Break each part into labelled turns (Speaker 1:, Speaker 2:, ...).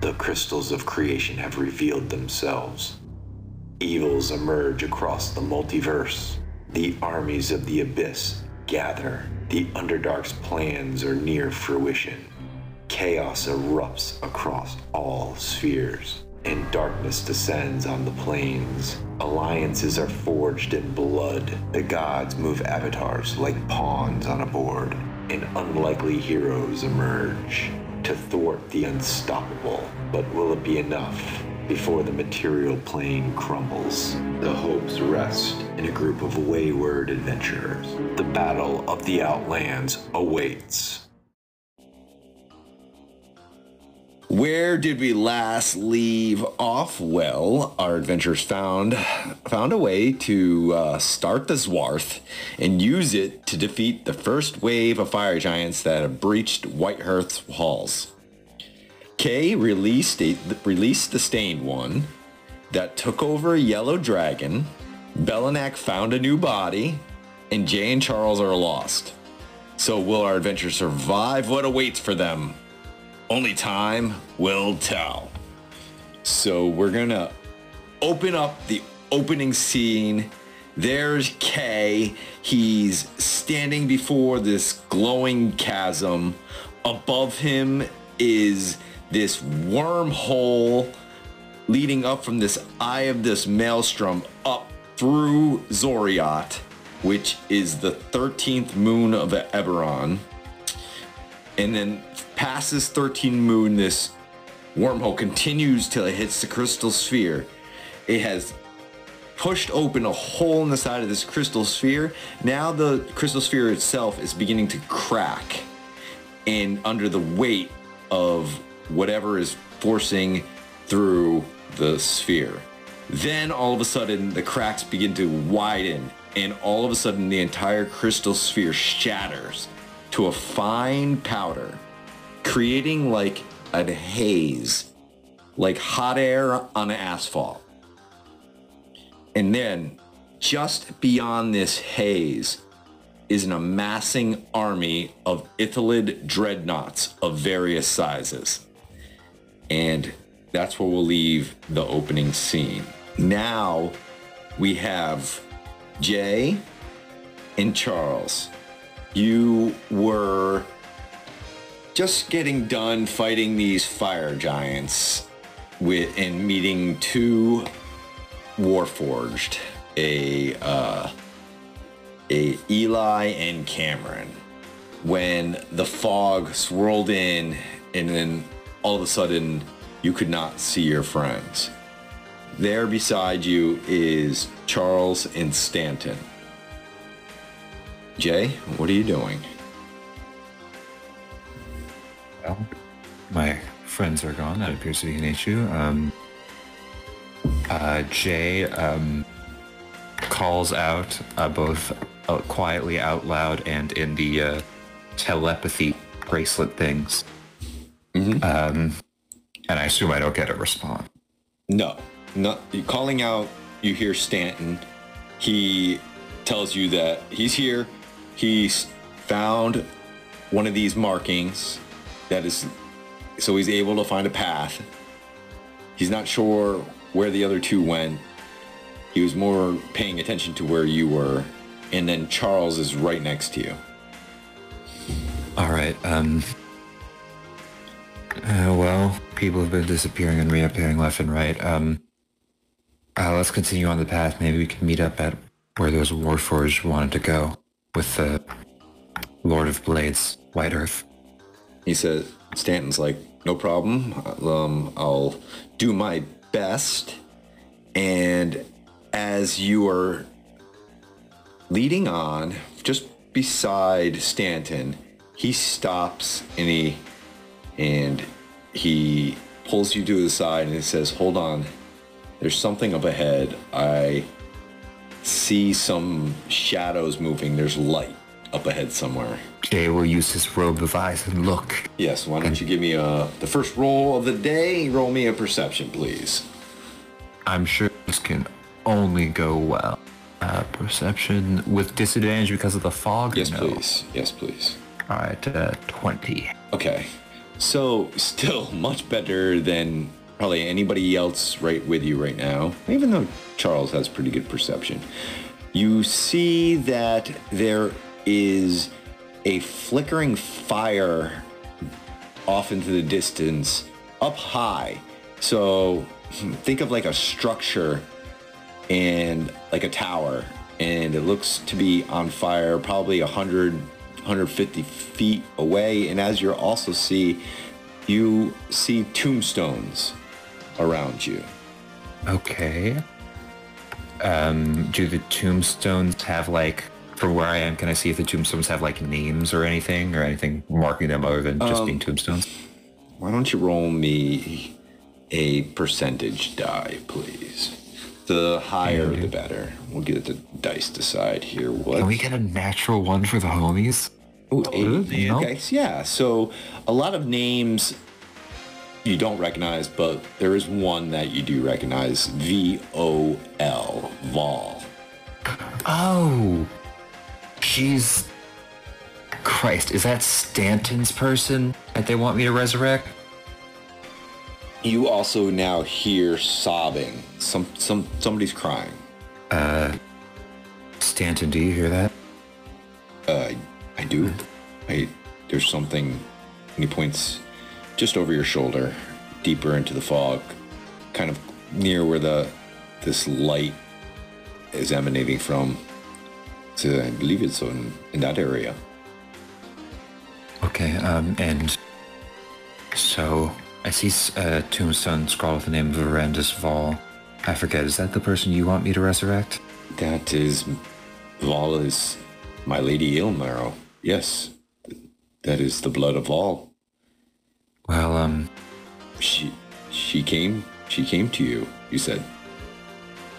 Speaker 1: the crystals of creation have revealed themselves. Evils emerge across the multiverse. The armies of the Abyss gather. The Underdark's plans are near fruition. Chaos erupts across all spheres, and darkness descends on the plains. Alliances are forged in blood. The gods move avatars like pawns on a board, and unlikely heroes emerge to thwart the unstoppable. But will it be enough? before the material plane crumbles. The hopes rest in a group of wayward adventurers. The battle of the Outlands awaits.
Speaker 2: Where did we last leave off? Well, our adventurers found found a way to uh, start the Zwarth and use it to defeat the first wave of fire giants that have breached Whitehearth's halls. Kay released a, released the stained one that took over a yellow dragon. Belinak found a new body, and Jay and Charles are lost. So will our adventure survive what awaits for them? Only time will tell. So we're gonna open up the opening scene. There's Kay. He's standing before this glowing chasm. Above him is this wormhole leading up from this eye of this maelstrom up through Zoriat, which is the 13th moon of Eberron. And then past this 13th moon, this wormhole continues till it hits the crystal sphere. It has pushed open a hole in the side of this crystal sphere. Now the crystal sphere itself is beginning to crack. And under the weight of whatever is forcing through the sphere. Then all of a sudden, the cracks begin to widen, and all of a sudden, the entire crystal sphere shatters to a fine powder, creating like a haze, like hot air on asphalt. And then, just beyond this haze, is an amassing army of Ithalid dreadnoughts of various sizes. And that's where we'll leave the opening scene. Now we have Jay and Charles. You were just getting done fighting these fire giants with and meeting two Warforged, a uh, a Eli and Cameron when the fog swirled in and then all of a sudden you could not see your friends. There beside you is Charles and Stanton. Jay, what are you doing?
Speaker 3: Well, my friends are gone. That appears to be an issue. Um, uh, Jay um, calls out uh, both uh, quietly out loud and in the uh, telepathy bracelet things. Um, and I assume I don't get a response.
Speaker 2: No, not calling out. You hear Stanton. He tells you that he's here. He's found one of these markings that is, so he's able to find a path. He's not sure where the other two went. He was more paying attention to where you were, and then Charles is right next to you.
Speaker 3: All right. Um, uh, well, people have been disappearing and reappearing left and right. Um, uh, let's continue on the path. Maybe we can meet up at where those Warforged wanted to go with the Lord of Blades, White Earth.
Speaker 2: He says, Stanton's like, no problem. Um, I'll do my best. And as you are leading on, just beside Stanton, he stops and he and he pulls you to the side and he says, "Hold on, there's something up ahead. I see some shadows moving. There's light up ahead somewhere."
Speaker 3: Jay will use his robe of eyes and look.
Speaker 2: Yes. Why don't you give me a the first roll of the day? Roll me a perception, please.
Speaker 3: I'm sure this can only go well. Uh, perception with disadvantage because of the fog?
Speaker 2: Yes,
Speaker 3: No.
Speaker 2: please. Yes, please.
Speaker 3: All right, uh, 20.
Speaker 2: Okay. So still much better than probably anybody else right with you right now, even though Charles has pretty good perception. You see that there is a flickering fire off into the distance up high. So think of like a structure and like a tower and it looks to be on fire probably 100 150 feet away and as you also see you see tombstones around you
Speaker 3: Okay. Um, do the tombstones have like, from where I am, can I see if the tombstones have like names or anything or anything marking them other than just being tombstones?
Speaker 2: why don't you roll me a percentage die please the higher the better we'll get the dice decide here what
Speaker 3: Can we get a natural one for the homies?
Speaker 2: Ooh, eight.
Speaker 3: really? No.
Speaker 2: Okay, so yeah. So a lot of names you don't recognize, but there is one that you do recognize. V O L Vol.
Speaker 3: Oh, she's. Christ, is that Stanton's person that they want me to resurrect?
Speaker 2: You also now hear sobbing. Some some somebody's crying.
Speaker 3: Stanton, do you hear that?
Speaker 2: I do. I there's something. And he points just over your shoulder, deeper into the fog, kind of near where the this light is emanating from. So I believe it's in, in that area.
Speaker 3: Okay, um, and so I see s- a tombstone scrawled with the name of Verandis Vol. I forget, is that the person you want me to resurrect?
Speaker 2: That is Val is my lady Ilmarrow. Yes. That is the blood of Val.
Speaker 3: Well, um,
Speaker 2: She she came she came to you, you said.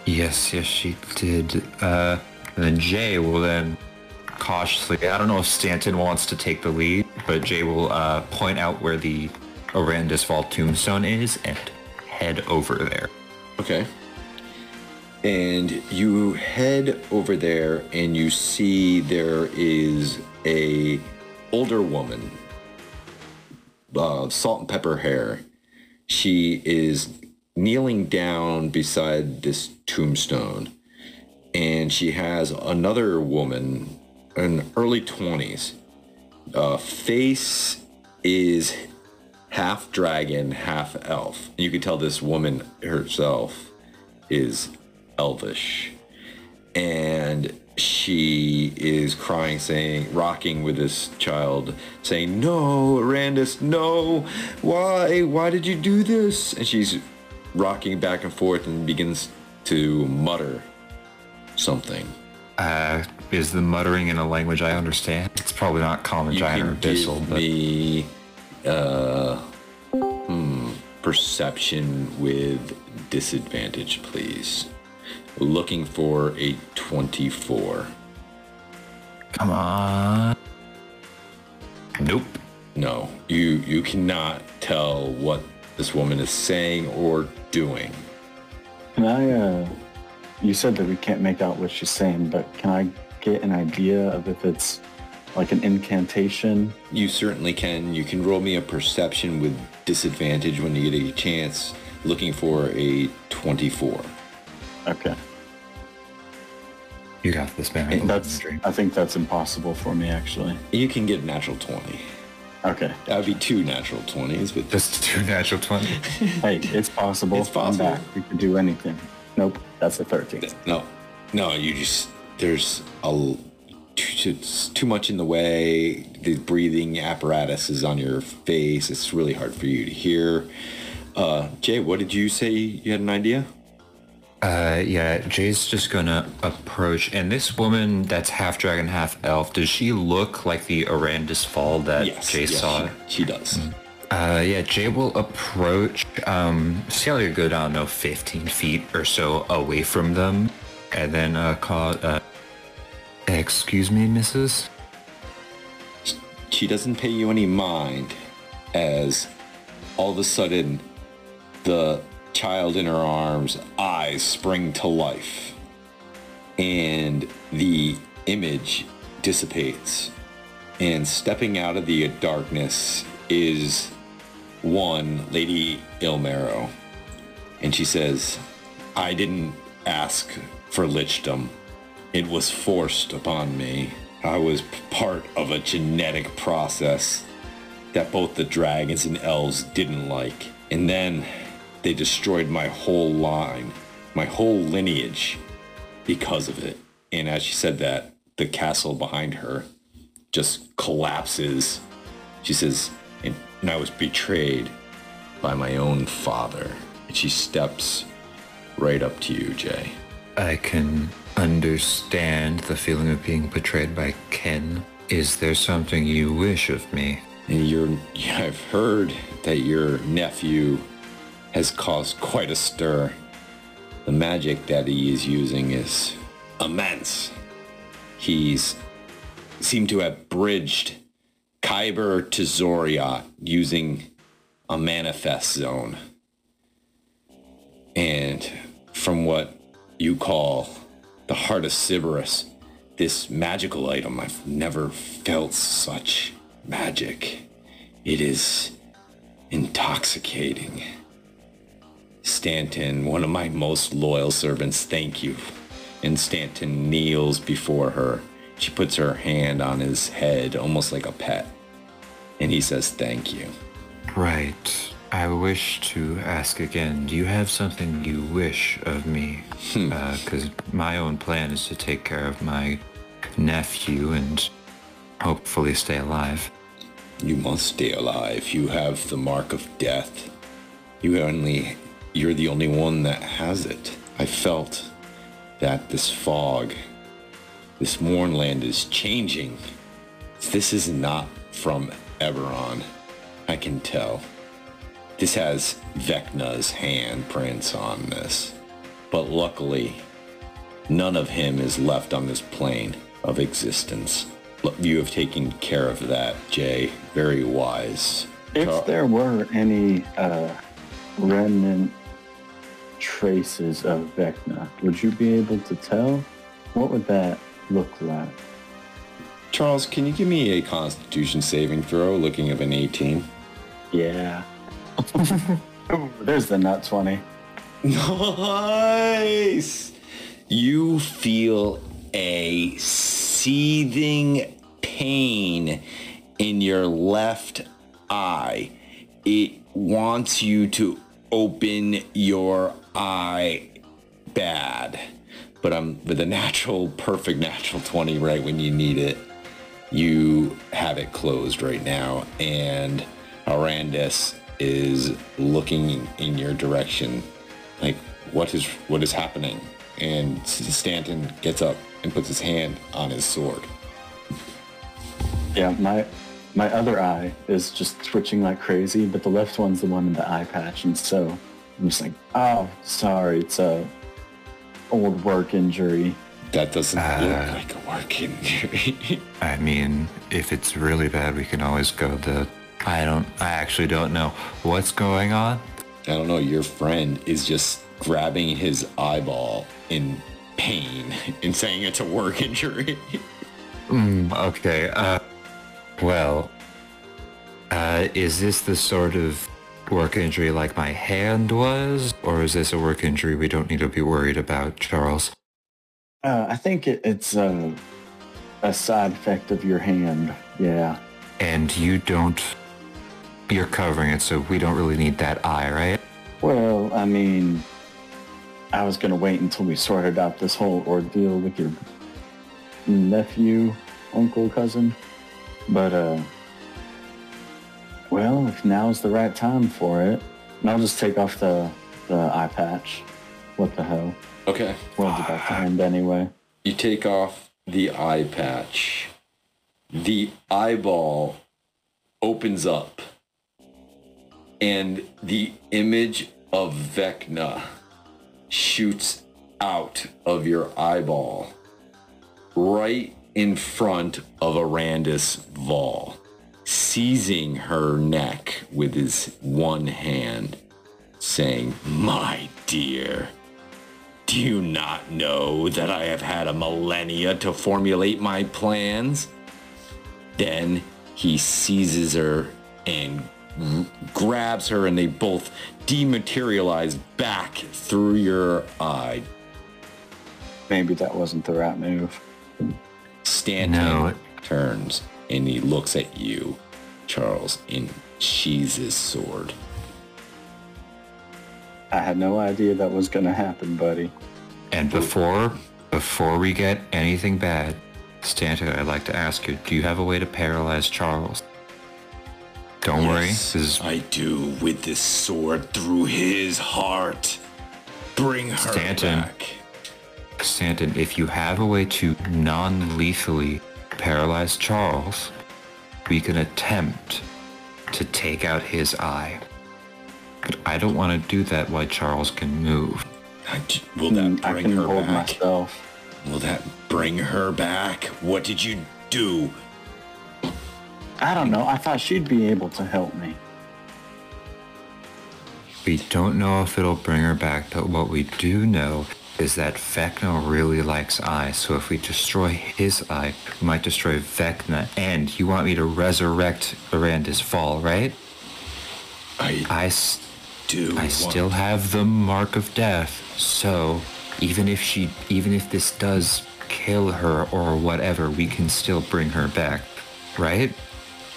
Speaker 3: yes, yes, she did. Uh, and then Jay will then cautiously, I don't know if Stanton wants to take the lead, but Jay will, uh, point out where the Orandis Vol tombstone is and head over there.
Speaker 2: Okay. And you head over there and you see there is a older woman. Uh, salt and pepper hair. She is kneeling down beside this tombstone. And she has another woman in early 20s. Uh, face is half dragon, half elf. You can tell this woman herself is elvish. And she is crying, saying, rocking with this child, saying, No, Randus, no, why, why did you do this? And she's rocking back and forth and begins to mutter something.
Speaker 3: Uh, is the muttering in a language I understand? It's probably not Common Giant or Abyssal,
Speaker 2: give
Speaker 3: but...
Speaker 2: me uh, hmm, perception with disadvantage, please. Looking for a 24.
Speaker 3: Come on. Nope.
Speaker 2: No, you you cannot tell what this woman is saying or doing.
Speaker 4: Can I, uh, you said that we can't make out what she's saying, but can I get an idea of if it's like an incantation?
Speaker 2: You certainly can. You can roll me a perception with disadvantage when you get a chance. Looking for a 24.
Speaker 4: Okay.
Speaker 3: You got this, man. I
Speaker 4: That's,
Speaker 3: believe in
Speaker 4: I think that's impossible for me, actually.
Speaker 2: You can get a natural 20.
Speaker 4: Okay.
Speaker 2: That would be two natural 20s, but
Speaker 3: you. Just two natural 20.
Speaker 4: Hey, it's possible.
Speaker 2: It's possible.
Speaker 4: I'm back. We can do anything. Nope. That's a 13.
Speaker 2: No, no, you just there's a l- too, it's too much in the way. The breathing apparatus is on your face. It's really hard for you to hear. Uh, Jay, what did you say? You had an idea?
Speaker 3: Uh, yeah, Jay's just gonna approach. And this woman that's half dragon, half elf, does she look like the Arandis Fall that Jay saw?
Speaker 2: She, she does.
Speaker 3: Uh, yeah, Jay will approach, um, see how you're good, I don't know, 15 feet or so away from them. And then, uh, call, uh, excuse me, missus?
Speaker 2: She doesn't pay you any mind, as all of a sudden, the child in her arms' eyes spring to life, and the image dissipates. And stepping out of the darkness is one, Lady Ilmero, and she says, I didn't ask for lichdom. It was forced upon me. I was p- part of a genetic process that both the dragons and elves didn't like. And then they destroyed my whole line, my whole lineage because of it. And as she said that, the castle behind her just collapses. She says, and, and I was betrayed by my own father. And she steps right up to you, Jay.
Speaker 3: I can understand the feeling of being betrayed by Ken. Is there something you wish of me?
Speaker 2: And your, yeah, I've heard that your nephew has caused quite a stir. The magic that he is using is immense. He's seemed to have bridged Kyber to Zoriat using a manifest zone. And from what you call the heart of Sybaris, this magical item, I've never felt such magic. It is intoxicating. Stanton, one of my most loyal servants, thank you. And Stanton kneels before her. She puts her hand on his head, almost like a pet. And he says, thank you.
Speaker 3: Right. I wish to ask again, do you have something you wish of me? Because my own plan is to take care of my nephew and hopefully stay alive.
Speaker 2: You must stay alive. You have the mark of death. You only you're the only one that has it. I felt that this fog, this moorland is changing. This is not from Eberron. I can tell. This has Vecna's handprints on this. But luckily, none of him is left on this plane of existence. Look, You have taken care of that, Jay. Very wise.
Speaker 4: If there were any uh, remnant traces of Vecna, would you be able to tell? What would that look like?
Speaker 2: Charles, can you give me a constitution saving throw looking of an 18?
Speaker 4: Yeah. Ooh, There's the nut 20.
Speaker 2: Nice! You feel a seething pain in your left eye. It wants you to open your eye bad. But I'm with a natural, perfect natural 20 right when you need it. You have it closed right now, and Arandis is looking in your direction, like what is what is happening. And S- Stanton gets up and puts his hand on his sword.
Speaker 4: Yeah, my my other eye is just twitching like crazy, but the left one's the one in the eye patch, and so I'm just like, oh, sorry, it's a old work injury.
Speaker 2: That doesn't look like a work injury.
Speaker 3: I mean, if it's really bad, we can always go the. I don't. I actually don't know what's going on.
Speaker 2: I don't know. Your friend is just grabbing his eyeball in pain and saying it's a work injury.
Speaker 3: Okay. Uh, well, uh, is this the sort of work injury like my hand was, or is this a work injury we don't need to be worried about, Charles?
Speaker 4: Uh, I think it, it's a, a side effect of your hand. Yeah.
Speaker 3: And you don't. You're covering it, so we don't really need that eye, right?
Speaker 4: Well, I mean, I was gonna wait until we sorted out this whole ordeal with your nephew, uncle, cousin, but uh, well, if now's the right time for it, and I'll just take off the the eye patch. What the hell?
Speaker 2: okay.
Speaker 4: We'll be back to hand anyway.
Speaker 2: You take off the eye patch. The eyeball opens up. And the image of Vecna shoots out of your eyeball right in front of Arandis Vol, seizing her neck with his one hand, saying, My dear, do you not know that I have had a millennia to formulate my plans? Then he seizes her and grabs her and they both dematerialize back through your eye.
Speaker 4: Maybe that wasn't the right move.
Speaker 2: Stanton
Speaker 3: No.
Speaker 2: turns and he looks at you, Charles, and sheathes his sword.
Speaker 4: I had no idea that was gonna happen, buddy.
Speaker 3: And before before we get anything bad, Stanto, I'd like to ask you, do you have a way to paralyze Charles? Don't worry. This is
Speaker 2: I do with this sword through his heart. Bring her
Speaker 3: Stanton.
Speaker 2: back.
Speaker 3: Stanton, if you have a way to non-lethally paralyze Charles, we can attempt to take out his eye. But I don't want to do that while Charles can move.
Speaker 2: I d- Will that
Speaker 4: Mm, I
Speaker 2: bring
Speaker 4: can
Speaker 2: her
Speaker 4: hold
Speaker 2: back?
Speaker 4: myself.
Speaker 2: Will that bring her back? What did you do?
Speaker 4: I don't know. I thought she'd be able to help me.
Speaker 3: We don't know if it'll bring her back, but what we do know is that Vecna really likes Eye, so if we destroy his eye, we might destroy Vecna. And you want me to resurrect Miranda's fall, right?
Speaker 2: I
Speaker 3: I, s-
Speaker 2: do.
Speaker 3: I
Speaker 2: want-
Speaker 3: still have the mark of death, so even if she, even if this does kill her or whatever, we can still bring her back, right?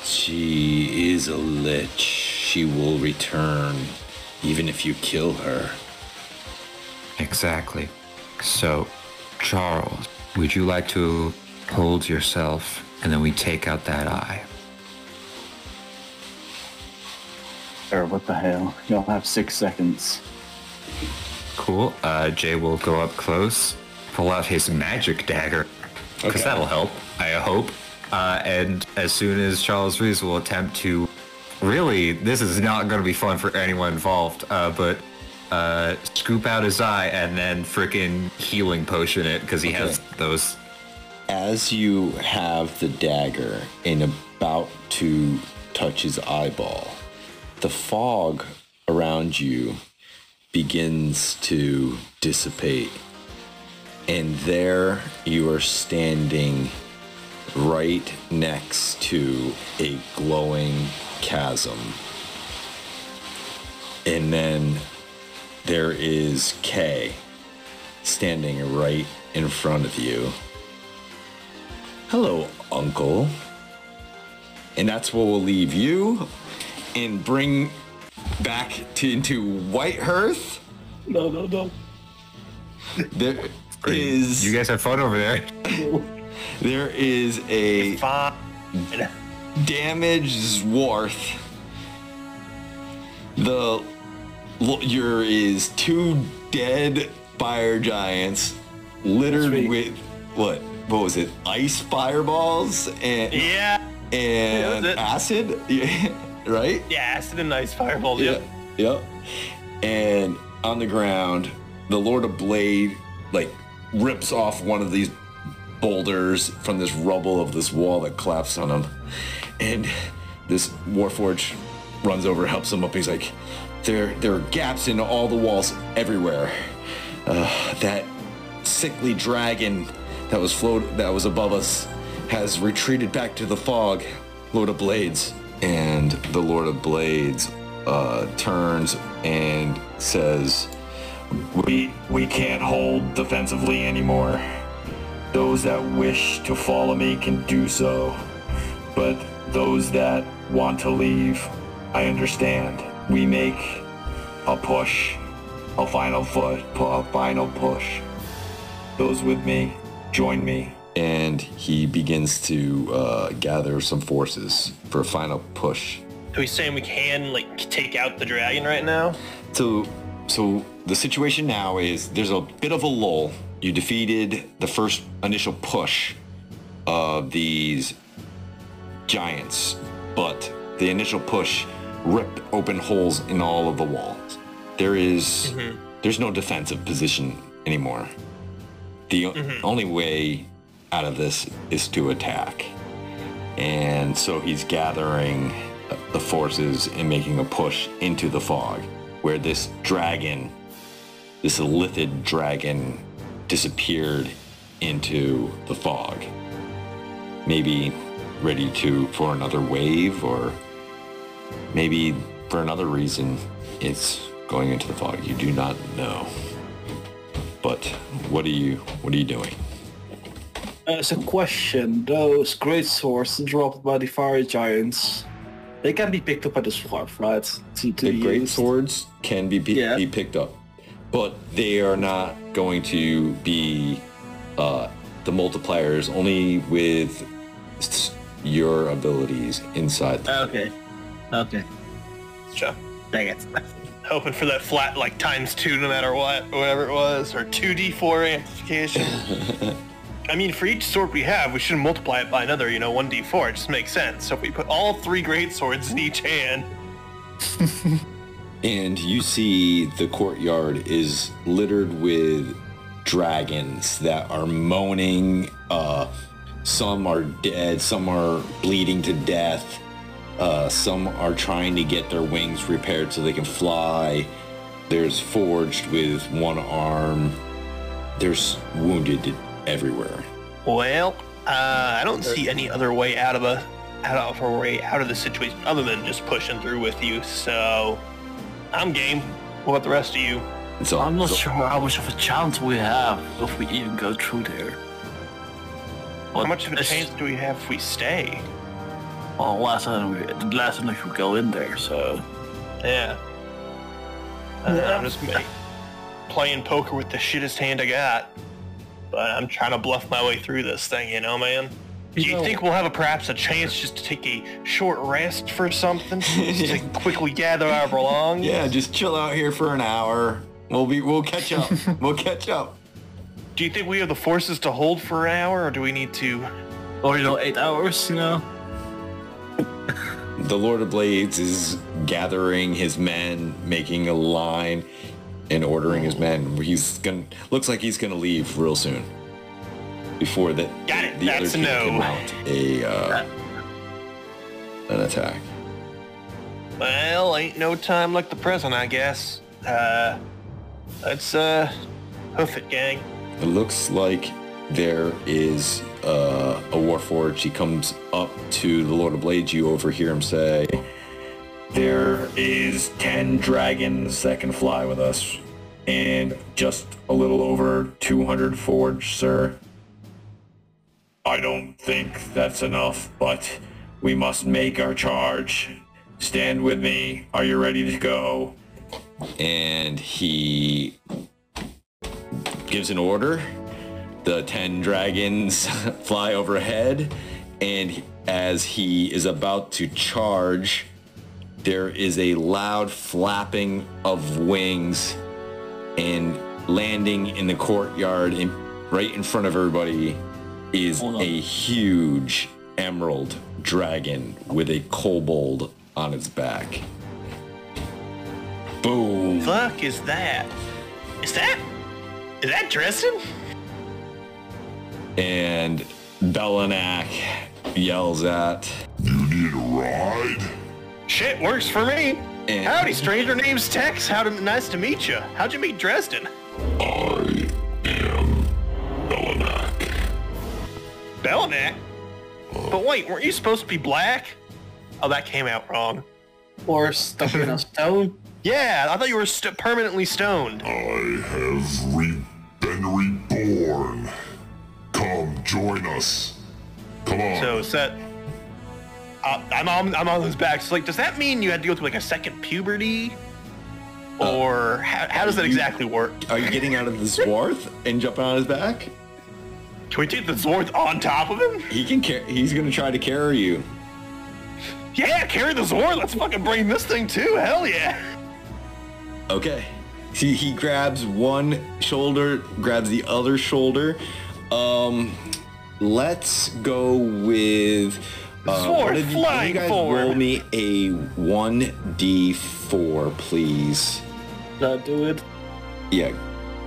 Speaker 2: She is a lich. She will return, even if you kill her.
Speaker 3: Exactly. So, Charles, would you like to hold yourself and then we take out that eye?
Speaker 4: Or what the hell? Y'all have six seconds.
Speaker 3: Cool. Uh, Jay will go up close, pull out his magic dagger, because
Speaker 2: Okay.
Speaker 3: that'll help, I hope. Uh, and as soon as Charles Reeves will attempt to, really, this is not going to be fun for anyone involved, uh, but uh, scoop out his eye and then frickin' healing potion it, because he has those.
Speaker 2: As you have the dagger and about to touch his eyeball, the fog around you begins to dissipate. And there you are standing right next to a glowing chasm. And then there is Kay standing right in front of you. Hello, Uncle. And that's where we'll leave you and bring back to into Whitehurst.
Speaker 4: No, no, no.
Speaker 2: There is
Speaker 3: You guys have fun over there.
Speaker 2: there is a damaged Zwarth. The l- your is two dead fire giants littered
Speaker 4: Sweet.
Speaker 2: with what? What was it? Ice fireballs and
Speaker 5: Yeah.
Speaker 2: and
Speaker 5: Yeah, that's
Speaker 2: acid, Yeah, right?
Speaker 5: Yeah, acid and ice fireball. Yep.
Speaker 2: Yep. And on the ground, the Lord of Blade like rips off one of these boulders from this rubble of this wall that collapsed on him. And this Warforge runs over, helps him up. He's like, there, there are gaps in all the walls everywhere. Uh, that sickly dragon that was float that was above us has retreated back to the fog, Lord of Blades. And the Lord of Blades uh, turns and says, "We we can't hold defensively anymore. Those that wish to follow me can do so, but those that want to leave, I understand. We make a push, a final push, a final push." those with me, join me. And he begins to uh, gather some forces for a final push.
Speaker 5: Are we saying we can like take out the dragon right now?
Speaker 2: So, so the situation now is there's a bit of a lull. You defeated the first initial push of these giants, but the initial push ripped open holes in all of the walls. There is- there's no defensive position anymore. The o- only way out of this is to attack. And so he's gathering the forces and making a push into the fog where this dragon, this illithid dragon, disappeared into the fog. Maybe ready to for another wave or Maybe for another reason, it's going into the fog. You do not know. But what are you? What are you doing?
Speaker 6: As Uh, a question, those great swords dropped by the fire giants, they can be picked up by the dwarf, right? To, to
Speaker 2: The
Speaker 6: be
Speaker 2: great
Speaker 6: used.
Speaker 2: swords can be pi-
Speaker 6: Yeah.
Speaker 2: be picked up, but they are not going to be uh, the multipliers only with s- your abilities inside. The-
Speaker 6: Okay. Okay.
Speaker 5: Sure.
Speaker 6: Dang it.
Speaker 5: Hoping for that flat like times two no matter what, whatever it was, or two D four amplification. I mean, for each sword we have, we shouldn't multiply it by another. You know, one D four. It just makes sense. So if we put all three great swords in each hand,
Speaker 2: and you see the courtyard is littered with dragons that are moaning. Uh, some are dead, some are bleeding to death. Uh, some are trying to get their wings repaired so they can fly. There's forged with one arm. There's wounded everywhere.
Speaker 5: well, uh, I don't see any other way out of a out of a way out of the situation other than just pushing through with you. So I'm game. What about the rest of you?
Speaker 2: It's all,
Speaker 6: I'm not
Speaker 2: it's all-
Speaker 6: sure how much of a chance we have if we even go through there.
Speaker 5: How much of a chance do we have if we stay?
Speaker 6: Well, last time we, the last time we go in there, so
Speaker 5: Yeah. Uh, I'm just ma- playing poker with the shittest hand I got. But I'm trying to bluff my way through this thing, you know, man? Do you think we'll have a, perhaps a chance just to take a short rest for something? just to quickly gather our belongings?
Speaker 2: Yeah, just chill out here for an hour. We'll be. We'll catch up. we'll catch up.
Speaker 5: Do you think we have the forces to hold for an hour, or do we need to...
Speaker 6: or you know, eight hours, you know.
Speaker 2: The Lord of Blades is gathering his men, making a line, and ordering his men. He's gonna looks like he's gonna leave real soon. Before that,
Speaker 5: Got it.
Speaker 2: the other
Speaker 5: That's a
Speaker 2: team can
Speaker 5: no.
Speaker 2: mount a uh, an attack.
Speaker 5: Well, ain't no time like the present, I guess. Uh, let's, uh, hoof it, gang.
Speaker 2: It looks like there is uh, a warforged. He comes up to the Lord of Blades. You overhear him say, "There is ten dragons that can fly with us, and just a little over two hundred forged, sir. I don't think that's enough, but we must make our charge. Stand with me. Are you ready to go?" And he gives an order. The 10 dragons fly overhead, and as he is about to charge, there is a loud flapping of wings and landing in the courtyard and right in front of everybody is
Speaker 6: Hold on.
Speaker 2: a huge emerald dragon with a kobold on its back. Boom.
Speaker 5: fuck is that? Is that... Is that Dresden?
Speaker 2: and Belinak yells at
Speaker 5: Shit works for me.
Speaker 2: And-
Speaker 5: Howdy, stranger. Name's Tex. How to, nice to meet you. How'd you meet Dresden? I am Belinak. Belinak? But wait, weren't you supposed to be black? Oh, that came out wrong.
Speaker 6: Or stuck in a stone.
Speaker 5: Yeah, I thought you were st- permanently stoned.
Speaker 7: I have re- been reborn. Come join us. Come on.
Speaker 5: So is that? Uh, I'm on. I'm on his back. So like, does that mean you had to go through like a second puberty? Or how, how does that exactly work?
Speaker 2: Are you getting out of the Zwarth and jumping on his back?
Speaker 5: Can we take the Zorth on top of him?
Speaker 2: He can car- he's gonna try to carry you.
Speaker 5: Yeah, carry the Zord. Let's fucking bring this thing too. Hell yeah.
Speaker 2: Okay. See he grabs one shoulder, grabs the other shoulder. Um let's go with uh,
Speaker 5: Sword
Speaker 2: one of you- one of you
Speaker 5: flying
Speaker 2: guys
Speaker 5: forward.
Speaker 2: roll me a 1d4 please.
Speaker 6: That do it.
Speaker 2: Yeah.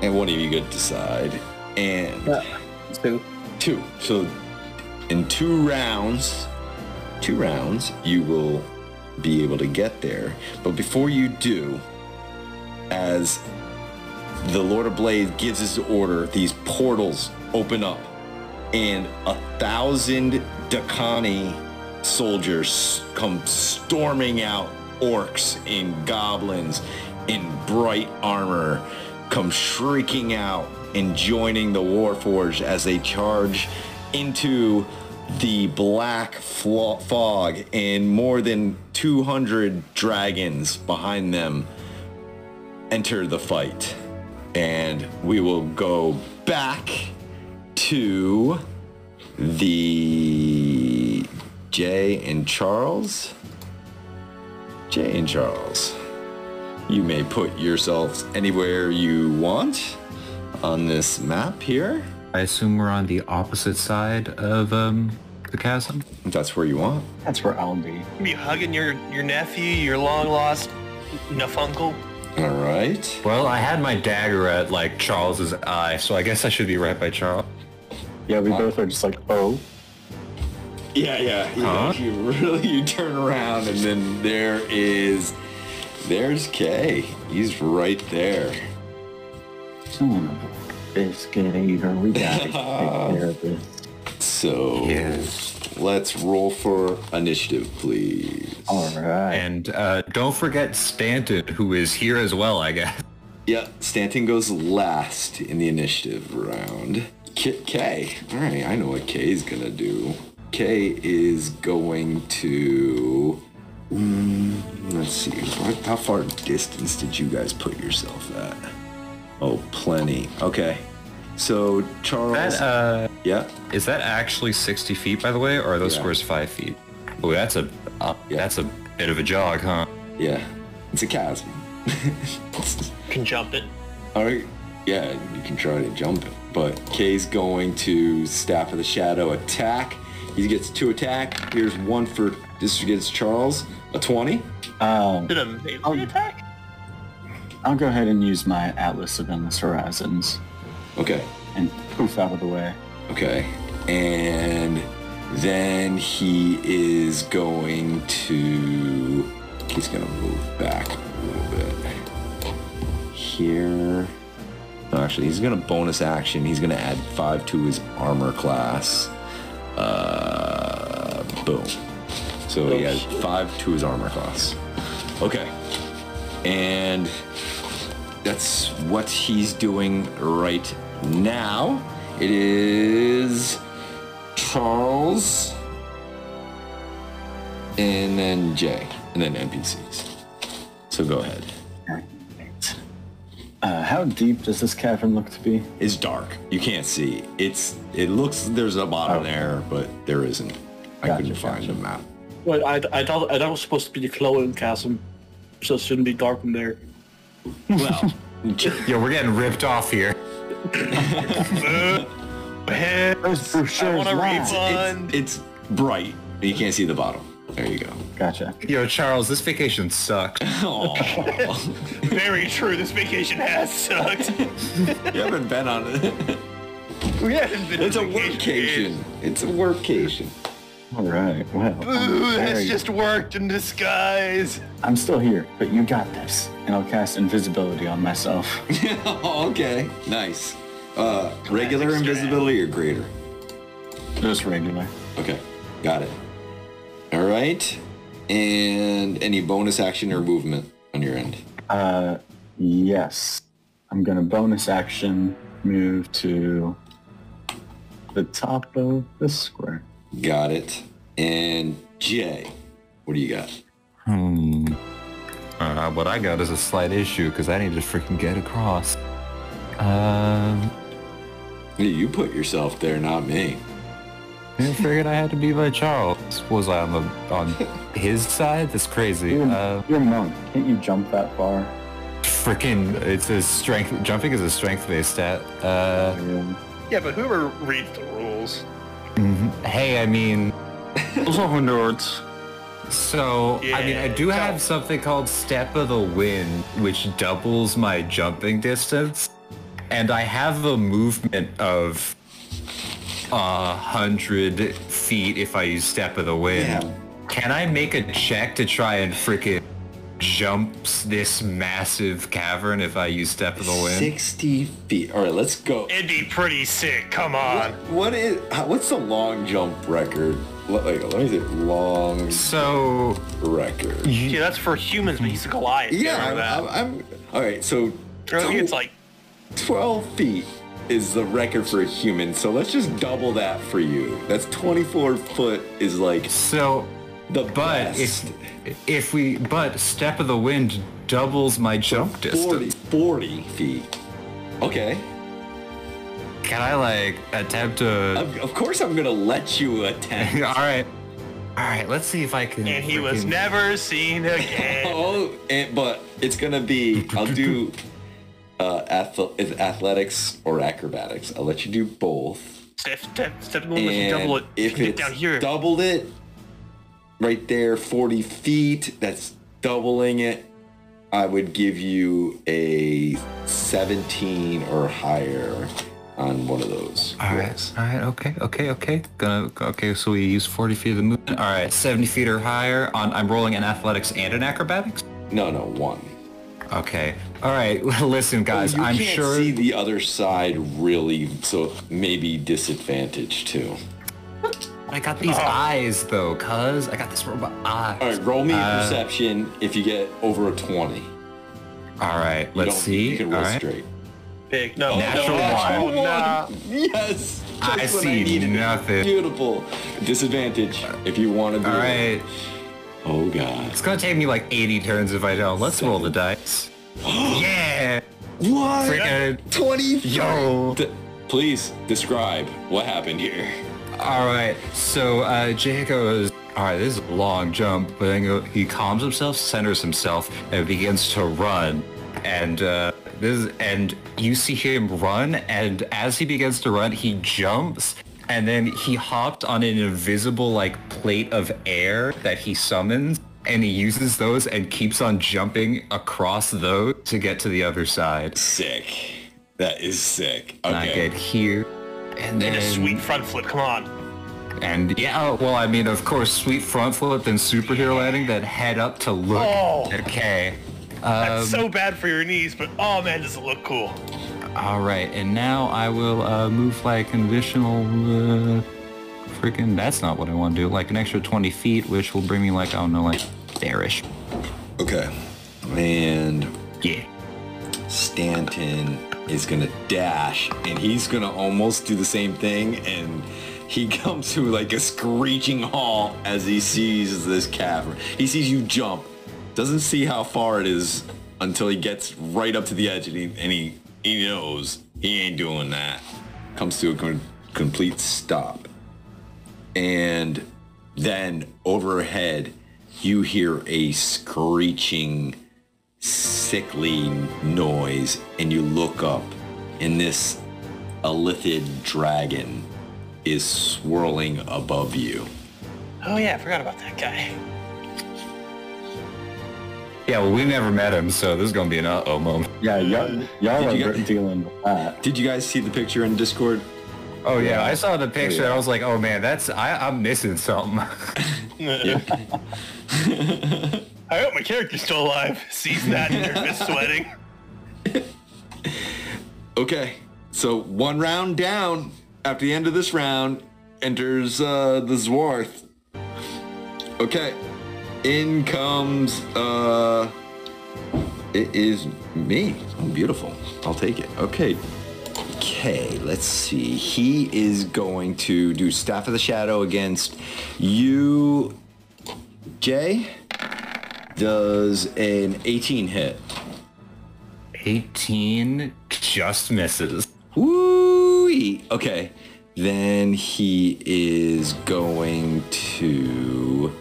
Speaker 2: And one of you get to decide. And
Speaker 6: So
Speaker 2: two. So in two rounds, two rounds, you will be able to get there. But before you do, as the Lord of Blades gives his order, these portals open up and a thousand Dakani soldiers come storming out. Orcs and goblins in bright armor come shrieking out and joining the Warforged as they charge into the black flo- fog and more than 200 dragons behind them enter the fight. And we will go back to the Jay and Charles. Jay and Charles. You may put yourselves anywhere you want on this map here.
Speaker 3: I assume we're on the opposite side of um, the chasm.
Speaker 2: If that's where you want.
Speaker 4: That's where I'll be.
Speaker 5: You hugging your your nephew, your long lost nuffuncle.
Speaker 2: All right.
Speaker 3: Well, I had my dagger at like Charles's eye, so I guess I should be right by Charles.
Speaker 4: Yeah, we both are just like, oh,
Speaker 2: Yeah, yeah. You,
Speaker 3: Huh?
Speaker 2: you really you turn around and then there is there's Kay. He's right there.
Speaker 4: son of a biscuit eater. We gotta take care of this.
Speaker 2: So
Speaker 3: Yes.
Speaker 2: let's roll for initiative, please.
Speaker 4: All right.
Speaker 3: And uh, don't forget Stanton, who is here as well, I guess.
Speaker 2: Yeah, Stanton goes last in the initiative round. K. K. All right, I know what K is gonna do. K is going to. Mm, let's see. What, how far distance did you guys put yourself at? Oh, plenty. Okay. So Charles.
Speaker 3: That, uh,
Speaker 2: yeah.
Speaker 3: is that actually 60 feet, by the way, or are those
Speaker 2: Yeah.
Speaker 3: squares five feet? Oh, that's a uh,
Speaker 2: Yeah.
Speaker 3: that's a bit of a jog, huh?
Speaker 2: Yeah. It's a chasm.
Speaker 5: Can jump it.
Speaker 2: All right. Yeah, you can try to jump it. But Kay's going to Staff of the Shadow attack. He gets two attack. Here's one for this against Charles. A 20.
Speaker 4: Um,
Speaker 5: Did a melee
Speaker 2: Oh.
Speaker 5: attack?
Speaker 4: I'll go ahead and use my Atlas of Endless Horizons
Speaker 2: Okay.
Speaker 4: and poof out of the way.
Speaker 2: Okay. And then he is going to. He's going to move back a little bit. Here. Actually, he's going to bonus action. He's going to add five to his armor class. Uh, boom. So he adds five to his armor class. Okay. And that's what he's doing right now. It is Charles and then Jay and then NPCs. So go ahead.
Speaker 4: Uh, how deep does this cavern look to be?
Speaker 2: It's dark. You can't see. It's it looks there's a bottom
Speaker 4: Oh.
Speaker 2: there, but there isn't. I
Speaker 4: Gotcha,
Speaker 2: couldn't find
Speaker 4: gotcha.
Speaker 2: the map.
Speaker 6: Well, I, I thought I thought it was supposed to be the glowing chasm, so it shouldn't be dark in there.
Speaker 2: Well,
Speaker 3: Yo, we're getting ripped off here.
Speaker 5: Heck,
Speaker 4: for sure
Speaker 5: I want to refund.
Speaker 2: it's, it's bright, but you can't see the bottom. There you go.
Speaker 4: Gotcha.
Speaker 3: Yo, Charles, this vacation sucks.
Speaker 2: Aw.
Speaker 5: Very true. This vacation has sucked.
Speaker 2: you haven't been on it.
Speaker 5: we haven't been
Speaker 2: It's a
Speaker 5: on vacation.
Speaker 2: workcation. It's a workcation.
Speaker 4: All right. Well, I'm,
Speaker 5: Ooh,
Speaker 4: very-
Speaker 5: that's just worked in disguise.
Speaker 4: I'm still here, but you got this. And I'll cast invisibility on myself.
Speaker 2: oh, okay. Nice. Uh, regular invisibility or greater?
Speaker 4: Just regular.
Speaker 2: Okay. Got it. All right. And any bonus action or movement on your end?
Speaker 4: Uh, yes. I'm gonna bonus action move to the top of this square.
Speaker 2: Got it. And Jay, what do you got?
Speaker 3: Hmm. Uh, what I got is a slight issue because I need to freaking get across. Um,
Speaker 2: Hey, You put yourself there, not me.
Speaker 3: I figured I had to be by Charles. Was I on the on his side? That's crazy.
Speaker 4: You're,
Speaker 3: Uh,
Speaker 4: you're a monk. Can't you jump that far?
Speaker 3: freaking, it's a strength. Jumping is a strength-based stat. Uh,
Speaker 4: Yeah.
Speaker 5: Yeah, but whoever reads the rules.
Speaker 3: hey, I mean,
Speaker 6: Those are nerds.
Speaker 3: So I mean, I
Speaker 5: Yeah,
Speaker 3: do
Speaker 5: so-
Speaker 3: have something called Step of the Wind, which doubles my jumping distance, and I have a movement of a hundred feet if I use Step of the Wind. Can I make a check to try and freaking jump s- this massive cavern if I use Step of the Wind?
Speaker 2: 60 feet. All right, let's go.
Speaker 5: It'd be pretty sick. Come on.
Speaker 2: What is, how- what's the long jump record Let, like, let me see. Long
Speaker 3: So
Speaker 2: record.
Speaker 5: Yeah, that's for humans, but he's a Goliath.
Speaker 2: Yeah,
Speaker 5: remember that.
Speaker 2: I'm, I'm, I'm. All right, so
Speaker 5: Or it's like
Speaker 2: 12 feet is the record for a human, so let's just double that for you. That's 24 foot is like
Speaker 3: so,
Speaker 2: the
Speaker 3: but
Speaker 2: best.
Speaker 3: if if we but step of the wind doubles my jump
Speaker 2: 40,
Speaker 3: distance.
Speaker 2: 40 feet. Okay.
Speaker 3: Can I like attempt to?
Speaker 2: Of, of course I'm gonna let you
Speaker 3: all
Speaker 2: attempt.
Speaker 3: right, all right. Let's see if I can.
Speaker 5: and he was
Speaker 3: freaking-
Speaker 5: never seen again.
Speaker 2: Oh, and, but it's gonna be, I'll do uh, ath- is athletics or acrobatics. I'll let you do both.
Speaker 5: Step, step, step one, if you double it,
Speaker 2: And
Speaker 5: you
Speaker 2: if
Speaker 5: can get
Speaker 2: it's
Speaker 5: down here.
Speaker 2: doubled it, right there, 40 feet, that's doubling it. I would give you a 17 or higher on one of those.
Speaker 3: All right, all right, okay, okay, okay. Gonna okay. So we use forty feet of the movement. All right, seventy feet or higher. On I'm rolling an athletics and an acrobatics.
Speaker 2: No, no, one.
Speaker 3: Okay. All right. Listen, guys.
Speaker 2: Oh, you
Speaker 3: I'm
Speaker 2: can't
Speaker 3: sure.
Speaker 2: see the other side really, so maybe disadvantage too.
Speaker 3: I got these eyes though, cuz I got this robot eye.
Speaker 2: Oh. All right, roll me a perception if you get over a 20. You
Speaker 3: All right, let's
Speaker 2: don't-
Speaker 3: see.
Speaker 2: You can roll
Speaker 3: All right.
Speaker 2: straight.
Speaker 5: Big. No,
Speaker 3: Natural
Speaker 5: no,
Speaker 3: one.
Speaker 5: no, nah.
Speaker 2: Yes. Just
Speaker 3: I
Speaker 2: what
Speaker 3: see
Speaker 2: needed.
Speaker 3: nothing.
Speaker 2: Beautiful. Disadvantage if you want to do
Speaker 3: All
Speaker 2: it.
Speaker 3: right.
Speaker 2: Oh god.
Speaker 3: It's gonna take me like 80 turns if I don't. Let's roll the dice. yeah.
Speaker 2: What?
Speaker 3: Freaking
Speaker 2: 20
Speaker 3: yo.
Speaker 2: D- Please describe what happened here.
Speaker 3: All right. So uh, Jay goes. All right, this is a long jump, but then go- he calms himself, centers himself, and begins to run. And uh, this is- and you see him run, and as he begins to run, he jumps, and then he hopped on an invisible like plate of air that he summons, and he uses those and keeps on jumping across those to get to the other side.
Speaker 2: Sick. That is sick.
Speaker 3: And I
Speaker 2: Okay.
Speaker 3: get here, and then
Speaker 5: And a sweet front flip. Come on.
Speaker 3: And yeah, oh, well, I mean, of course, sweet front flip and superhero landing, then head up to look.
Speaker 5: Oh.
Speaker 3: Okay.
Speaker 5: That's so bad for your knees, but oh man, does it look cool.
Speaker 3: All right. And now I will uh, move like conditional. Uh, freaking, that's not what I want to do. Like an extra 20 feet, which will bring me like, I don't know, like there-ish.
Speaker 2: Okay. And
Speaker 3: Yeah.
Speaker 2: Stanton is gonna dash and he's gonna almost do the same thing and he comes to like a screeching halt as he sees this cavern. He sees you jump, doesn't see how far it is until he gets right up to the edge and he, and he, he knows he ain't doing that. Comes to a com- complete stop. And then overhead, you hear a screeching sickly noise and you look up and this elithid dragon is swirling above you.
Speaker 5: Oh yeah, I forgot about that guy.
Speaker 3: Yeah, well, we never met him, so this is going to be an uh-oh moment.
Speaker 4: Yeah, y'all, y'all
Speaker 2: Did
Speaker 4: are
Speaker 2: you get-
Speaker 4: really dealing with that.
Speaker 2: Did you guys see the picture in Discord?
Speaker 3: Oh, yeah, I saw the picture. I was like, oh, man, that's, I, I'm missing something.
Speaker 5: I hope my character's still alive. Sees that and they're just sweating.
Speaker 2: Okay. So one round down after the end of this round enters uh, the Zwarth. Okay. In comes uh it is me. I'm beautiful. I'll take it. Okay. Okay, let's see. He is going to do Staff of the Shadow against you. Jay does an 18 hit.
Speaker 3: 18 just misses.
Speaker 2: Woo! Okay. Then he is going to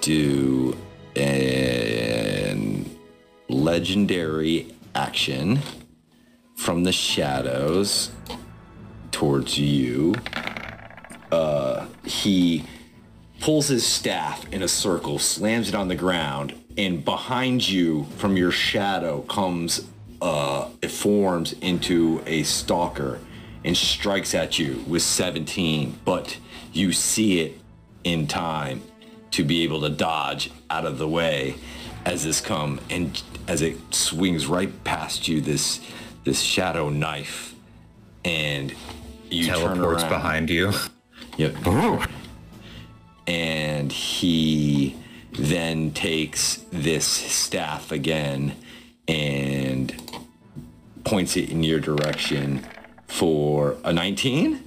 Speaker 2: do an legendary action from the shadows towards you. Uh, he pulls his staff in a circle, slams it on the ground, and behind you from your shadow comes, uh, it forms into a stalker and strikes at you with 17, but you see it in time to be able to dodge out of the way as this come and as it swings right past you this this shadow knife and you turn
Speaker 3: Teleports
Speaker 2: around.
Speaker 3: behind you.
Speaker 2: Yep.
Speaker 3: Ooh.
Speaker 2: and he then takes this staff again and points it in your direction for a 19.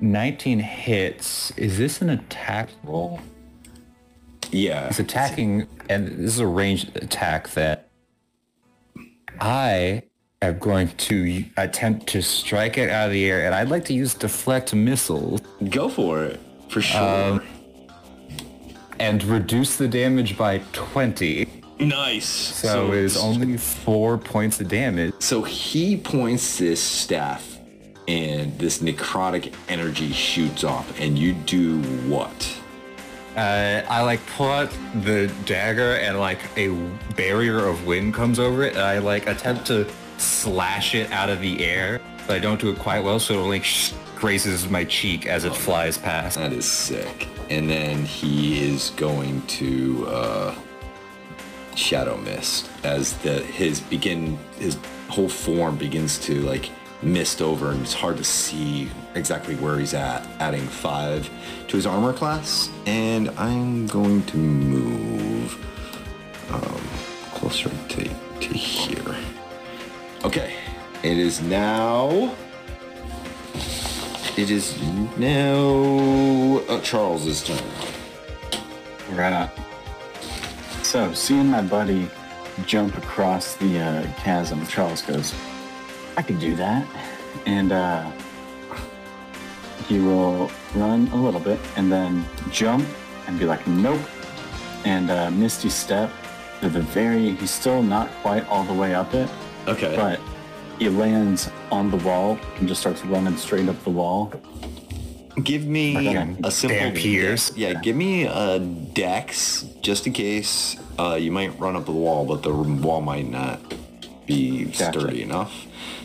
Speaker 3: 19 hits. Is this an attack roll?
Speaker 2: Yeah.
Speaker 3: It's attacking, and this is a ranged attack that I am going to attempt to strike it out of the air, and I'd like to use deflect missiles
Speaker 2: Go for it. For sure.
Speaker 3: Um, and reduce the damage by 20.
Speaker 5: Nice.
Speaker 3: So, it is only four points of damage.
Speaker 2: So he points this staff and this necrotic energy shoots off and you do what?
Speaker 3: Uh, I like pull out the dagger and like a barrier of wind comes over it, and I like attempt to slash it out of the air, but I don't do it quite well, so it like sh- grazes my cheek as it flies past.
Speaker 2: That is sick. And then he is going to uh, shadow mist as the his begin his whole form begins to like mist over and it's hard to see exactly where he's at. Adding five to his armor class, and I'm going to move um, closer to to here. Okay, it is now. It is now uh, Charles's turn.
Speaker 4: Right. So, seeing my buddy jump across the uh, chasm, Charles goes, I can do that. And uh, he will run a little bit and then jump and be like, nope. And uh, Misty Step to the very, he's still not quite all the way up it,
Speaker 2: Okay.
Speaker 4: but he lands on the wall and just starts running straight up the wall.
Speaker 2: Give me a simple
Speaker 3: Vampires.
Speaker 2: Yeah, give me a dex just in case uh, you might run up the wall, but the wall might not be
Speaker 4: Gotcha.
Speaker 2: sturdy enough.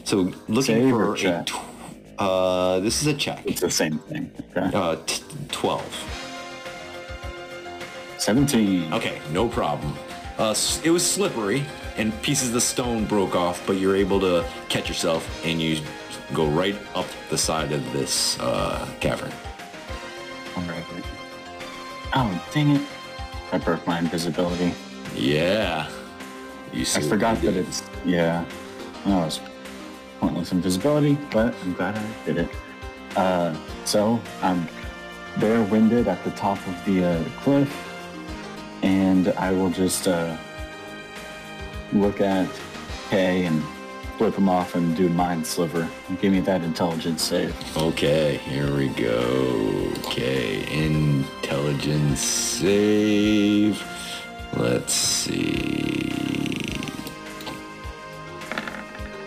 Speaker 2: So looking
Speaker 4: Save
Speaker 2: for
Speaker 4: or
Speaker 2: a
Speaker 4: check?
Speaker 2: tw- uh, this is a check.
Speaker 4: It's the same thing. Okay.
Speaker 2: Uh, t- Twelve.
Speaker 4: 17.
Speaker 2: Okay, no problem. Uh, s- it was slippery, and pieces of the stone broke off, but you're able to catch yourself, and you go right up the side of this uh, cavern.
Speaker 4: Alright. Oh, dang it. I broke my invisibility.
Speaker 2: Yeah. You see
Speaker 4: I
Speaker 2: what
Speaker 4: forgot
Speaker 2: you
Speaker 4: that
Speaker 2: did.
Speaker 4: it's yeah. No, it's pointless invisibility, but I'm glad I did it. Uh, so I'm bare winded at the top of the uh, cliff, and I will just uh, look at Kay and flip him off and do mind sliver. Give me that intelligence save.
Speaker 2: Okay, here we go. Okay, intelligence save. Let's see.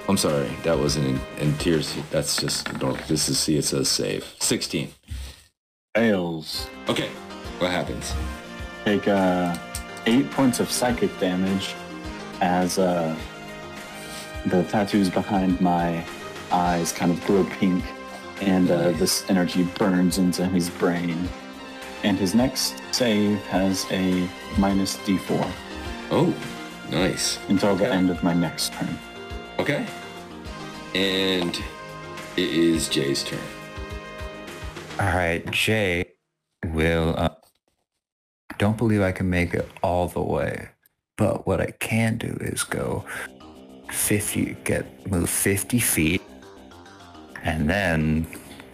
Speaker 2: I'm sorry, that wasn't in, in tears. That's just normal. This is see, it says save. 16.
Speaker 4: Fails.
Speaker 2: Okay, what happens?
Speaker 4: Take uh, eight points of psychic damage as uh, the tattoos behind my eyes kind of glow pink and uh, this energy burns into his brain. And his next save has a minus d4
Speaker 2: Oh, nice.
Speaker 4: until the end of my next turn.
Speaker 2: Okay. And it is Jay's turn.
Speaker 3: All right, Jay will. Uh, don't believe I can make it all the way, but what I can do is go fifty, get move fifty feet, and then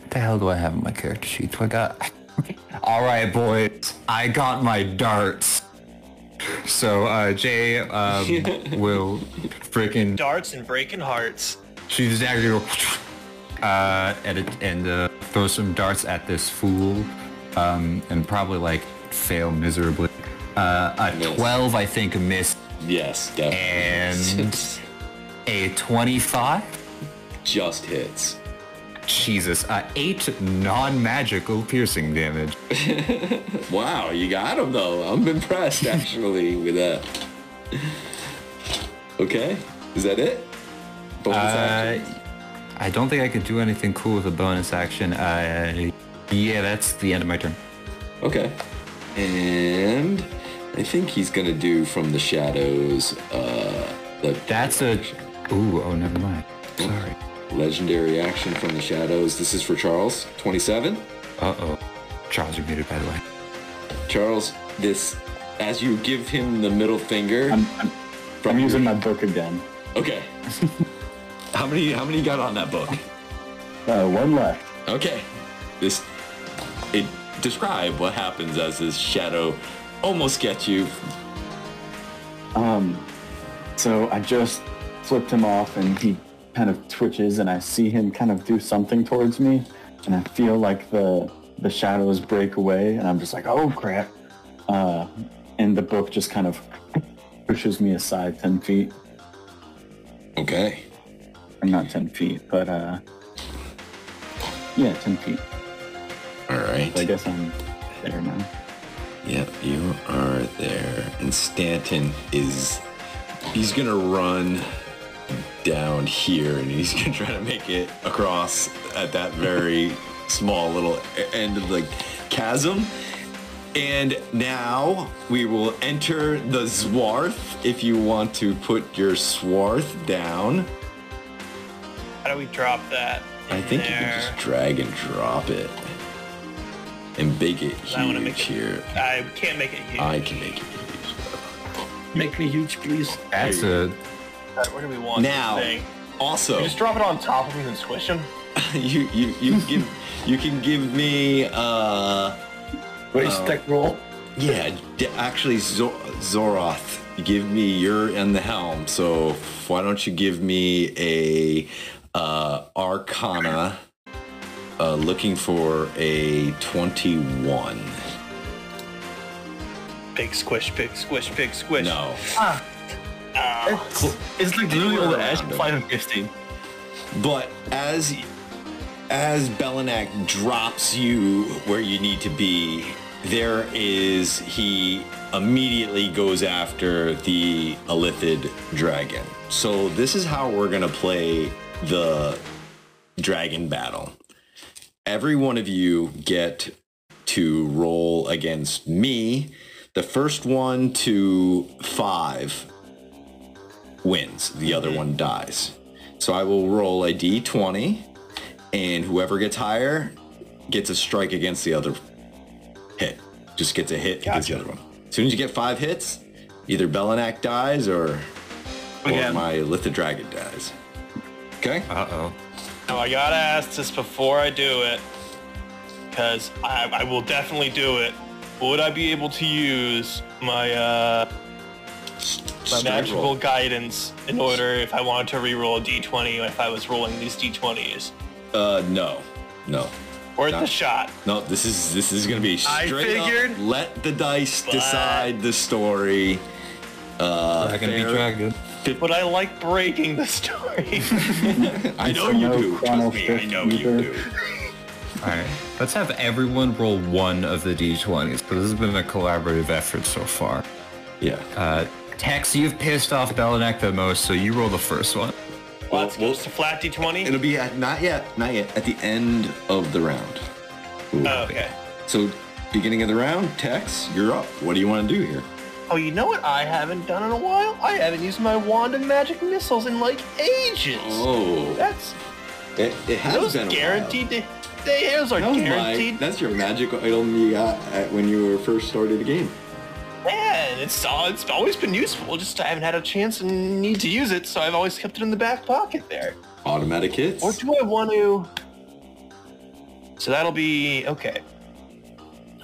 Speaker 3: what the hell do I have in my character sheet? What I got? all right, boys, I got my darts. So uh, Jay um, will freaking
Speaker 5: Darts and breaking hearts.
Speaker 3: She's actually go, uh, and it, and uh, throw some darts at this fool, um, and probably like fail miserably. Uh, a
Speaker 2: Miss.
Speaker 3: twelve, I think, missed.
Speaker 2: Yes, definitely.
Speaker 3: And- A twenty-five.
Speaker 2: just hits.
Speaker 3: Jesus, uh, eight non-magical piercing damage.
Speaker 2: Wow, you got him though. I'm impressed actually with that. Okay, is that it? Bonus
Speaker 3: Uh,
Speaker 2: action?
Speaker 3: I don't think I could do anything cool with a bonus action. Uh, yeah, that's the end of my turn.
Speaker 2: Okay. And I think he's gonna do from the shadows. Uh, the
Speaker 3: That's a. Ooh, oh, never mind. Sorry.
Speaker 2: legendary action from the shadows. This is for Charles. 27.
Speaker 3: Uh oh. Charles, you're muted, by the way.
Speaker 2: Charles, this as you give him the middle finger.
Speaker 4: I'm, I'm,
Speaker 2: from
Speaker 4: I'm
Speaker 2: your-
Speaker 4: using my book again.
Speaker 2: Okay. how many? How many you got on that book?
Speaker 4: Uh, one left.
Speaker 2: Okay. This it describe what happens as this shadow almost gets you.
Speaker 4: Um, so I just flipped him off and he kind of twitches and I see him kind of do something towards me and I feel like the the shadows break away and I'm just like, oh crap. Uh, and the book just kind of pushes me aside 10 feet.
Speaker 2: Okay.
Speaker 4: Or not 10 feet, but uh, yeah, 10 feet.
Speaker 2: All right.
Speaker 4: I guess I'm there now.
Speaker 2: Yep, you are there. And Stanton is. He's gonna run down here and he's gonna try to make it across at that very small little e- end of the chasm. And now we will enter the Zwarth if you want to put your Swarth down.
Speaker 5: How do we drop that?
Speaker 2: I
Speaker 5: in
Speaker 2: think you
Speaker 5: there?
Speaker 2: can just drag and drop it and bake it
Speaker 5: I wanna make
Speaker 2: huge here.
Speaker 5: I can't make it huge.
Speaker 2: I can make it huge.
Speaker 6: Make me huge, please.
Speaker 3: That's a
Speaker 5: All right, where do we want
Speaker 2: Now,
Speaker 5: this thing?
Speaker 2: also,
Speaker 5: Just drop it on top of him and squish him.
Speaker 2: you you you give you can give me uh
Speaker 6: Raise tech roll.
Speaker 2: yeah d- actually Zo- Zoroth, give me you're in the helm. So why don't you give me a uh Arcana, uh looking for a twenty-one.
Speaker 5: Big squish, big squish, big squish.
Speaker 2: No,
Speaker 5: Ah,
Speaker 6: It's like
Speaker 2: literally all the
Speaker 6: Oh,
Speaker 2: action five
Speaker 6: and fifteen.
Speaker 2: but as as Belinak drops you where you need to be, there is he immediately goes after the Elithid dragon. So this is how we're gonna play the dragon battle. Every one of you get to roll against me. The first one to five wins. The other one dies. So I will roll a d20, and whoever gets higher gets a strike against the other hit. Just gets a hit against the other one. As soon as you get five hits, either Belinak dies or, or
Speaker 6: Again.
Speaker 2: my Lithid Dragon dies. Okay?
Speaker 3: uh oh.
Speaker 5: Now I gotta ask this before I do it, because I, I will definitely do it. Would I be able to use my uh, my
Speaker 2: Strike
Speaker 5: magical
Speaker 2: roll.
Speaker 5: guidance in order if I wanted to reroll a d20 if I was rolling these d20s
Speaker 2: Uh, no. No.
Speaker 5: worth
Speaker 2: Nah.
Speaker 5: the shot?
Speaker 2: No, this is this is gonna be
Speaker 5: I
Speaker 2: straight up,
Speaker 5: figured,
Speaker 2: Let the dice
Speaker 5: but-
Speaker 2: decide the story. Uh,
Speaker 3: Dragon be
Speaker 2: fair-
Speaker 3: dragon.
Speaker 5: But I like breaking the story.
Speaker 2: I know
Speaker 4: It's
Speaker 2: you
Speaker 4: no
Speaker 2: do.
Speaker 4: chrono
Speaker 2: Trust me, I
Speaker 4: shift
Speaker 2: know you
Speaker 4: either.
Speaker 2: do.
Speaker 3: All right, let's have everyone roll one of the d20s. So this has been a collaborative effort so far.
Speaker 2: Yeah.
Speaker 3: Uh, Tex, you've pissed off Belinak the most, so you roll the first one.
Speaker 5: well, that's just a flat d20.
Speaker 2: It'll be at not yet, not yet, at the end of the round.
Speaker 5: Oh, okay.
Speaker 2: So, beginning of the round, Tex, you're up. What do you want to do here?
Speaker 5: Oh, you know what I haven't done in a while? I haven't used my wand of magic missiles in like ages.
Speaker 2: Oh,
Speaker 5: That's
Speaker 2: it, it has
Speaker 5: those
Speaker 2: been a while.
Speaker 5: guaranteed. To, they those are
Speaker 2: That was my-
Speaker 5: guaranteed.
Speaker 2: that's your magic item you got at, when you were first started the game.
Speaker 5: Man, it's all, it's always been useful. Just I haven't had a chance and need to use it, so I've always kept it in the back pocket there.
Speaker 2: Automatic hits.
Speaker 5: Or do I want to? So that'll be okay.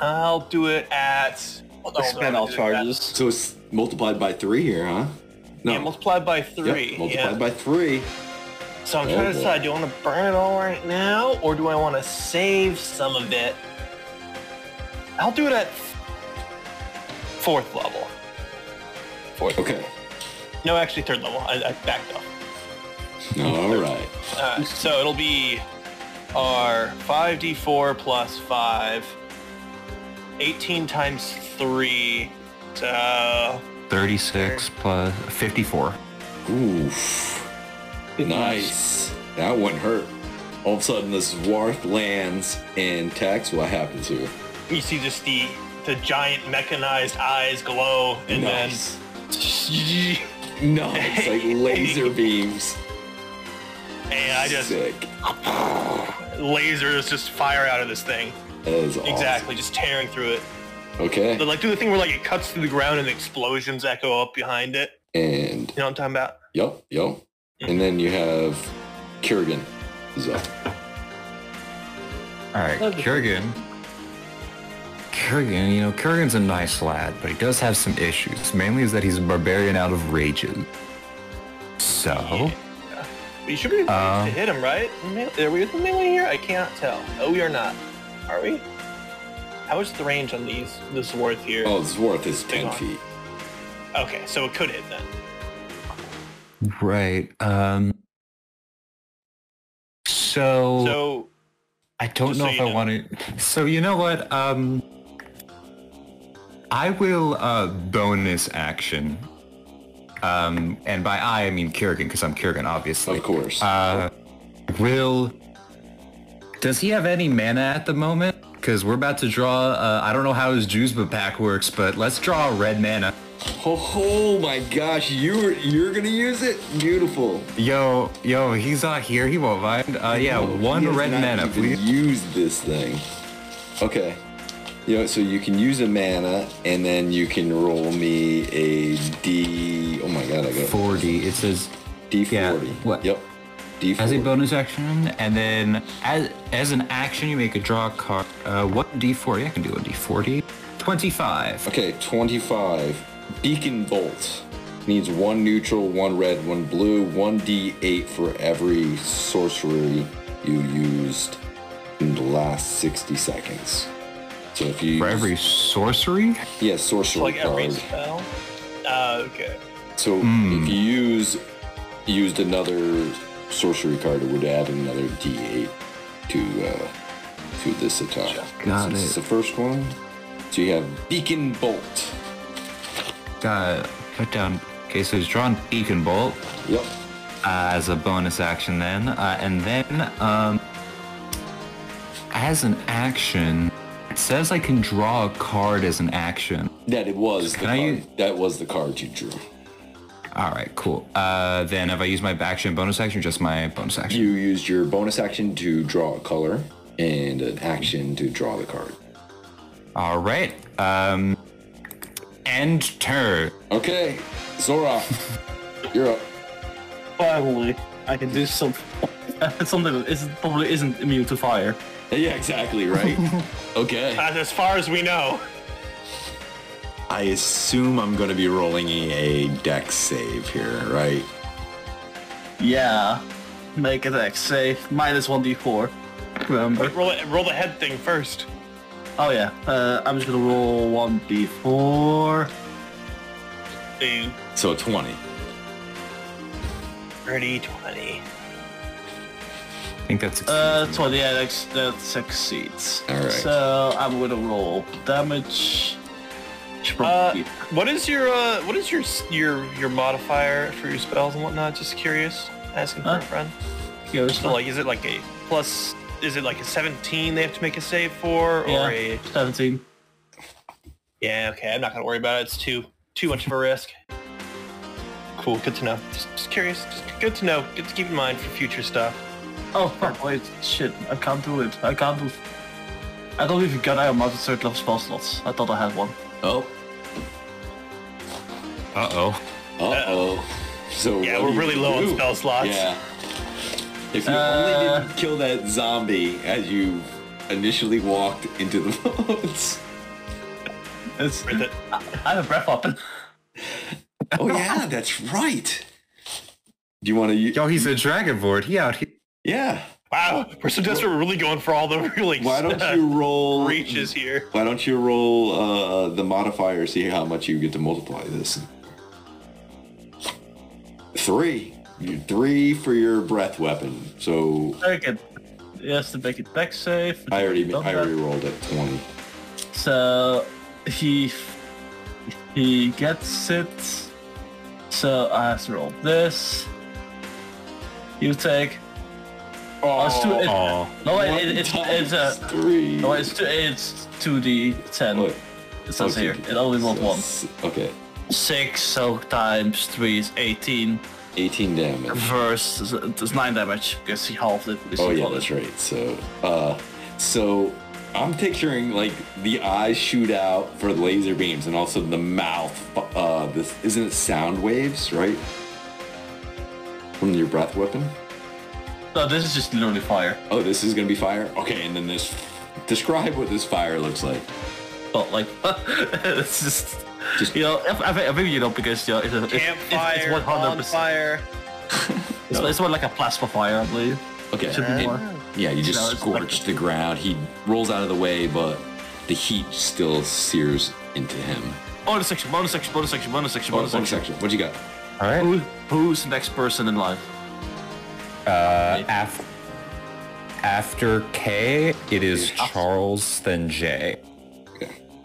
Speaker 5: I'll do it at. Hold on, hold on,
Speaker 6: Expand
Speaker 5: I'll
Speaker 6: all
Speaker 5: do it at-
Speaker 6: charges.
Speaker 2: so it's multiplied by three here, huh? No.
Speaker 5: Yeah, multiplied by
Speaker 2: Yep,
Speaker 5: three.
Speaker 2: multiplied
Speaker 5: yeah.
Speaker 2: by three.
Speaker 5: So I'm
Speaker 2: Oh,
Speaker 5: trying to
Speaker 2: boy.
Speaker 5: decide, do I want to burn it all right now, or do I want to save some of it? I'll do it at fourth level. Fourth.
Speaker 2: Okay.
Speaker 5: No, actually third level. I, I backed off.
Speaker 2: All right.
Speaker 5: Alright, so it'll be our 5d4 plus 5, 18 times uh, 3, so
Speaker 3: 36 plus 54.
Speaker 2: Oof. Nice. That wouldn't hurt. All of a sudden, this Warth lands and Tex, what happens here?
Speaker 5: you see just the the giant mechanized eyes glow, and
Speaker 2: nice.
Speaker 5: then
Speaker 2: Nice. Like laser beams.
Speaker 5: and I just
Speaker 2: Sick.
Speaker 5: lasers just fire out of this thing.
Speaker 2: That is awesome.
Speaker 5: Exactly, just tearing through it.
Speaker 2: Okay.
Speaker 5: They like do the thing where like it cuts through the ground and explosions echo up behind it.
Speaker 2: And
Speaker 5: You know what I'm talking about?
Speaker 2: yep, yep. And then you have Kurgan is up.
Speaker 3: All right, Kurgan. Kurgan, you know, Kurgan's a nice lad, but he does have some issues. Mainly is that he's a barbarian out of rages. So,
Speaker 5: But you should be able
Speaker 3: Uh.
Speaker 5: to hit him, right? Me- Are we with the melee here? I cannot tell. Oh, we are not. Are we? How is the range on these? This worth here?
Speaker 2: Oh, Zwarth is ten
Speaker 5: on.
Speaker 2: feet.
Speaker 5: Okay, so it could hit then.
Speaker 3: right. Um. So,
Speaker 5: So
Speaker 3: I don't
Speaker 5: just
Speaker 3: know
Speaker 5: so
Speaker 3: if
Speaker 5: you
Speaker 3: I
Speaker 5: know.
Speaker 3: want to. So you know what? Um, I will uh, bonus action. Um, and by I, I mean Kurgan, because I'm Kurgan, obviously.
Speaker 2: Of course.
Speaker 3: Uh, will. Does he have any mana at the moment? Because we're about to draw. Uh, I don't know how his Juzba pack works, but let's draw a red mana.
Speaker 2: oh, oh my gosh, you're you're gonna use it? Beautiful.
Speaker 3: Yo, yo, he's not here. He won't mind. Uh, yeah,
Speaker 2: Oh,
Speaker 3: one
Speaker 2: he has
Speaker 3: red
Speaker 2: not
Speaker 3: mana,
Speaker 2: even
Speaker 3: please.
Speaker 2: Use this thing. Okay. You know, so you can use a mana, and then you can roll me a D. Oh my god, I got
Speaker 3: Forty. It says
Speaker 2: D
Speaker 3: yeah,
Speaker 2: forty.
Speaker 3: what?
Speaker 2: Yep. D
Speaker 3: As a
Speaker 2: forty.
Speaker 3: bonus action, and then as as an action, you make a draw card. Uh, what d40? I can do a d40. 25.
Speaker 2: Okay, twenty-five. Beacon bolt needs one neutral, one red, one blue, one D8 for every sorcery you used in the last sixty seconds. So if you
Speaker 3: For every sorcery?
Speaker 2: yeah sorcery
Speaker 5: like every
Speaker 2: card.
Speaker 5: spell. Uh, okay.
Speaker 2: So
Speaker 3: Hmm.
Speaker 2: if you use used another sorcery card, it would add another D8 to uh, to this attack.
Speaker 3: Got
Speaker 2: Since
Speaker 3: it.
Speaker 2: It's the first one. So you have Beacon Bolt.
Speaker 3: Uh, put down. Okay, so he's drawn Beacon Bolt
Speaker 2: Yep.
Speaker 3: uh, as a bonus action then. Uh, and then, um, as an action, it says I can draw a card as an action.
Speaker 2: That it was the
Speaker 3: Can I
Speaker 2: card.
Speaker 3: use-
Speaker 2: That was the card you drew.
Speaker 3: All right, cool. Uh, then have I used my action, bonus action, or just my bonus action?
Speaker 2: You used your bonus action to draw a color and an action to draw the card.
Speaker 3: All right. Um, end turn.
Speaker 2: Okay, Zora, you're up.
Speaker 6: Finally, I can do something. something that isn't, probably isn't immune to fire.
Speaker 2: Yeah, exactly right. okay.
Speaker 5: As, as far as we know,
Speaker 2: I assume I'm going to be rolling a deck save here, right?
Speaker 6: Yeah. Make attack save. Minus 1d4. Remember.
Speaker 5: roll it, roll the head thing first.
Speaker 6: Oh yeah. Uh, I'm just gonna roll 1d4.
Speaker 5: Two,
Speaker 2: So 20.
Speaker 5: 30, 20.
Speaker 3: I think that's
Speaker 6: Uh, 20, yeah, that's, that succeeds.
Speaker 2: Alright.
Speaker 6: So I'm gonna roll damage. Should
Speaker 5: Uh,
Speaker 6: probably-
Speaker 5: what is your uh, what is your s- your your modifier for your spells and whatnot? Just curious, asking for
Speaker 6: Huh?
Speaker 5: a friend.
Speaker 6: yeah, it's
Speaker 5: So like, is it like a plus? Is it like a 17 they have to make a save for, or
Speaker 6: yeah,
Speaker 5: a
Speaker 6: 17.
Speaker 5: yeah? Okay, I'm not gonna worry about it. It's too too much of a risk. Cool, good to know. Just, just curious, just good to know. Good to keep in mind for future stuff.
Speaker 6: Oh, fuck, wait, shit, I can't do it. I can't do I don't even got Iron Mountain third level spell slots. I thought I had one.
Speaker 2: Oh,
Speaker 3: uh oh.
Speaker 2: uh oh. So what
Speaker 5: Yeah,
Speaker 2: do
Speaker 5: we're
Speaker 2: you
Speaker 5: really low
Speaker 2: do?
Speaker 5: on spell slots.
Speaker 2: Yeah. If you
Speaker 6: Uh,
Speaker 2: only didn't kill that zombie as you initially walked into the woods.
Speaker 6: It's,
Speaker 5: Worth it.
Speaker 6: I have a breath weapon.
Speaker 2: Oh yeah, that's right. Do you want to?
Speaker 3: Yo, he's a dragonborn. He out here.
Speaker 2: Yeah.
Speaker 5: Wow, we're so desperate. We're really going for all the really
Speaker 2: Why don't you roll?
Speaker 5: reaches here.
Speaker 2: Why don't you roll uh, the modifier? See how much you get to multiply this. Three. You- Three for your breath weapon. So
Speaker 6: Okay. Yes, to make it back safe.
Speaker 2: I already,
Speaker 6: Done
Speaker 2: I
Speaker 6: that.
Speaker 2: already rolled at twenty.
Speaker 6: So he he gets it. So I have to roll this. You take. Oh, it's two. It,
Speaker 3: Oh.
Speaker 6: no,
Speaker 2: One
Speaker 6: wait, it, it's
Speaker 2: times
Speaker 6: it's a.
Speaker 2: three.
Speaker 6: No, it's two. It's two D ten.
Speaker 2: Oh,
Speaker 6: it says
Speaker 2: okay.
Speaker 6: here. It only rolled
Speaker 2: So
Speaker 6: one.
Speaker 2: s- Okay,
Speaker 6: Six. So times three is eighteen.
Speaker 2: eighteen damage.
Speaker 6: Versus it's nine damage because he halved it. because
Speaker 2: Oh
Speaker 6: he
Speaker 2: yeah,
Speaker 6: rolled
Speaker 2: that's
Speaker 6: it.
Speaker 2: right. So, uh, so I'm picturing like the eyes shoot out for laser beams, and also the mouth. fu- Uh, this isn't it sound waves, right? From your breath weapon.
Speaker 8: No, this is just literally fire.
Speaker 2: Oh, this is gonna be fire. Okay, and then this. Describe what this fire looks like.
Speaker 8: But like, it's just,
Speaker 2: Just-
Speaker 8: you know, I, I, think- I think you know because you know it's a, it's, it's,
Speaker 5: Campfire,
Speaker 8: it's one hundred percent.
Speaker 5: bonfire.
Speaker 8: It's, it's more like a plasma fire, I believe.
Speaker 2: Okay.
Speaker 8: Should be
Speaker 2: and-
Speaker 8: more.
Speaker 2: yeah, you
Speaker 8: No,
Speaker 2: just
Speaker 8: it's
Speaker 2: scorch the ground. He rolls out of the way, but the heat still sears into him.
Speaker 8: Bonus section, bonus section, bonus section, bonus section,
Speaker 2: Bonus
Speaker 8: bonus
Speaker 2: one
Speaker 8: section.
Speaker 2: section. What you got?
Speaker 3: All right.
Speaker 8: Who, who's the next person in line?
Speaker 3: Uh, af- after K, it is Charles, then J.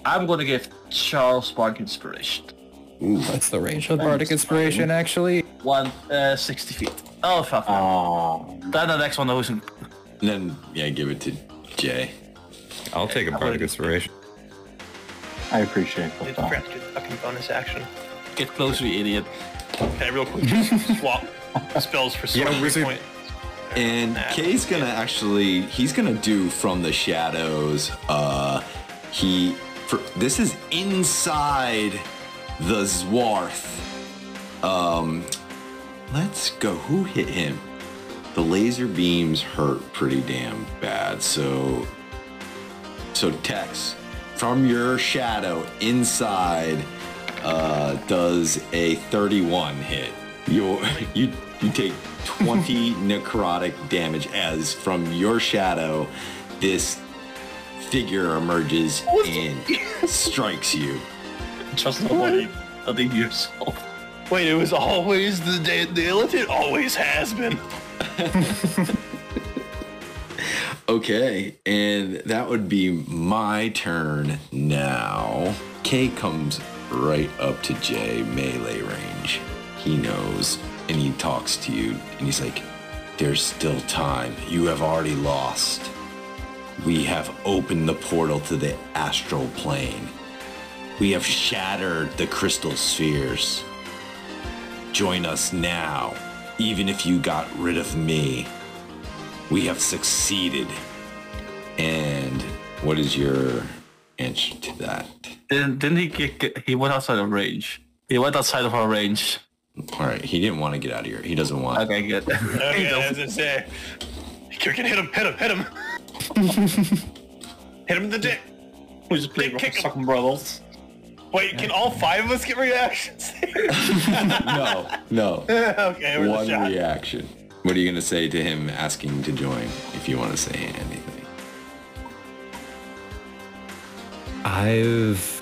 Speaker 8: I'm gonna give Charles Spark inspiration.
Speaker 3: What's the range of Bardic Inspiration, actually?
Speaker 8: One uh, sixty feet. Oh fuck!
Speaker 4: Oh,
Speaker 8: then the next one who's in
Speaker 2: And then yeah, give it to Jay.
Speaker 3: I'll take a Bardic Inspiration.
Speaker 4: I appreciate the
Speaker 5: It's
Speaker 4: thought.
Speaker 5: crap, dude. Fucking bonus action.
Speaker 8: get closer, you idiot.
Speaker 5: Okay, real quick, just swap spells for swap
Speaker 3: Yeah, wizard.
Speaker 5: point.
Speaker 2: And Kay's gonna actually he's gonna do from the shadows. Uh, he for, this is inside the Zwarth. Um, let's go. Who hit him? The laser beams hurt pretty damn bad. So, so Tex, from your shadow inside, uh, does a 31 hit. You you you take 20 necrotic damage as from your shadow, this figure emerges and strikes you.
Speaker 8: Trust nobody. I think yourself.
Speaker 5: Wait, it was always the day the Illidan always has been.
Speaker 2: Okay, and that would be my turn now. K comes right up to J melee range. He knows, and he talks to you, and he's like, There's still time. You have already lost. We have opened the portal to the astral plane. We have shattered the crystal spheres. Join us now, even if you got rid of me. We have succeeded. And what is your answer to that?
Speaker 8: Didn't, didn't he get, get- He went outside of range. He went outside of our range.
Speaker 2: All right, he didn't want to get out of here. He doesn't want.
Speaker 8: Okay, good.
Speaker 5: Okay,
Speaker 8: He
Speaker 5: as
Speaker 8: doesn't-
Speaker 5: I say, you can hit him, hit him, hit him, hit him in the dick.
Speaker 6: We just play
Speaker 5: Kick- kick him.
Speaker 6: fucking brothers.
Speaker 5: Wait, can all five of us get reactions?
Speaker 2: No, no.
Speaker 5: okay, we're
Speaker 2: One
Speaker 5: the shot.
Speaker 2: reaction. What are you gonna say to him asking to join? If you want to say anything.
Speaker 3: I've.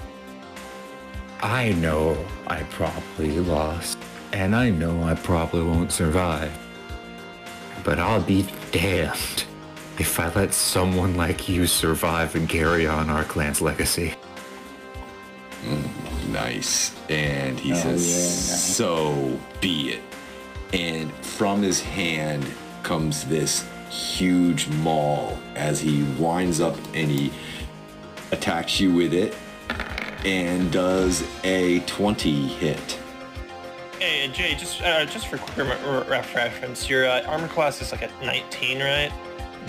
Speaker 3: I know I probably lost, and I know I probably won't survive. But I'll be damned if I let someone like you survive and carry on our clan's legacy.
Speaker 2: Nice. And he says, so be it. And from his hand comes this huge maul as he winds up and he attacks you with it and does a 20 hit.
Speaker 5: Hey, and Jay, just uh, just for quick rem- re- ref- reference, your uh, armor class is like a 19, right?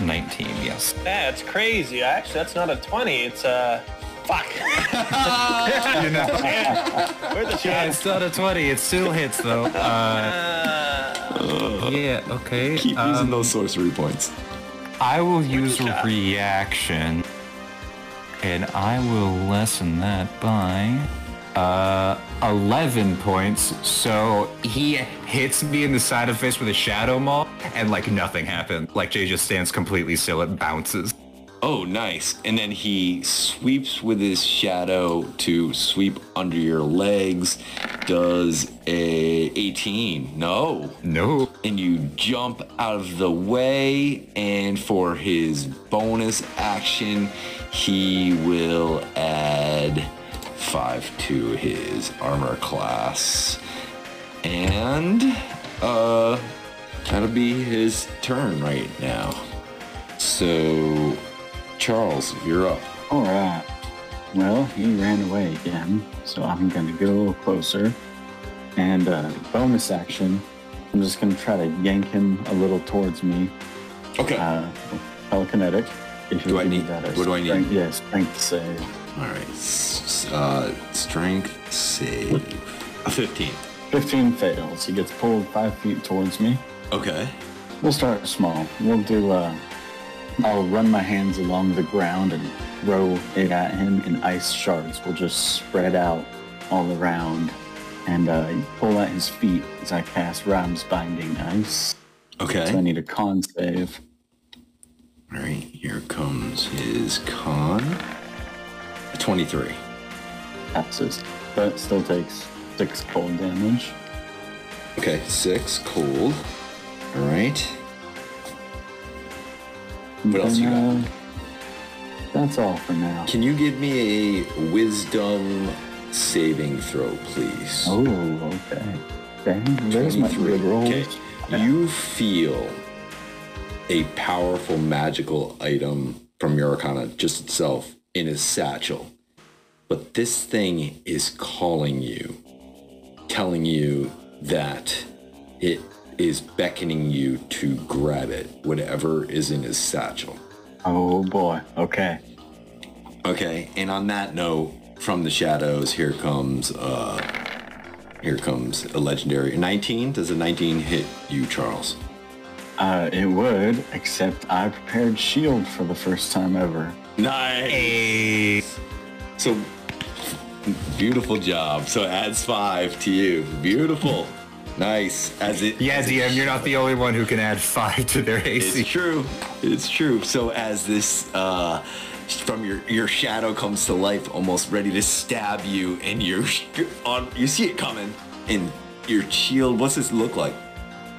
Speaker 3: 19, yes.
Speaker 5: That's crazy. Actually, that's not a 20. It's a fuck. Where the
Speaker 3: Yeah,
Speaker 5: shots?
Speaker 3: it's not a 20. It still hits, though. Uh, yeah, okay.
Speaker 2: Keep
Speaker 3: um,
Speaker 2: using those sorcery points.
Speaker 3: I will use a reaction, and I will lessen that by uh, 11 points. So he hits me in the side of the face with a shadow maul, and like nothing happened. Like Jay just stands completely still. It bounces.
Speaker 2: Oh, nice. And then he sweeps with his shadow to sweep under your legs. Does a 18. No.
Speaker 3: No.
Speaker 2: and you jump out of the way and for his bonus action he will add 5 to his armor class and uh that'll be his turn right now so charles you're up
Speaker 4: All right. Well, he ran away again, so I'm going to get a little closer. And uh, bonus action, I'm just going to try to yank him a little towards me.
Speaker 2: okay
Speaker 4: Uh, telekinetic. If
Speaker 2: Do I
Speaker 4: you
Speaker 2: need-
Speaker 4: that as
Speaker 2: what do I need?
Speaker 4: strength- Yeah, strength save.
Speaker 2: All right. S- uh, strength save. A 15.
Speaker 4: 15 fails. He gets pulled five feet towards me.
Speaker 2: Okay.
Speaker 4: We'll start small. We'll do, uh, I'll run my hands along the ground and throw it at him in ice shards. We'll just spread out all around and uh, pull at his feet as I cast Ram's Binding Ice. So I
Speaker 2: Okay.
Speaker 4: need a con save.
Speaker 2: All right. Here comes his con. A 23.
Speaker 4: Passes. But still takes six cold damage.
Speaker 2: Okay. Six. Cold. All right. What else you got?
Speaker 4: uh, that's all for now.
Speaker 2: Can you give me a wisdom saving throw, please?
Speaker 4: Oh, okay. Dang, there's my good rolls.
Speaker 2: Okay. You feel a powerful magical item from Yorikana just itself in his satchel. But this thing is calling you, telling you that it is beckoning you to grab it, whatever is in his satchel.
Speaker 4: Oh boy. Okay.
Speaker 2: Okay, and on that note, from the shadows, here comes uh here comes a legendary 19. Does a 19 hit you, Charles?
Speaker 4: Uh, it would, except I prepared shield for the first time ever.
Speaker 2: Nice. So beautiful job. So it adds five to you. Beautiful. Nice. As it
Speaker 3: Yeah,
Speaker 2: as it
Speaker 3: DM, you're not the only one who can add five to their AC.
Speaker 2: It's true. It's true. So as this uh, from your your shadow comes to life, almost ready to stab you, and you're on. You see it coming, and your shield. What's this look like?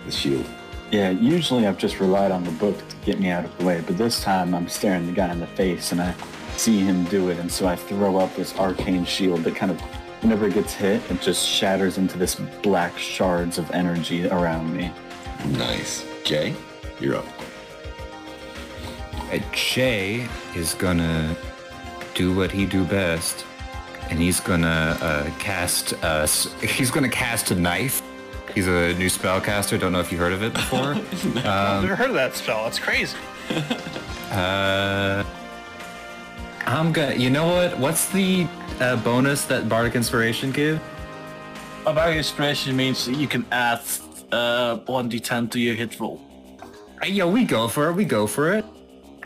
Speaker 2: The shield.
Speaker 4: Yeah, usually I've just relied on the book to get me out of the way, but this time I'm staring the guy in the face and I see him do it, and so I throw up this arcane shield E that kind of, whenever it gets hit, it just shatters into this black shards of energy around me.
Speaker 2: Nice. Jay, you're up.
Speaker 3: Uh, Jay is gonna do what he do best, and he's gonna uh, cast. Uh, s- he's gonna cast a knife. He's a new spellcaster. Don't know if you heard of it before.
Speaker 5: I've never heard of that spell. That's crazy.
Speaker 3: uh, I'm gonna. You know what? What's the uh, bonus that bardic inspiration give?
Speaker 6: Barbaric Inspiration means that you can add uh, 1d10 to your hit roll.
Speaker 3: Uh, yeah, we go for it. We go for it.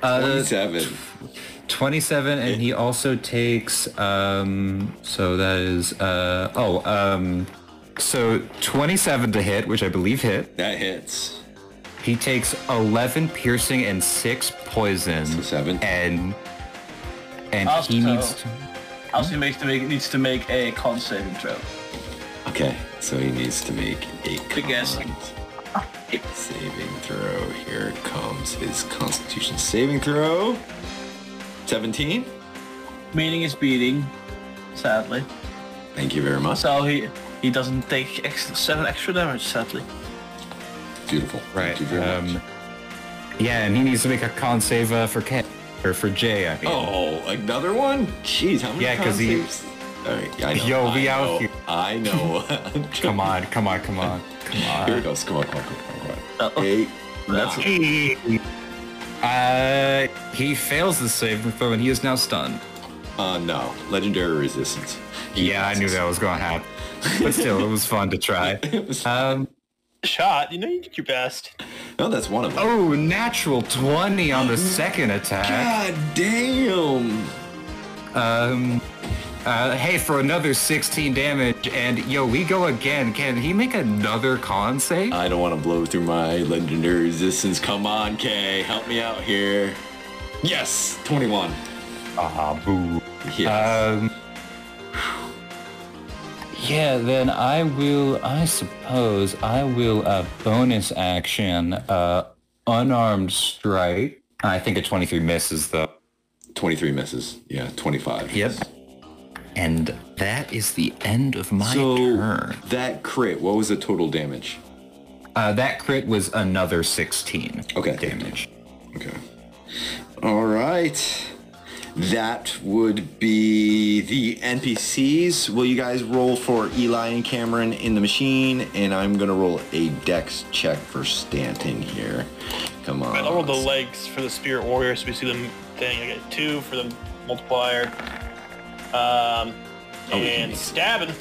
Speaker 3: Uh,
Speaker 2: Seven.
Speaker 3: 27 and he also takes um so that is uh oh um so 27 to hit which i believe hit
Speaker 2: That hits.
Speaker 3: he takes 11 piercing and 6 poison
Speaker 2: seven.
Speaker 3: and and
Speaker 6: Also-
Speaker 3: he needs to
Speaker 6: Also, he makes to make, needs to make a con saving throw.
Speaker 2: Okay, so he needs to make a
Speaker 6: Big ass.
Speaker 2: con saving throw. Here comes his Constitution saving throw. 17.
Speaker 6: Meaning is beating, sadly.
Speaker 2: Thank you very much.
Speaker 6: So he he doesn't take extra, 7 extra damage, sadly.
Speaker 2: Beautiful.
Speaker 3: right
Speaker 2: Thank you very
Speaker 3: um
Speaker 2: much.
Speaker 3: yeah and he needs to make a con save uh, for Ken or for jay i mean
Speaker 2: Oh, another one? Jeez, how many
Speaker 3: Yeah, 'cause
Speaker 2: times
Speaker 3: he-
Speaker 2: he's- All right, I know.
Speaker 3: Yo, we
Speaker 2: I
Speaker 3: out
Speaker 2: know,
Speaker 3: here.
Speaker 2: I know.
Speaker 3: come on come on come on come on
Speaker 2: Here it goes. Come on, come on, come on, come on. Eight. That's
Speaker 3: uh he fails the save throw and he is now stunned
Speaker 2: uh no. Legendary resistance.
Speaker 3: Yeah, I knew that was going to happen. But still, it was fun to try. Um,
Speaker 5: Shot. You know you did your best.
Speaker 2: No, that's one of them.
Speaker 3: oh, natural 20 on the second attack.
Speaker 2: God damn.
Speaker 3: Um, uh, hey, for another 16 damage. And yo, we go again. Can he make another con save?
Speaker 2: I don't want to blow through my legendary resistance. Come on, Kay. Help me out here. Yes, 21.
Speaker 3: Ah, boo.
Speaker 2: Yes.
Speaker 3: Um, yeah, then I will, I suppose, I will uh, bonus action uh, unarmed strike. I think a 23 misses, though.
Speaker 2: 23 misses. Yeah, 25.
Speaker 3: Yep. And that is the end of my
Speaker 2: So
Speaker 3: turn.
Speaker 2: that crit, what was the total damage?
Speaker 3: Uh, that crit was another 16
Speaker 2: Okay.
Speaker 3: damage.
Speaker 2: Okay. All right. That would be the NPCs. Will you guys roll for Eli and Cameron in the machine? And I'm going to roll a dex check for Stanton here. Come on.
Speaker 5: I rolled the legs for the spirit warriors. We see them thing. I get two for the multiplier. Um, and stabbing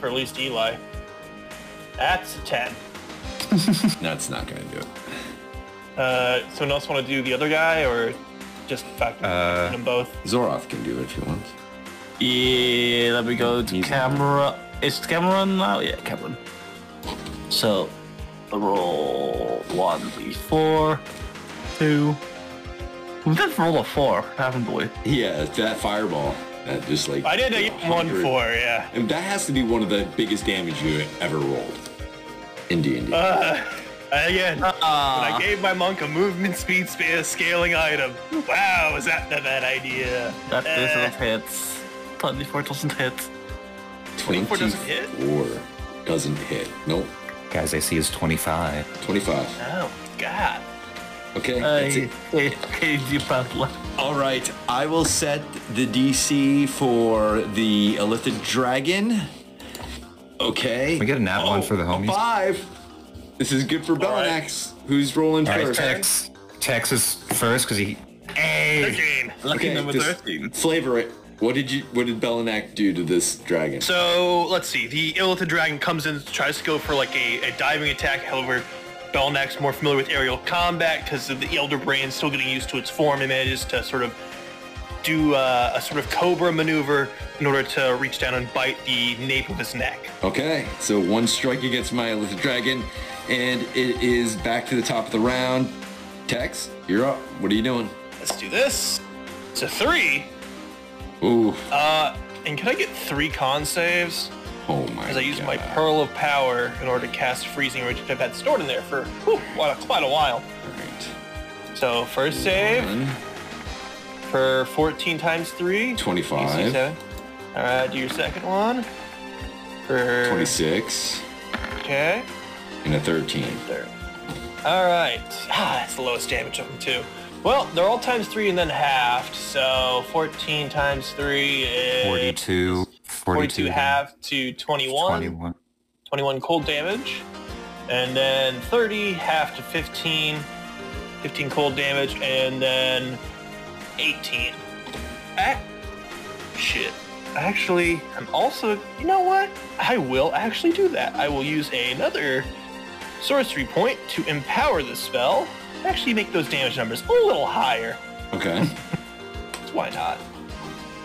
Speaker 5: for at least Eli. That's a 10.
Speaker 2: That's not going to do it.
Speaker 5: Uh, someone else want to do the other guy or just factor
Speaker 3: Uh,
Speaker 5: them both?
Speaker 2: Zoroth can do it if he wants.
Speaker 8: Yeah, let me go to
Speaker 2: He's-
Speaker 8: camera. Is Cameron now? Yeah, Cameron. So, roll 1d4, 2. We did roll a 4, haven't we?
Speaker 2: Yeah, it's that fireball. That just like
Speaker 5: I did a one
Speaker 2: 100.
Speaker 5: four, yeah.
Speaker 2: And that has to be one of the biggest damage you ever rolled in D&D.
Speaker 5: Uh, Again,
Speaker 2: Uh-uh.
Speaker 5: when I gave my monk a movement speed sp- scaling item. Wow, is that a bad idea?
Speaker 8: That
Speaker 5: Eh.
Speaker 8: doesn't hit. 24 doesn't hit.
Speaker 2: 24
Speaker 5: doesn't hit?
Speaker 2: doesn't hit. Nope.
Speaker 3: Guys, I see is 25.
Speaker 2: 25.
Speaker 5: Oh, God.
Speaker 2: Okay, that's
Speaker 8: I
Speaker 2: it.
Speaker 8: hate you, Paddler.
Speaker 2: All right, I will set the DC for the Elithid Dragon. Okay.
Speaker 3: Can we get a nat one for the
Speaker 2: a
Speaker 3: homies?
Speaker 2: five. This is good for Belanax, who's rolling
Speaker 3: All right,
Speaker 2: first.
Speaker 3: Tex. Tex is first because he. Hey!
Speaker 5: Thirteen.
Speaker 8: Lucky
Speaker 2: Okay,
Speaker 8: number
Speaker 2: just
Speaker 8: 13.
Speaker 2: flavor it. What did you? What did Belanac do to this dragon?
Speaker 5: So let's see. The Illithid dragon comes in, tries to go for like a, a diving attack. However, Belnak's more familiar with aerial combat because of the elder brain still getting used to its form and manages to sort of do uh, a sort of cobra maneuver in order to reach down and bite the nape of his neck.
Speaker 2: Okay, so one strike against my Elithid Dragon, and it is back to the top of the round. Tex, you're up. What are you doing?
Speaker 5: Let's do this. It's a three.
Speaker 2: Ooh,
Speaker 5: Uh, and can I get three con saves?
Speaker 2: oh my
Speaker 5: As Uh, I use my
Speaker 2: God.
Speaker 5: Pearl of Power in order to cast Freezing Ridge, which I've had stored in there for whew, quite, a, quite a while.
Speaker 2: All right.
Speaker 5: So first save.
Speaker 2: One,
Speaker 5: for 14 times 3.
Speaker 2: 25.
Speaker 5: Seven. All right, do your second one. For
Speaker 2: 26,
Speaker 5: Okay.
Speaker 2: and a 13.
Speaker 5: There. All right. Ah, that's the lowest damage of them too. Well, they're all times 3 and then halved. So 14 times 3 is
Speaker 3: 42.
Speaker 5: 42
Speaker 3: 42
Speaker 5: half to 21.
Speaker 3: 21.
Speaker 5: 21 cold damage. And then 30 half to 15. 15 cold damage and then 18. Ah, shit. Actually, I'm also, you know what? I will actually do that. I will use another sorcery point to empower the spell. Actually make those damage numbers a little higher.
Speaker 2: Okay.
Speaker 5: Why not?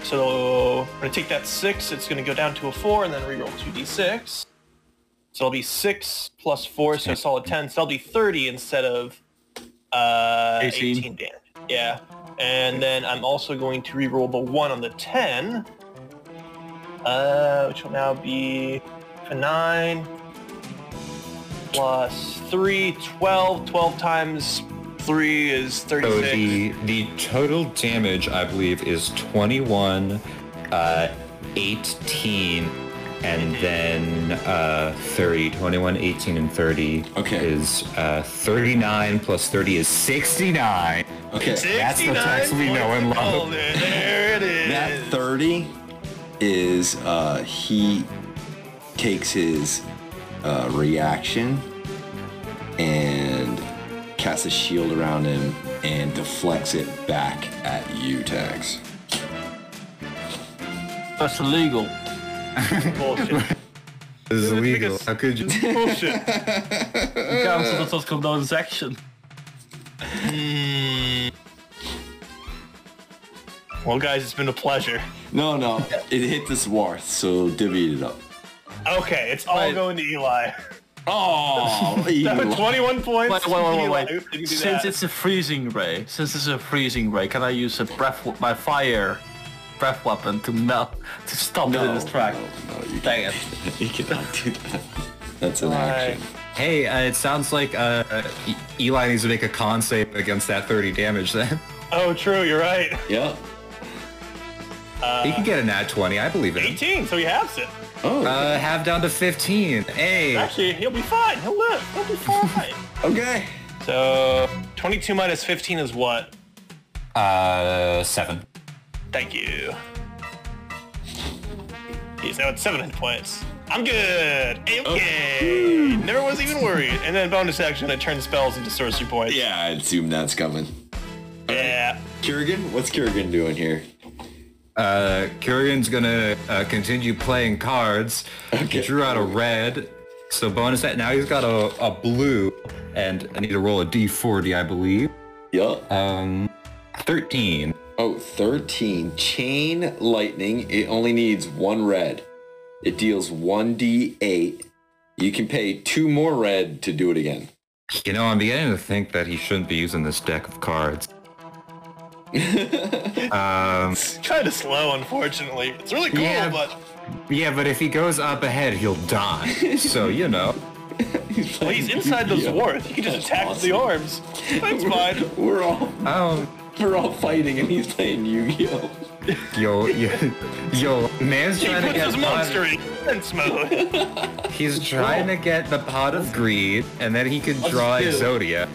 Speaker 5: So I'm gonna take that six. It's gonna go down to a four, and then reroll two d6. So it'll be six plus four, so a solid ten. So that'll be thirty instead of uh,
Speaker 8: 18.
Speaker 5: 18. damage. Yeah, and then I'm also going to reroll the one on the ten, uh, which will now be a nine plus three, 12. 12 times three is
Speaker 3: So
Speaker 5: thirty-six.
Speaker 3: the the total damage I believe is 21, uh, 18, and then uh, 30. 21, 18, and 30
Speaker 2: Okay.
Speaker 3: is uh, 39 plus 30 is 69.
Speaker 2: Okay.
Speaker 3: That's the text we know and love.
Speaker 5: Oh, there, there it is.
Speaker 2: That 30 is uh, he takes his uh, reaction and casts a shield around him and deflects it back at you, Tax.
Speaker 8: That's illegal.
Speaker 5: bullshit.
Speaker 3: This is illegal.
Speaker 5: biggest-
Speaker 3: How could you?
Speaker 5: bullshit.
Speaker 8: Cancel the thought condones action.
Speaker 5: Well, guys, it's been a pleasure.
Speaker 2: No, no, it hit the swarth, so divvy it up.
Speaker 5: Okay, it's all going to Eli.
Speaker 2: Oh, you
Speaker 5: That was 21
Speaker 8: Wait,
Speaker 5: points.
Speaker 8: wait, wait,
Speaker 5: Eli,
Speaker 8: wait,
Speaker 5: oops, didn't
Speaker 8: wait.
Speaker 5: do
Speaker 8: Since
Speaker 5: that.
Speaker 8: it's a freezing ray, since it's a freezing ray, can I use a breath, my fire breath weapon to melt, to stop it in its track?
Speaker 2: No, no, you,
Speaker 8: Dang it.
Speaker 2: you cannot do that. That's an
Speaker 5: Alright.
Speaker 2: action.
Speaker 3: Hey, uh, it sounds like uh, E- Eli needs to make a con save against that 30 damage then.
Speaker 5: Oh, true, you're right.
Speaker 2: Yeah.
Speaker 3: he can get a nat 20. I believe in him.
Speaker 5: 18, so he halves it.
Speaker 2: Oh,
Speaker 3: Uh, have down to 15. Hey.
Speaker 5: Actually, he'll be fine. He'll live. He'll be fine.
Speaker 2: okay.
Speaker 5: so, 22 minus 15 is what?
Speaker 3: Uh, seven.
Speaker 5: Thank you. He's now at seven hit points. I'm good. Okay. Never was even worried. And then bonus action, I turn spells into sorcery points.
Speaker 2: Yeah, I assume that's coming.
Speaker 5: Yeah.
Speaker 2: Kerrigan, what's Kerrigan doing here?
Speaker 3: Uh, Kurian's gonna uh, continue playing cards.
Speaker 2: Okay.
Speaker 3: He drew out a red, so bonus that. Now he's got a, a blue, and I need to roll a d40, I believe.
Speaker 2: Yup.
Speaker 3: Um, 13.
Speaker 2: Oh, 13. Chain lightning. It only needs one red. It deals 1d8. You can pay two more red to do it again.
Speaker 3: You know, I'm beginning to think that he shouldn't be using this deck of cards. um,
Speaker 5: It's kind of slow, unfortunately. It's really cool,
Speaker 3: Yeah.
Speaker 5: but
Speaker 3: yeah, but if he goes up ahead, he'll die. So, you know.
Speaker 5: well, he's inside those wards. He can just attack with the arms. That's fine.
Speaker 2: We're all
Speaker 3: Um,
Speaker 2: we're all fighting and he's playing Yu-Gi-Oh!
Speaker 3: yo, yo, yo, man's
Speaker 5: He
Speaker 3: trying to
Speaker 5: puts
Speaker 3: get
Speaker 5: his
Speaker 3: bodies.
Speaker 5: monster in defense mode.
Speaker 3: He's trying to get the pot of greed, and then he can draw
Speaker 6: do?
Speaker 3: Exodia.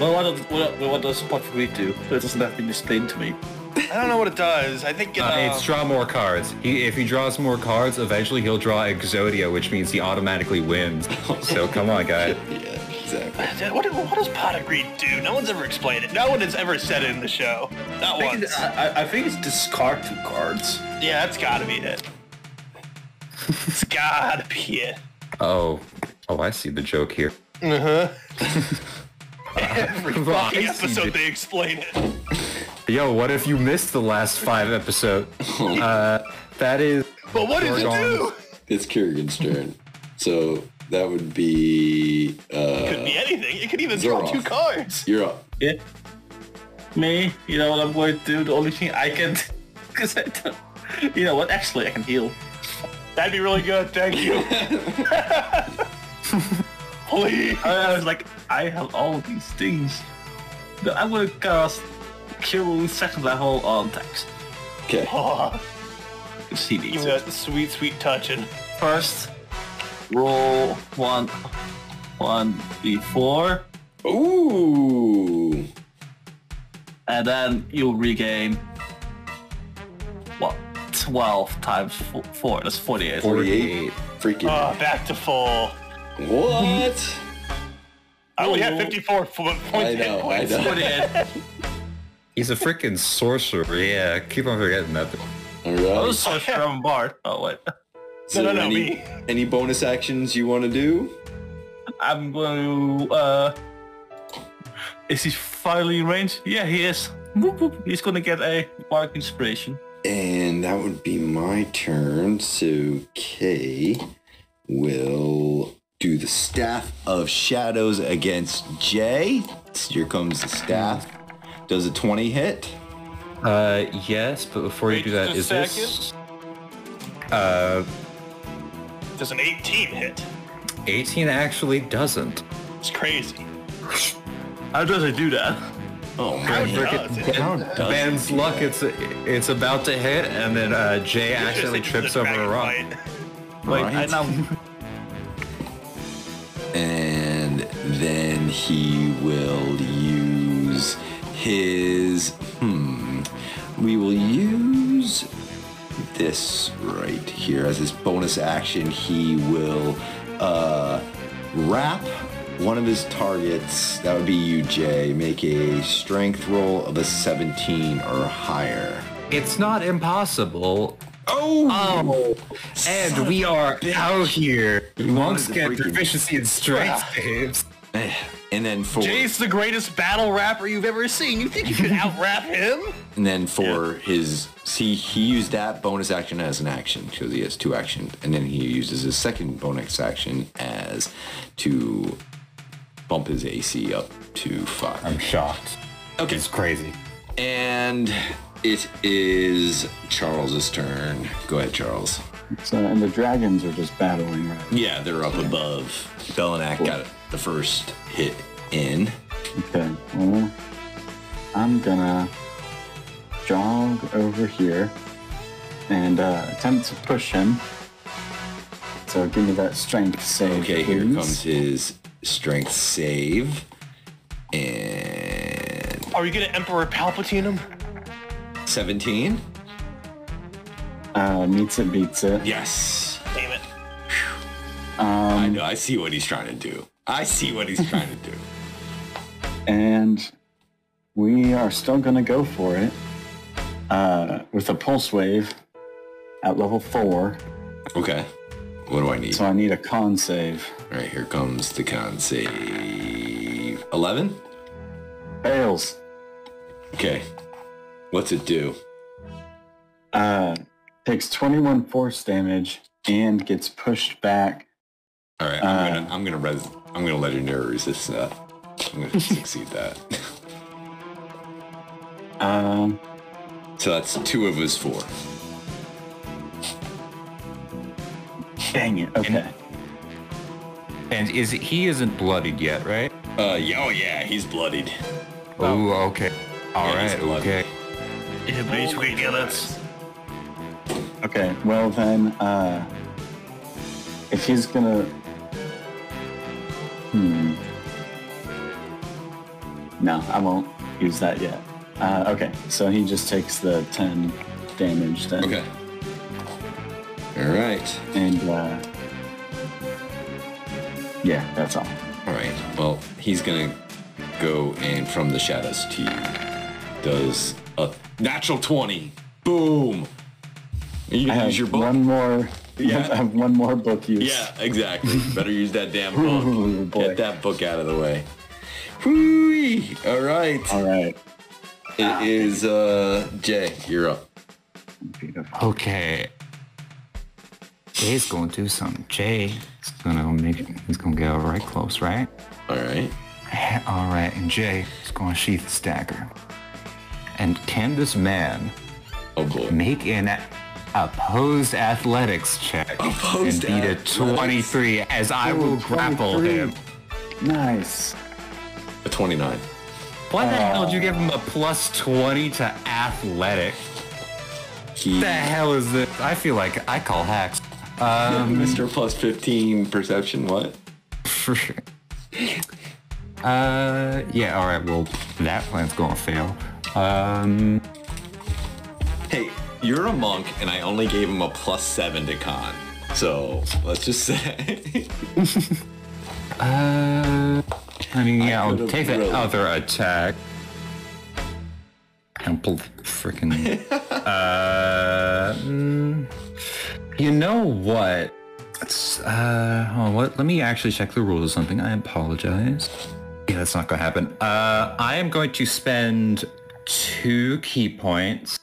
Speaker 6: Well, what, does- what, what does pot of greed do? That doesn't have been explained to me.
Speaker 5: I don't know what it does. I think it,
Speaker 3: Uh,
Speaker 5: uh,
Speaker 3: it's draw more cards. He, if he draws more cards, eventually he'll draw Exodia, which means he automatically wins. So come on, guy.
Speaker 2: Yeah, exactly.
Speaker 5: what, what does pot of greed do? No one's ever explained it. No one has ever said it in the show. Not
Speaker 6: I think,
Speaker 5: once.
Speaker 6: it- I, I- I think it's discard two cards.
Speaker 5: Yeah, that's gotta be it. it's gotta be it.
Speaker 3: Oh, oh, I see the joke here.
Speaker 5: Every
Speaker 3: Well, I
Speaker 5: fucking
Speaker 3: see
Speaker 5: episode
Speaker 3: it.
Speaker 5: they explain it.
Speaker 3: Yo, what if you missed the last five episode? Uh, that is.
Speaker 5: But what did you
Speaker 3: Gorgon.
Speaker 5: do?
Speaker 2: It's Kerrigan's turn. So that would be uh
Speaker 5: Could be anything. It could even
Speaker 2: Zoroth.
Speaker 5: draw two cards.
Speaker 2: you're up.
Speaker 6: Yeah. Me, you know what I'm going to do? The only thing I can, because I don't, you know what? Actually, I can heal.
Speaker 5: That'd be really good. Thank you. Please.
Speaker 6: I, I was like, I have all these things. But I'm going to cast Cure Wounds second level on Tex.
Speaker 2: Okay.
Speaker 5: Oh,
Speaker 6: Because he needs
Speaker 5: give
Speaker 6: it.
Speaker 5: me that sweet, sweet touching.
Speaker 6: First, roll one, one d4,
Speaker 2: Ooh.
Speaker 6: and then you'll regain what? 12 times fo- 4, that's 48.
Speaker 2: 48. Freaking.
Speaker 5: Oh, back to full.
Speaker 2: what?
Speaker 5: I only had 54 fo- points.
Speaker 2: I
Speaker 5: hit
Speaker 2: know, I
Speaker 5: points.
Speaker 2: know.
Speaker 6: 48.
Speaker 3: He's a freaking sorcerer. Yeah, keep on forgetting that.
Speaker 2: All
Speaker 6: Oh,
Speaker 2: right.
Speaker 6: sorry, from Bard. Oh, wait.
Speaker 2: So
Speaker 5: no, no,
Speaker 2: any,
Speaker 5: me.
Speaker 2: any bonus actions you want to do?
Speaker 6: I'm going to, uh... Is he finally in range? Yeah, he is. Whoop, whoop. He's going to get a Bark Inspiration.
Speaker 2: And that would be my turn. So Kay will do the Staff of Shadows against Jay. So here comes the staff. Does a 20 hit?
Speaker 3: Uh, yes, but before you
Speaker 5: Wait
Speaker 3: do that, is
Speaker 5: just a
Speaker 3: this uh,
Speaker 5: Does an 18 hit?
Speaker 3: 18 actually doesn't?
Speaker 5: It's crazy.
Speaker 6: How does I do that?
Speaker 2: Oh,
Speaker 5: How
Speaker 2: man.
Speaker 5: does it?
Speaker 2: How does
Speaker 3: Ben's luck, it's it's about to hit, and then uh, Jay accidentally
Speaker 5: Just
Speaker 3: trips
Speaker 5: the
Speaker 3: over a
Speaker 5: dragon
Speaker 3: rock.
Speaker 5: fight.
Speaker 6: Wait, I
Speaker 2: Right.
Speaker 6: now...
Speaker 2: and then he will use his hmm we will use this right here as his bonus action he will uh wrap one of his targets that would be you jay make a strength roll of a 17 or higher
Speaker 3: It's not impossible. Oh! and we are out here.
Speaker 2: wanted
Speaker 3: Monks
Speaker 2: to
Speaker 3: get
Speaker 2: freaking-
Speaker 3: proficiency in strength, babes.
Speaker 2: Eh, and then for
Speaker 5: Jay's the greatest battle rapper you've ever seen. You think you can out rap him?
Speaker 2: And then for his, see, he used that bonus action as an action because he has two actions, and then he uses his second bonus action as to bump his AC up to five.
Speaker 3: shocked.
Speaker 2: Okay,
Speaker 3: crazy.
Speaker 2: and it is Charles's turn. Go ahead, Charles.
Speaker 4: So, and the dragons are just battling, right?
Speaker 2: Yeah, they're up above. Belinak got the first hit in.
Speaker 4: Okay, well, I'm gonna jog over here and uh, attempt to push him. So give me that strength save.
Speaker 2: Okay, here
Speaker 4: please.
Speaker 2: comes his strength save, and
Speaker 5: Are you gonna Emperor Palpatine him?
Speaker 2: seventeen.
Speaker 4: Uh, meets it, beats it.
Speaker 2: Yes.
Speaker 5: Damn it.
Speaker 2: I know. I see what he's trying to do. I see what he's trying to do.
Speaker 4: And We are still going to go for it uh, with a pulse wave at level four.
Speaker 2: Okay. What do I need?
Speaker 4: So I need a con save.
Speaker 2: All right, here comes the con save. 11?
Speaker 4: Fails.
Speaker 2: Okay. What's it do?
Speaker 4: Uh, takes 21 force damage and gets pushed back.
Speaker 2: All right, I'm
Speaker 3: Um,
Speaker 2: gonna I'm gonna res- I'm gonna legendary resist that. I'm gonna succeed that.
Speaker 4: Um,
Speaker 2: So that's two of his four.
Speaker 4: dang it. Okay.
Speaker 3: And is he isn't bloodied yet, right?
Speaker 2: Uh, yeah, oh yeah, he's bloodied.
Speaker 3: Oh, okay. All
Speaker 2: Yeah, he's
Speaker 3: right.
Speaker 2: bloodied.
Speaker 3: Okay.
Speaker 5: Yeah, but he's weak. Yeah, that's
Speaker 4: Okay, well then, uh, if he's gonna, hmm, no, I won't use that yet. Uh, okay, so he just takes the ten damage then,
Speaker 2: Okay. All right.
Speaker 4: and uh, yeah, that's all.
Speaker 2: All right. Well, he's gonna go and from the shadows to you. Does a natural twenty. Boom. Are you
Speaker 4: I
Speaker 2: gonna
Speaker 4: have
Speaker 2: use your book?
Speaker 4: one more.
Speaker 2: Yeah.
Speaker 4: I have one more book use.
Speaker 2: Yeah, exactly. Better use that damn book.
Speaker 4: Ooh, boy.
Speaker 2: Get that book out of the way. Whee! All right.
Speaker 4: All right.
Speaker 2: It is uh Jay. You're up.
Speaker 4: Beautiful.
Speaker 3: Okay. Jay's gonna do something. Jay is gonna make. He's gonna get right close, right?
Speaker 2: All right.
Speaker 3: All right, and Jay is gonna sheath his dagger. And can this man
Speaker 2: Oh boy.
Speaker 3: make an a- opposed athletics check
Speaker 2: Opposed
Speaker 3: and beat a
Speaker 2: athletics?
Speaker 3: 23 as I will grapple him?
Speaker 4: Nice.
Speaker 2: A 29.
Speaker 3: Why the hell did you give him a plus 20 to athletic?
Speaker 2: He,
Speaker 3: The hell is this? I feel like I call hacks.
Speaker 2: Mr. Plus 15 perception. What?
Speaker 3: For sure. Uh, yeah, all right, well, that plan's gonna fail. Um,
Speaker 2: Hey, you're a monk, and I only gave him a plus seven to con. So let's just say.
Speaker 3: Uh, I mean, yeah, I'll
Speaker 2: could've
Speaker 3: take the
Speaker 2: really-
Speaker 3: other attack. Ample freaking. uh, mm, you know what? It's, uh, hold on, what? Let me actually check the rules or something. I apologize. Yeah, that's not gonna happen. Uh, I am going to spend two key points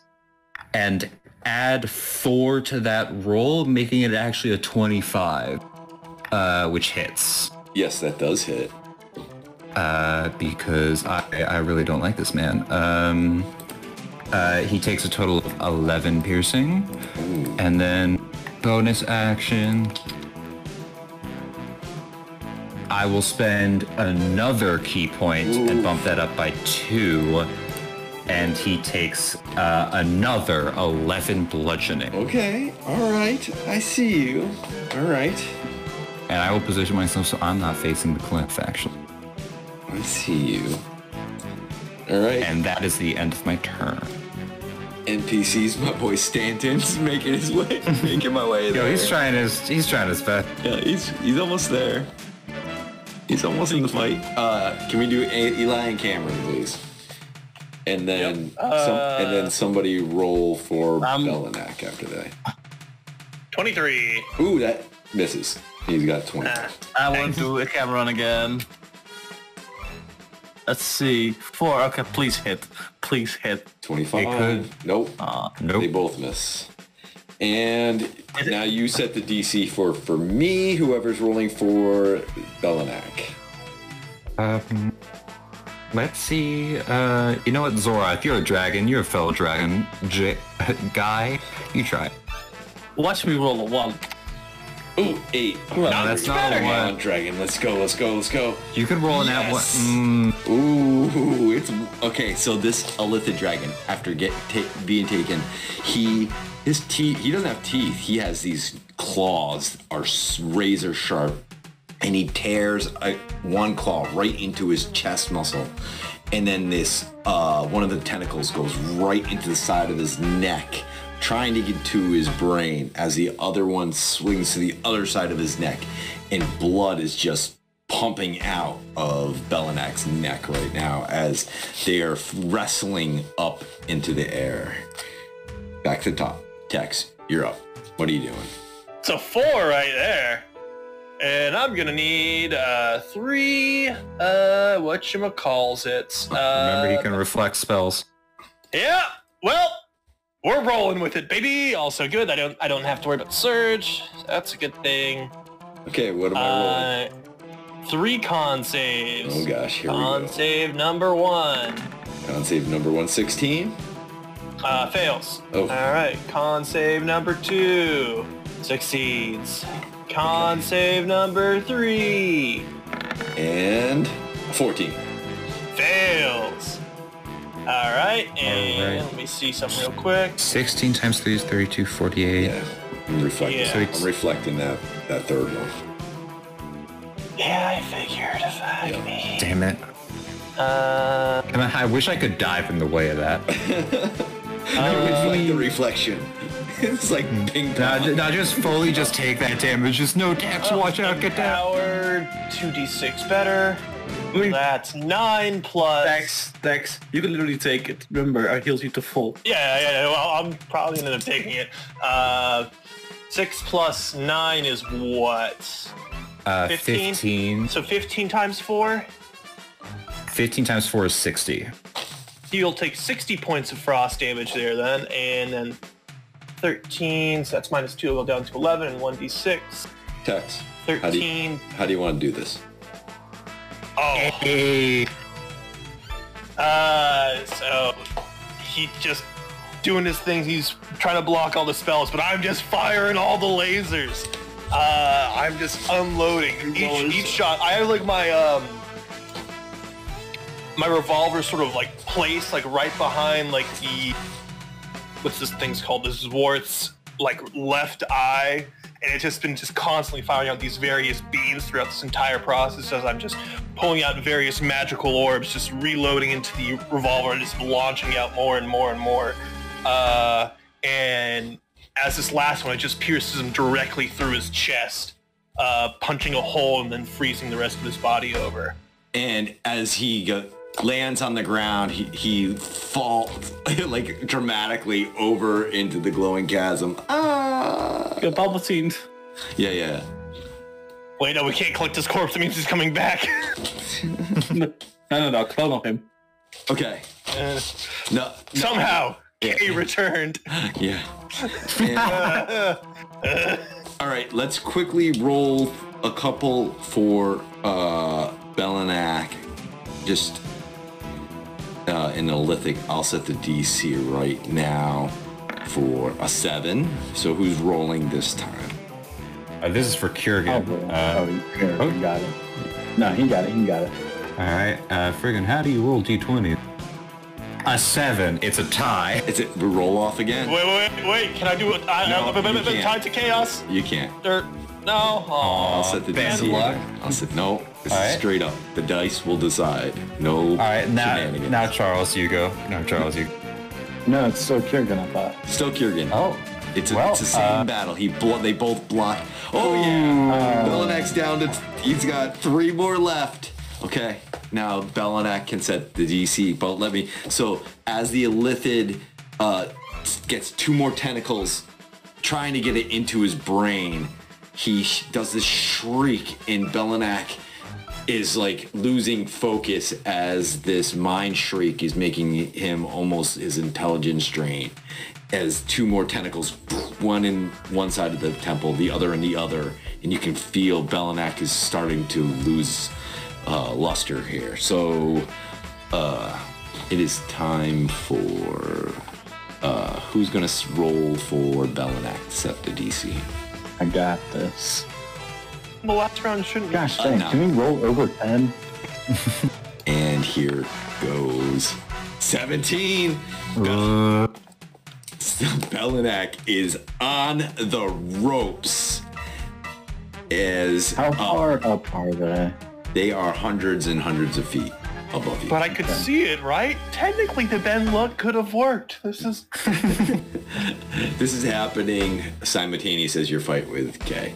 Speaker 3: and add four to that roll, making it actually a twenty-five, uh, which hits
Speaker 2: yes, that does hit.
Speaker 3: uh, because I, I really don't like this man. Um, uh, he takes a total of 11 piercing. And then bonus action. I will spend another key point and bump that up by two. And he takes uh, another 11 bludgeoning.
Speaker 2: Okay. All right. I see you. All right.
Speaker 3: And I will position myself so I'm not facing the cliff, actually.
Speaker 2: I see you. All right.
Speaker 3: And that is the end of my turn.
Speaker 2: NPCs, my boy Stanton's making his way, making my way there.
Speaker 3: Yo, he's trying his, he's trying his best.
Speaker 2: Yeah, he's he's almost there. He's almost in the fight. Uh, can we do A- Eli and Cameron, please? And then
Speaker 3: Uh,
Speaker 2: some, and then somebody roll for
Speaker 8: Um,
Speaker 2: Belinak after that.
Speaker 5: 23.
Speaker 2: Ooh, that misses. He's got twenty.
Speaker 5: Ah,
Speaker 8: I want to do a Cameron again. Let's see. Four. Okay, please hit. Please hit.
Speaker 3: It
Speaker 2: 25.
Speaker 3: could. Oh.
Speaker 2: Nope. They
Speaker 3: Nope.
Speaker 2: both miss. And now you set the DC for for me. Whoever's rolling for Belinak.
Speaker 3: Um, let's see. Uh, you know what, Zora? If you're a dragon, you're a fellow dragon j- guy. You try.
Speaker 8: Watch me roll a one.
Speaker 2: Ooh, eight.
Speaker 3: no, that's not a
Speaker 2: Come on,
Speaker 3: one.
Speaker 2: Dragon. Let's go. Let's go. Let's go.
Speaker 3: You could roll an at one.
Speaker 2: Yes.
Speaker 3: Mm,
Speaker 2: Ooh, it's okay. So this Elithid dragon, after get ta- being taken, he his teeth. He doesn't have teeth. He has these claws are s- razor sharp, and he tears a, one claw right into his chest muscle, and then this uh, one of the tentacles goes right into the side of his neck, trying to get to his brain. As the other one swings to the other side of his neck, and blood is just pumping out of Belinak's neck right now as they are wrestling up into the air. Back to the top. Tex, you're up. What are you doing?
Speaker 5: It's a four right there. And I'm gonna need uh three uh whatchamacalls it. Uh
Speaker 3: Remember, you can reflect spells.
Speaker 5: Yeah. Well, we're rolling with it, baby. Also good. I don't I don't have to worry about surge. That's a good thing.
Speaker 2: Okay, what am I
Speaker 5: Uh three con saves.
Speaker 2: rolling? Oh gosh, here we
Speaker 5: con
Speaker 2: go.
Speaker 5: save number one.
Speaker 2: Con save number 116.
Speaker 5: Uh fails.
Speaker 2: Oh.
Speaker 5: Alright, con save number two. Succeeds. Con save number three.
Speaker 2: And 14.
Speaker 5: Fails. All right, and
Speaker 3: All right.
Speaker 5: let me see something real quick.
Speaker 3: 16 times 3 is 32, 48.
Speaker 2: Yeah. I'm reflecting,
Speaker 5: Yeah.
Speaker 2: I'm reflecting that, that third one.
Speaker 5: Yeah, I figured. Fuck me.
Speaker 3: Damn it.
Speaker 5: Uh,
Speaker 3: And I, I wish I could dive in the way of that.
Speaker 2: it's like the reflection. it's like ping
Speaker 3: Now,
Speaker 2: pong.
Speaker 3: just fully just take that damage. Just no tax. Watch out. Get down.
Speaker 5: power 2d6 better. That's nine plus.
Speaker 6: Dex, Dex, you can literally take it. Remember, I healed you to full.
Speaker 5: Yeah, yeah, yeah. Well, I'm probably gonna end up taking it. Uh, six plus nine is what?
Speaker 3: Uh,
Speaker 5: 15?
Speaker 3: 15.
Speaker 5: So 15 times four.
Speaker 3: 15 times 4 is 60.
Speaker 5: You'll take 60 points of frost damage there then, and then 13, so that's minus 2, it'll go down to 11, and 1d6.
Speaker 2: Tex, how do, you,
Speaker 5: 13.
Speaker 2: how do you want to do this?
Speaker 5: Oh. Uh, so he just doing his things. He's trying to block all the spells, but I'm just firing all the lasers. Uh, I'm just unloading each, each shot. I have like my um my revolver sort of like placed like right behind like the what's this thing's called the Zwart's like left eye. And it's just been just constantly firing out these various beams throughout this entire process as I'm just pulling out various magical orbs, just reloading into the revolver and just launching out more and more and more. Uh, and as this last one, it just pierces him directly through his chest, uh, punching a hole and then freezing the rest of his body over.
Speaker 2: and as he go, lands on the ground, he, he falls like dramatically over into the glowing chasm. Ah!
Speaker 6: You're bubble teamed.
Speaker 2: Yeah, yeah.
Speaker 5: Wait, no, we can't collect his corpse. That means he's coming back.
Speaker 6: no, no, no, clone on him.
Speaker 2: Okay.
Speaker 5: Uh,
Speaker 2: No. no,
Speaker 5: Somehow,
Speaker 2: Yeah.
Speaker 5: he returned.
Speaker 2: Yeah. And- all right, let's quickly roll a couple for uh, Belinak. Just uh, in the lithic, I'll set the DC right now for a seven. So who's rolling this time?
Speaker 3: Uh, this is for
Speaker 4: Oh,
Speaker 3: Kurgan.
Speaker 4: boy.
Speaker 3: Uh,
Speaker 4: oh, yeah,
Speaker 3: oh.
Speaker 4: he got it. No, he got it. He got it.
Speaker 3: all right. Uh, friggin', how do you roll d20? A 7. It's a tie.
Speaker 2: It's it. Roll off
Speaker 5: Wait,
Speaker 2: again.
Speaker 5: wait, wait, wait. Can I do it? I,
Speaker 2: No,
Speaker 5: I, I,
Speaker 2: you can't. Oh.
Speaker 5: tied to chaos?
Speaker 2: You can't.
Speaker 5: Or, no? Aw.
Speaker 2: I'll set the
Speaker 5: bad
Speaker 2: DC.
Speaker 5: luck.
Speaker 2: I'll set no. This
Speaker 3: All
Speaker 2: is
Speaker 3: right.
Speaker 2: straight up. The dice will decide. No.
Speaker 3: All right. Now,
Speaker 2: shenanigans.
Speaker 3: now Charles, you go. No, Charles, you.
Speaker 4: No, it's still Kurgan, I thought.
Speaker 2: Still Kiergan.
Speaker 3: Oh.
Speaker 2: It's, a,
Speaker 3: well,
Speaker 2: it's the same
Speaker 3: uh,
Speaker 2: battle. He blo- they both block. Oh yeah. Belinak's down to. he's got three more left. Okay. Now Belinak can set the DC, but let me. So as the Elithid uh, gets two more tentacles, trying to get it into his brain, he sh- does this shriek, and Belinak is like losing focus as this mind shriek is making him almost his intelligence drain as two more tentacles one in one side of the temple the other in the other and you can feel Belinak is starting to lose uh, luster here so uh, it is time for uh, who's gonna s- roll for Belinak to set the DC
Speaker 4: I got this.
Speaker 5: The last round shouldn't be.
Speaker 4: Gosh
Speaker 3: Oh,
Speaker 2: Uh,
Speaker 4: dang,
Speaker 2: no.
Speaker 4: can we roll over 10?
Speaker 2: and here goes 17
Speaker 3: Uh,
Speaker 2: Belinak is on the ropes as
Speaker 4: How
Speaker 3: Oh.
Speaker 2: uh,
Speaker 4: far up are they?
Speaker 2: they are hundreds and hundreds of feet above you.
Speaker 5: But I could see it, right? Technically, the bend look could have worked. This is
Speaker 2: This is happening simultaneous as your fight with Kay.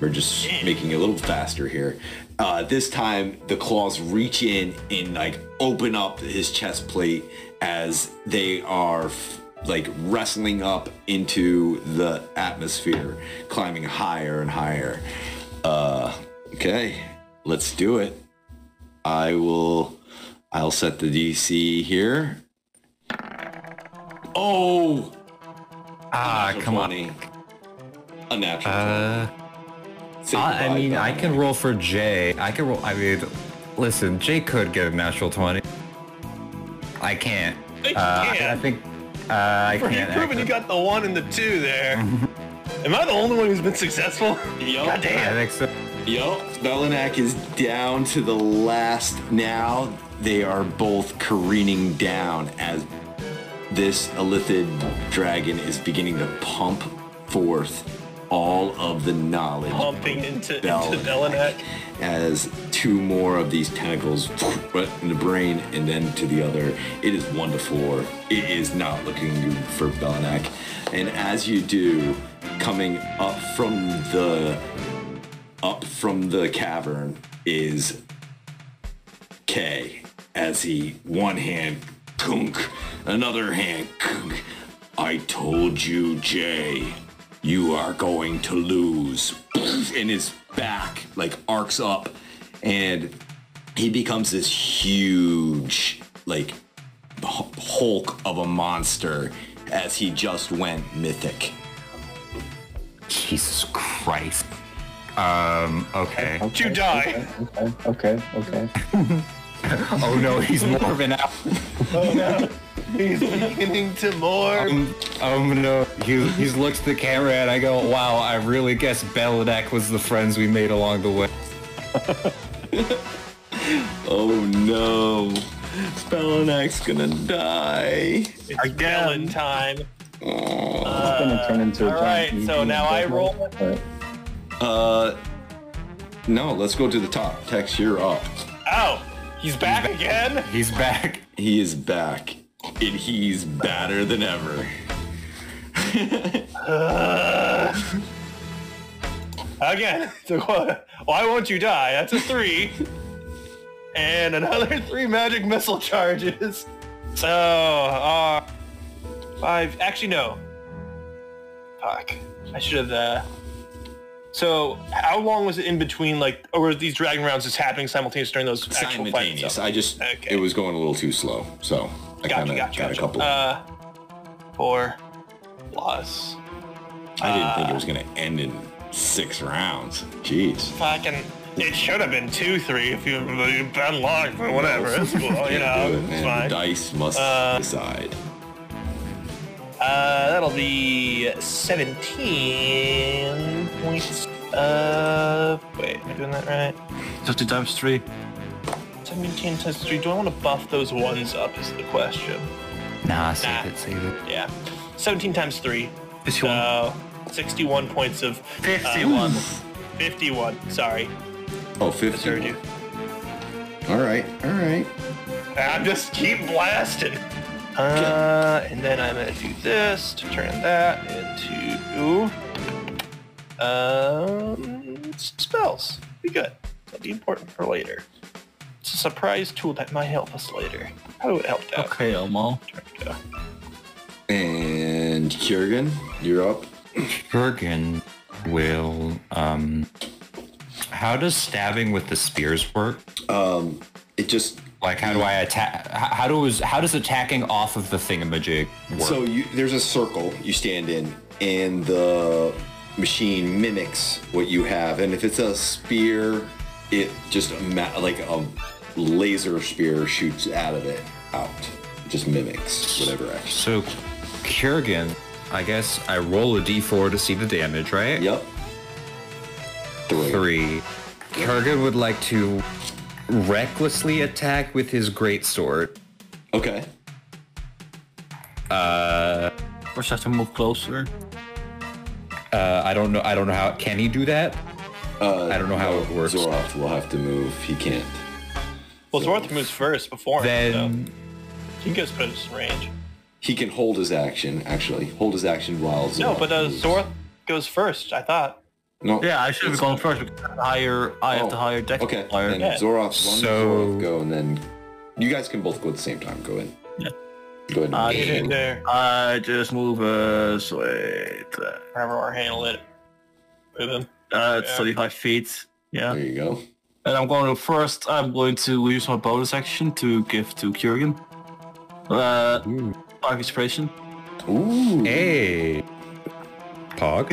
Speaker 2: We're just making it a little faster here. Uh, this time, the claws reach in and like open up his chest plate as they are f- like wrestling up into the atmosphere, climbing higher and higher. Uh, okay, let's do it. I will. I'll set the DC here. Oh,
Speaker 3: Ah,
Speaker 2: natural
Speaker 3: come on.
Speaker 2: 20. A natural. 20.
Speaker 3: Uh, I, I
Speaker 2: Signified
Speaker 3: mean,
Speaker 2: by-
Speaker 3: I can roll for Jay. I can roll. I mean, listen, Jay could get a natural twenty. I can't.
Speaker 5: They
Speaker 3: Uh, I, I
Speaker 5: can't.
Speaker 3: think uh, I
Speaker 5: Bro, you've
Speaker 3: can't.
Speaker 5: proven you
Speaker 3: actually.
Speaker 5: got the one and the two there.
Speaker 2: Mm-hmm.
Speaker 5: Am I the only one who's been successful? God
Speaker 3: I
Speaker 5: damn.
Speaker 3: think so.
Speaker 2: Yup, Belinak is down to the last now. They are both careening down as this Elithid dragon is beginning to pump forth all of the knowledge.
Speaker 5: Pumping into, into
Speaker 2: Belinak
Speaker 5: Belinak.
Speaker 2: as two more of these tentacles right in the brain and then to the other. It is one to four. It is not looking good for Belinak. And as you do, coming up from the up from the cavern is K as he one hand kunk, another hand kunk. I told you, Jay, you are going to lose. And his back like arcs up and he becomes this huge like h- hulk of a monster as he just went mythic.
Speaker 3: Jesus Christ. Um. Okay.
Speaker 5: You die.
Speaker 4: Okay, Uh, okay, okay.
Speaker 3: Oh no, he's morphing out.
Speaker 5: He's beginning to more.
Speaker 3: Um, um, no. He he looks at the camera and I go, wow, I really guess Belinak was the friends we made along the way.
Speaker 2: Oh no. Spellinak's gonna die.
Speaker 5: It's Bellin time.
Speaker 4: It's gonna turn into a
Speaker 5: Uh, all right,
Speaker 4: giant EV
Speaker 5: so now I
Speaker 4: but-
Speaker 5: roll?
Speaker 4: but-
Speaker 2: Uh no, let's go to the top. Tex, you're up.
Speaker 5: Ow! He's back again?
Speaker 3: He's back.
Speaker 2: He is back. And he's badder than ever.
Speaker 5: Again. So, what- Why won't you die? That's a three. and another three magic missile charges. So, uh, five. Actually, no. Fuck. I should have, uh... So, how long was it in between, like, or were these dragon rounds just happening simultaneous during those actual fights?
Speaker 2: Simultaneous.
Speaker 5: itself?
Speaker 2: I just
Speaker 5: Okay.
Speaker 2: it was going a little too slow, so I
Speaker 5: Gotcha,
Speaker 2: kinda
Speaker 5: gotcha,
Speaker 2: got
Speaker 5: gotcha.
Speaker 2: a couple
Speaker 5: Uh, four plus
Speaker 2: I didn't think it
Speaker 5: Uh,
Speaker 2: was gonna end in six rounds. Jeez.
Speaker 5: fucking. It should have been two, three if you have been long, but whatever. It's cool, you
Speaker 2: Can't do
Speaker 5: know.
Speaker 2: it,
Speaker 5: It's
Speaker 2: man.
Speaker 5: Oh, fine.
Speaker 2: The dice must decide.
Speaker 5: Uh, that'll be 17 points. Uh, wait, am I doing that right?
Speaker 8: 50 times 3.
Speaker 5: 17 times 3. Do I want to buff those ones up is the question.
Speaker 3: Nah,
Speaker 5: Nah.
Speaker 3: save it, save it.
Speaker 5: Yeah. 17 times 3. So, 61 points of...
Speaker 8: 51.
Speaker 5: 51, sorry.
Speaker 2: Oh, 50.
Speaker 5: Misheard you.
Speaker 2: All right, all right.
Speaker 5: I'm just keep blasting. Uh, and then I'm gonna do this to turn that into um spells. Be good. That'll be important for later. It's a surprise tool that might help us later. How would it help out?
Speaker 8: Okay, Elmo.
Speaker 5: Yeah.
Speaker 2: And Kurgan, you're up.
Speaker 3: Kurgan will. Um, how does stabbing with the spears work?
Speaker 2: It just
Speaker 3: Like, how do I attack? How does how does attacking off of the thingamajig work?
Speaker 2: so you, there's a circle you stand in, and the machine mimics what you have. And if it's a spear, it just ima- like a laser spear shoots out of it out. It just mimics whatever action.
Speaker 3: so Kurgan, I guess I roll a d4 to see the damage, right?
Speaker 2: Yep. Three.
Speaker 3: Three. Kurgan would like to recklessly attack with his greatsword.
Speaker 2: Okay.
Speaker 8: First, I have to move closer.
Speaker 3: Uh, I don't know. I don't know how. Can he do that?
Speaker 2: Uh,
Speaker 3: I don't know how it works.
Speaker 2: Zoroth will have to move. He can't.
Speaker 5: Well, Zorth moves first before him,
Speaker 3: Then
Speaker 5: so he goes put his range.
Speaker 2: He can hold his action, actually. Hold his action while Zoroth
Speaker 5: No, but uh,
Speaker 2: moves.
Speaker 5: Zorth goes first. I thought.
Speaker 2: No.
Speaker 8: Yeah, I should have gone first because I have to hire. I have
Speaker 2: Oh,
Speaker 8: to hire Dex.
Speaker 2: Okay.
Speaker 8: Hire.
Speaker 2: Then Zoroth, one
Speaker 3: So-
Speaker 2: Zoroth go, and then you guys can both go at the same time. Go ahead.
Speaker 8: Yeah.
Speaker 2: Go ahead.
Speaker 8: Uh,
Speaker 5: Get in there.
Speaker 8: I just move us. Wait. Uh,
Speaker 5: Whenever our handle it. Move him.
Speaker 8: it's
Speaker 5: Yeah.
Speaker 8: 35 feet. Yeah.
Speaker 2: there you go.
Speaker 8: And I'm going to first, I'm going to use my bonus action to give to Kurgan. Uh,
Speaker 2: Hmm.
Speaker 8: five inspiration.
Speaker 2: Ooh.
Speaker 3: Hey, Pog.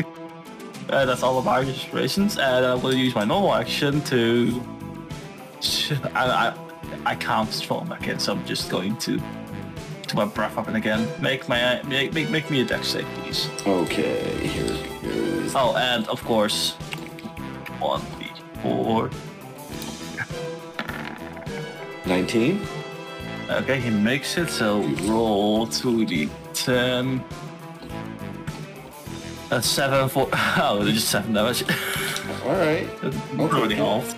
Speaker 8: Uh, that's all of my inspirations. And I'm going to use my normal action to... I, I, I can't strong back in, so I'm just going to do my breath up and again. Make my make, make, make me a dex save, please.
Speaker 2: Okay. Here it is.
Speaker 8: Oh, and of course, one d four.
Speaker 2: 19.
Speaker 8: Okay, he makes it, so roll 2d10. A 7 for. Oh, they're just 7 damage.
Speaker 2: All right.
Speaker 8: That's already halved.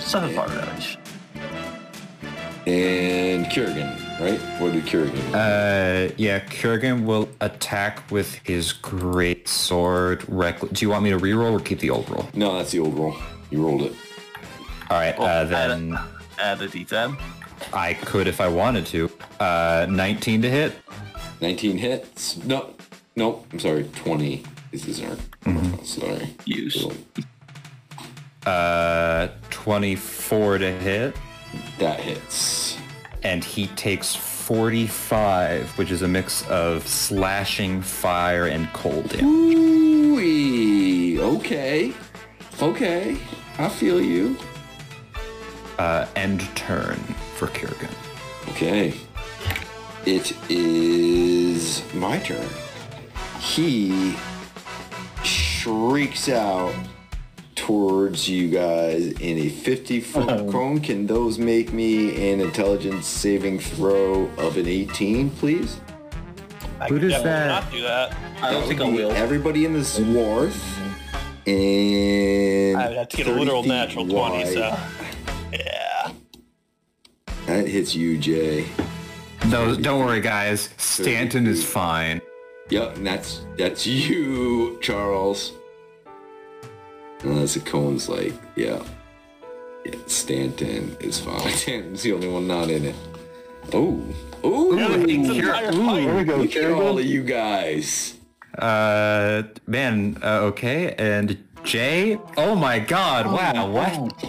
Speaker 8: 7 fire damage.
Speaker 2: And Kurgan, right? What did Kurgan?
Speaker 3: Uh, yeah, Kurgan will attack with his great sword. Reckless. Do you want me to reroll or keep the old roll?
Speaker 2: no, that's the old roll. You rolled it.
Speaker 3: All right, uh,
Speaker 8: add a-
Speaker 3: then
Speaker 8: Add a d10.
Speaker 3: I could if I wanted to. Uh, 19 to hit.
Speaker 2: 19 hits. No, no. I'm sorry. 20 is his arm.
Speaker 3: Mm-hmm.
Speaker 2: Sorry.
Speaker 8: Use.
Speaker 3: Uh, 24 to hit.
Speaker 2: That hits.
Speaker 3: and he takes 45, which is a mix of slashing, fire, and cold damage.
Speaker 2: Ooh, okay. Okay. I feel you.
Speaker 3: Uh, end turn for Kurgan.
Speaker 2: Okay. It is my turn. He shrieks out towards you guys in a 50 foot cone. Can those make me an intelligence saving throw of an 18, please?
Speaker 5: I
Speaker 3: Who
Speaker 5: can
Speaker 3: does that?
Speaker 5: definitely not do that.
Speaker 8: I don't think I will.
Speaker 2: Everybody in the Zwarth. And
Speaker 5: I would have to get a
Speaker 2: 30
Speaker 5: literal
Speaker 2: feet
Speaker 5: natural 20, so.
Speaker 2: wide.
Speaker 5: Yeah.
Speaker 2: That hits you, Jay.
Speaker 3: No, don't worry, guys. Stanton is fine.
Speaker 2: Yep, and that's that's you, Charles. Unless the cone's like, yeah. yeah Stanton is fine. Stanton's the only one not in it. Oh. Oh,
Speaker 5: The other thing's an entire fight.
Speaker 2: look at all of you guys.
Speaker 3: Uh, man, uh, okay. And Jay? Oh my god, wow, what?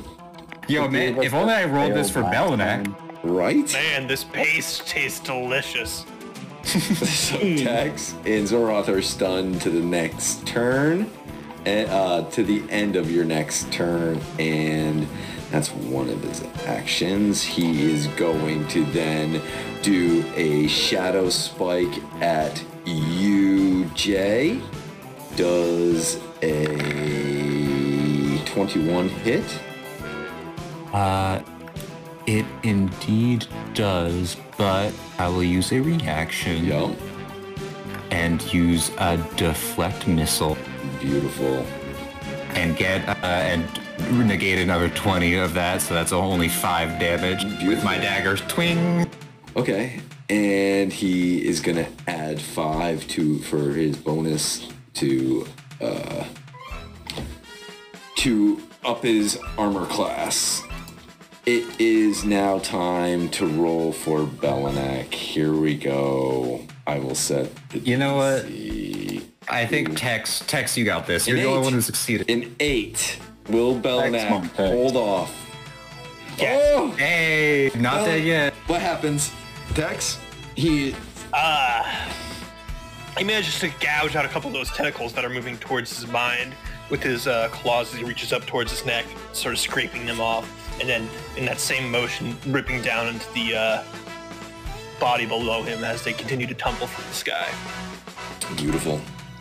Speaker 3: Yo, man, if only I rolled this for Belinac.
Speaker 2: Right?
Speaker 5: Man, this paste tastes delicious.
Speaker 2: so Tex and Zoroth are stunned to the next turn, and, uh, to the end of your next turn, and that's one of his actions. He is going to then do a shadow spike at you, Jay. Does a 21 hit?
Speaker 3: Uh, it indeed does, but I will use a reaction.
Speaker 2: Yup.
Speaker 3: and use a deflect missile
Speaker 2: Beautiful.
Speaker 3: and get uh, and negate another 20 of that so that's only 5 damage with my
Speaker 2: Beautiful.
Speaker 3: daggers twing
Speaker 2: Okay, and he is gonna add five to for his bonus to uh, to up his armor class. It is now time to roll for Belinak. Here we go. I will set. The
Speaker 3: You know what?
Speaker 2: DC.
Speaker 3: i think tex tex you got this you're
Speaker 2: An
Speaker 3: the only
Speaker 2: eight.
Speaker 3: one who succeeded
Speaker 2: An eight. Will Belinak
Speaker 4: Excellent pick.
Speaker 2: hold off? Oh,
Speaker 3: hey not
Speaker 2: Well-
Speaker 3: dead yet
Speaker 2: what happens? Dex. He
Speaker 5: He manages to gouge out a couple of those tentacles that are moving towards his mind with his uh, claws as he reaches up towards his neck, sort of scraping them off, and then in that same motion, ripping down into the uh, body below him as they continue to tumble from the sky.
Speaker 2: Beautiful.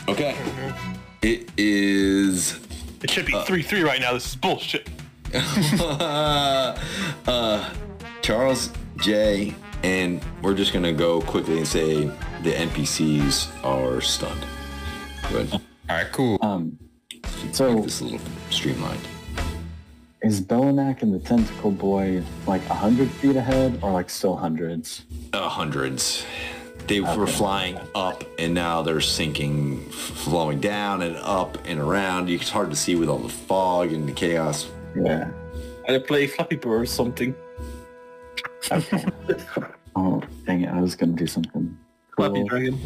Speaker 2: Okay.
Speaker 3: Mm-hmm.
Speaker 2: It is
Speaker 5: It should be
Speaker 3: Uh,
Speaker 5: 3 3 right now. This is bullshit.
Speaker 2: uh, Charles J. And we're just gonna go quickly and say the NPCs are stunned. Good.
Speaker 3: all right cool
Speaker 4: Um, so
Speaker 2: This little streamlined.
Speaker 4: is Belinak and the Tentacle Boy like a hundred feet ahead or like still hundreds?
Speaker 2: Uh, hundreds. They were flying up and now they're sinking, f- flowing down and up and around. It's hard to see with all the fog and the chaos.
Speaker 4: Yeah.
Speaker 6: I play Flappy Bird or something.
Speaker 4: Oh, dang it. I was going to do something.
Speaker 6: Flappy
Speaker 4: cool.
Speaker 6: Dragon.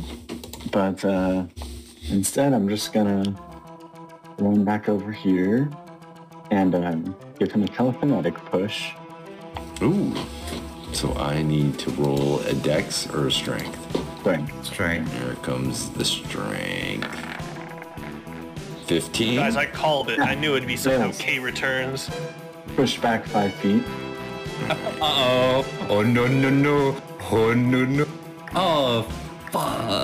Speaker 4: But uh, instead, I'm just gonna run back over here and um, give him a telekinetic push.
Speaker 2: Ooh. So I need to roll a dex or a strength.
Speaker 4: Thank
Speaker 3: Strength.
Speaker 2: Here comes the strength. 15.
Speaker 5: Guys, I called it. I knew it'd be somehow
Speaker 4: Yes.
Speaker 5: K returns.
Speaker 4: Push back five feet.
Speaker 3: Oh no no no! Oh no no! Oh fuck!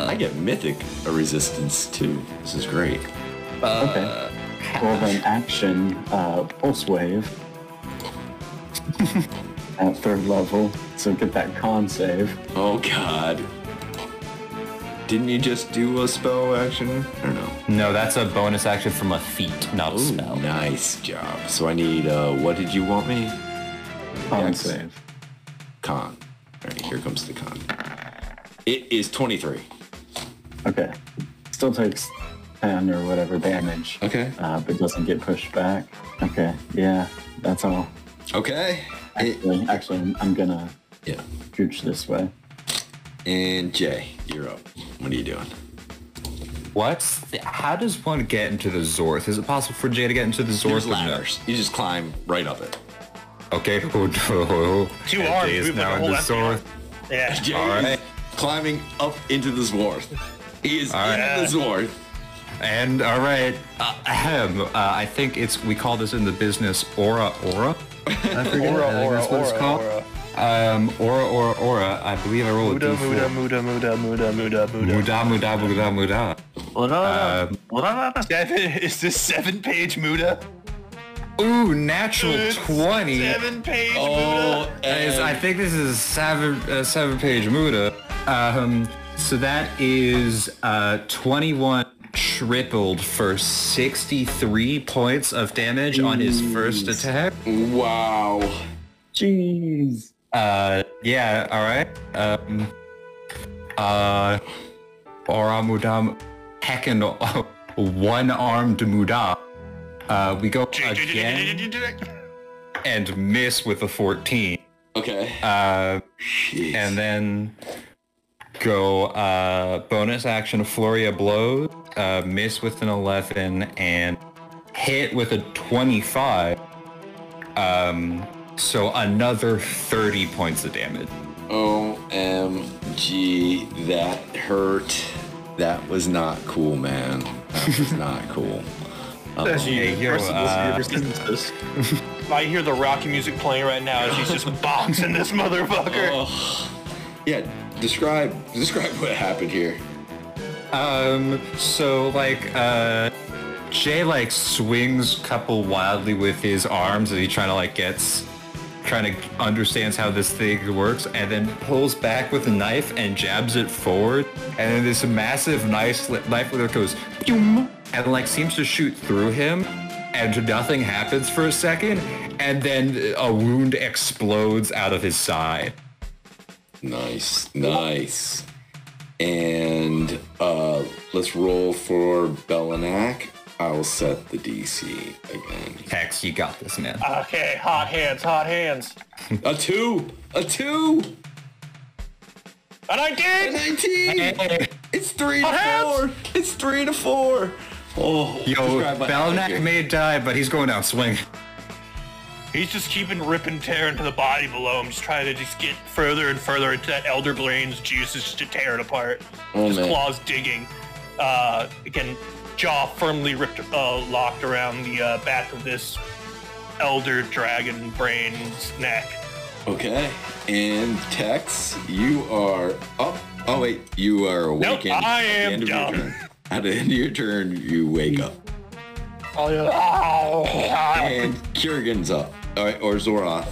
Speaker 2: I get mythic a resistance too. This is great.
Speaker 4: Okay. well, then action uh, pulse wave at third level. So get that con save.
Speaker 2: Oh god. Didn't you just do a spell action? Or no?
Speaker 9: No, that's a bonus action from a feat, not a spell.
Speaker 2: Nice job. So I need uh what did you want me?
Speaker 4: Con save.
Speaker 2: Con. Alright, here comes the con. It is 23.
Speaker 4: Okay. Still takes 10 or whatever damage.
Speaker 2: Okay.
Speaker 4: Uh, but doesn't get pushed back. Okay. Yeah. That's all.
Speaker 2: Okay. It-
Speaker 4: Actually, actually I'm- I'm gonna
Speaker 2: yeah.
Speaker 4: gooch this way.
Speaker 2: And Jay, you're up. What are you doing?
Speaker 3: What's the, how does one get into the Zorth? Is it possible for Jay to get into the Zorth?
Speaker 2: There's
Speaker 3: or no?
Speaker 2: ladders. You just climb right up it.
Speaker 3: Okay. Oh no!
Speaker 5: Two
Speaker 3: And
Speaker 5: arms,
Speaker 3: Jay is
Speaker 5: move like
Speaker 3: now
Speaker 5: a
Speaker 3: in
Speaker 5: whole
Speaker 3: the
Speaker 5: FBI.
Speaker 3: Zorth.
Speaker 5: Yeah.
Speaker 2: Jay
Speaker 3: All
Speaker 2: is
Speaker 3: right.
Speaker 2: climbing up into the Zwarth. He is
Speaker 3: All
Speaker 2: in
Speaker 3: right.
Speaker 2: the Zwarth.
Speaker 3: And all right, uh, ahem, uh, I think it's we call this in the business aura aura. I forget.
Speaker 5: Aura,
Speaker 3: I think
Speaker 5: aura,
Speaker 3: that's what it's
Speaker 5: aura,
Speaker 3: called.
Speaker 5: aura.
Speaker 3: Um, aura aura aura. I believe I rolled a
Speaker 5: Muda,
Speaker 3: d4.
Speaker 5: muda, muda, muda, muda, muda, muda.
Speaker 3: Muda muda muda muda. Um,
Speaker 5: Seven, is this seven page Muda?
Speaker 3: ooh, natural
Speaker 5: It's
Speaker 3: twenty.
Speaker 5: Seven page
Speaker 2: Oh,
Speaker 3: Guys,
Speaker 2: and
Speaker 3: I think this is a seven, uh, seven page Muda. Um, so that is uh, 21 tripled for 63 points of damage on his first attack.
Speaker 2: wow.
Speaker 4: Jeez.
Speaker 3: Uh, yeah, all right. Um, uh, Aura Mudam, heckin' one-armed Muda. Uh, we go again
Speaker 5: Muda.
Speaker 3: and miss with a 14.
Speaker 2: Okay.
Speaker 3: Uh,
Speaker 2: Jeez.
Speaker 3: and then go uh, bonus action Floria blow, uh, miss with an 11, and hit with a 25. Um, so another 30 points of damage.
Speaker 2: OMG, that hurt. That was not cool, man. That was not cool.
Speaker 3: Hey, yo, uh,
Speaker 6: Resistances.
Speaker 5: I hear the Rocky music playing right now as he's just boxing this motherfucker.
Speaker 2: Yeah, describe describe what happened here.
Speaker 3: Um, so like, uh, Jay like swings couple wildly with his arms as he trying to like gets, trying to understands how this thing works, and then pulls back with a knife and jabs it forward, and then this massive knife knife with it goes, boom, and like seems to shoot through him, and nothing happens for a second, and then a wound explodes out of his side.
Speaker 2: Nice, nice. And uh, let's roll for Belinak. I'll set the DC again.
Speaker 3: Hex, you got this, man.
Speaker 5: Okay, hot hands, hot hands.
Speaker 2: A two, a two,
Speaker 5: And I
Speaker 2: a
Speaker 5: did!
Speaker 2: nineteen. It's three to four. It's three to four. Oh,
Speaker 3: Yo,
Speaker 2: describe what happened here.
Speaker 3: Belnak may die, but he's going down swing.
Speaker 5: He's just keeping ripping tear into the body below him, just trying to just get further and further into that elder brain's juices just to tear it apart.
Speaker 2: Oh,
Speaker 5: His
Speaker 2: man.
Speaker 5: claws digging. Uh, again, jaw firmly ripped, uh, locked around the uh, back of this elder dragon brain's neck.
Speaker 2: Okay. And Tex, you are up. Oh wait, you are
Speaker 5: Nope,
Speaker 2: awakened.
Speaker 5: I
Speaker 2: at the
Speaker 5: am
Speaker 2: end of your
Speaker 5: dumb.
Speaker 2: turn. At the end of your turn, you wake up.
Speaker 5: Oh, yeah. Ah,
Speaker 2: And Kurgan's up. All right, or Zoroth,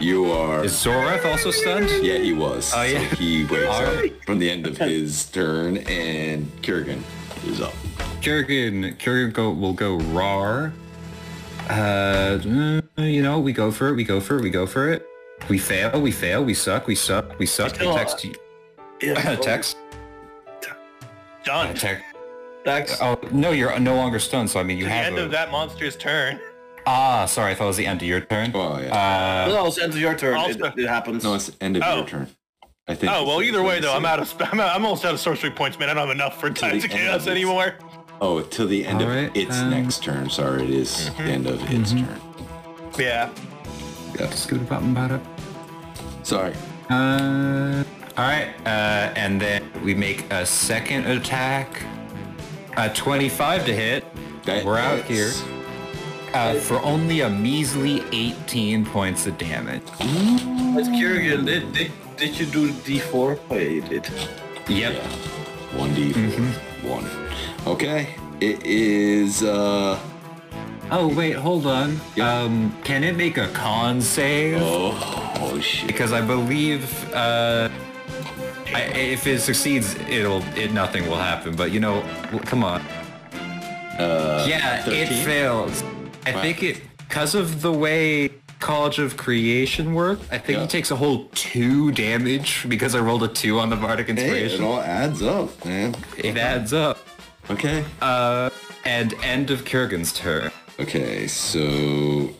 Speaker 2: you are.
Speaker 3: Is Zorath also stunned?
Speaker 2: Yeah, he was.
Speaker 3: Oh, yeah.
Speaker 2: So he wakes
Speaker 3: All
Speaker 2: up
Speaker 3: right.
Speaker 2: from the end of his turn, and Kurgan is up.
Speaker 3: Kurgan, Kurgan go, will go rar. Uh, mm, you know, we go for it, we go for it, we go for it. We fail, we fail, we suck, we suck, we suck.
Speaker 5: Still, uh, oh,
Speaker 3: Text you.
Speaker 6: Yeah.
Speaker 3: Text.
Speaker 5: Done.
Speaker 3: Text.
Speaker 6: Dex.
Speaker 3: Oh no, you're no longer stunned. So I mean, you
Speaker 5: the
Speaker 3: have.
Speaker 5: end
Speaker 3: a-
Speaker 5: of that monster's turn.
Speaker 3: ah, sorry. I thought it was the end of your turn.
Speaker 2: Oh, yeah.
Speaker 3: Uh,
Speaker 6: no, it's end of your turn.
Speaker 5: Also-
Speaker 6: it, it happens.
Speaker 2: No, it's end of
Speaker 5: Oh.
Speaker 2: your turn. I think.
Speaker 5: Oh well, either way though, I'm out of sp- I'm, out, I'm almost out of sorcery points, man. I don't have enough for times of
Speaker 2: the end of
Speaker 5: chaos
Speaker 2: it.
Speaker 5: anymore.
Speaker 2: Oh, till the end of
Speaker 3: Alright,
Speaker 2: its
Speaker 3: um, Mm-hmm.
Speaker 2: next turn. Sorry, it is
Speaker 5: Mm-hmm.
Speaker 2: the end of its turn.
Speaker 5: Yeah.
Speaker 3: yeah, scoot about and about it.
Speaker 2: Sorry.
Speaker 3: Uh, all right, uh, and then we make a second attack. A 25 to hit.
Speaker 2: That
Speaker 3: We're out here
Speaker 2: hits.
Speaker 3: uh, for only a measly 18 points of damage.
Speaker 6: It's Kurgan. Did, did, did you do the D4? Oh, yeah, you did.
Speaker 3: Yep.
Speaker 2: One D
Speaker 3: Mm-hmm.
Speaker 2: one. Okay. It is uh
Speaker 3: Oh wait, hold on. Um, can it make a con save?
Speaker 2: oh, oh shit.
Speaker 3: Because I believe uh, I, if it succeeds, it'll it nothing will happen. But you know, w- come on. Uh, yeah, it
Speaker 2: 13?
Speaker 3: fails. I think it because of the way College of Creation worked. I think
Speaker 2: Yeah.
Speaker 3: it takes a whole two damage because I rolled a two on the bardic
Speaker 2: Hey, it
Speaker 3: inspiration.
Speaker 2: all adds up, man.
Speaker 3: it adds up.
Speaker 2: Okay.
Speaker 3: And end of Kurgan's turn.
Speaker 2: Okay, so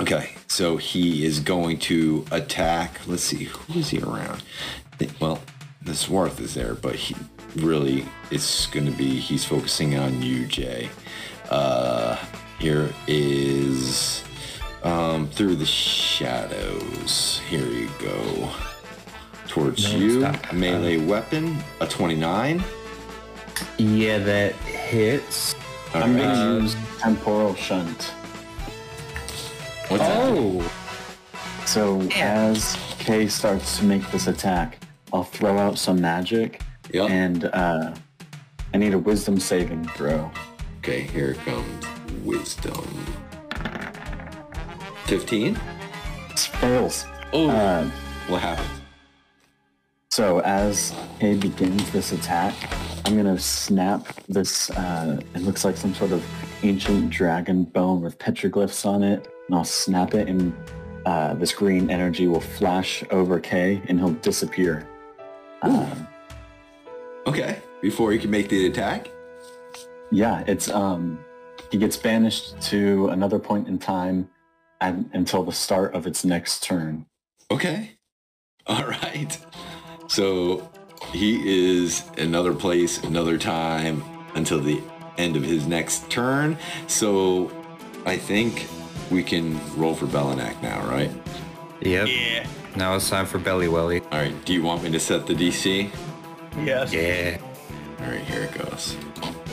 Speaker 2: okay, so he is going to attack. Let's see, who is he around? Th- Well, the Swarth is there, but he really it's going to be he's focusing on you, Jay. Uh, here is um, through the shadows. Here you go. Towards you, melee weapon, a 29.
Speaker 3: Yeah, that hits.
Speaker 4: I'm gonna use temporal shunt.
Speaker 2: What's that?
Speaker 3: Oh.
Speaker 4: So as Kay starts to make this attack, I'll throw out some magic,
Speaker 2: Yep.
Speaker 4: and uh, I need a Wisdom saving throw.
Speaker 2: Okay, here comes wisdom. 15?
Speaker 4: It fails.
Speaker 2: Oh,
Speaker 4: Um,
Speaker 2: what happened?
Speaker 4: So as Kay begins this attack, I'm gonna snap this. Uh, it looks like some sort of ancient dragon bone with petroglyphs on it, and I'll snap it, and uh, this green energy will flash over Kay, and he'll disappear. Um,
Speaker 2: Okay, before you can make the attack?
Speaker 4: Yeah, it's um, he gets banished to another point in time, and, until the start of its next turn.
Speaker 2: Okay. All right. So he is another place, another time until the end of his next turn. So I think we can roll for Belinak now, right?
Speaker 3: Yep.
Speaker 5: Yeah.
Speaker 3: Now it's time for Belly Welly.
Speaker 2: All right, do you want me to set the DC?
Speaker 5: Yes.
Speaker 3: Yeah.
Speaker 2: All right, here it goes.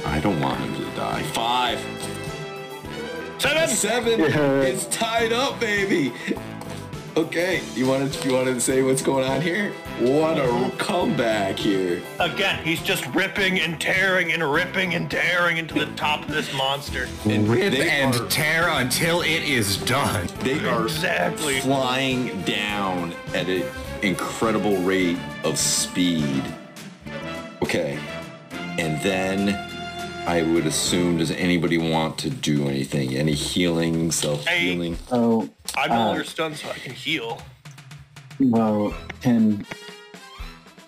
Speaker 2: I don't want him to die. Five.
Speaker 5: Seven.
Speaker 2: Seven. It's tied up, baby. Okay, you wanted you wanted to say what's going on here? What a comeback here!
Speaker 5: Again, he's just ripping and tearing and ripping and tearing into the top of this monster.
Speaker 2: And
Speaker 3: Rip
Speaker 2: they
Speaker 3: and
Speaker 2: are-
Speaker 3: tear until it is done.
Speaker 2: They are
Speaker 5: Exactly.
Speaker 2: flying down at an incredible rate of speed. Okay, and then I would assume does anybody want to do anything? Any healing, self healing?
Speaker 4: So,
Speaker 5: I'm no longer stunned, so I can heal.
Speaker 4: well, can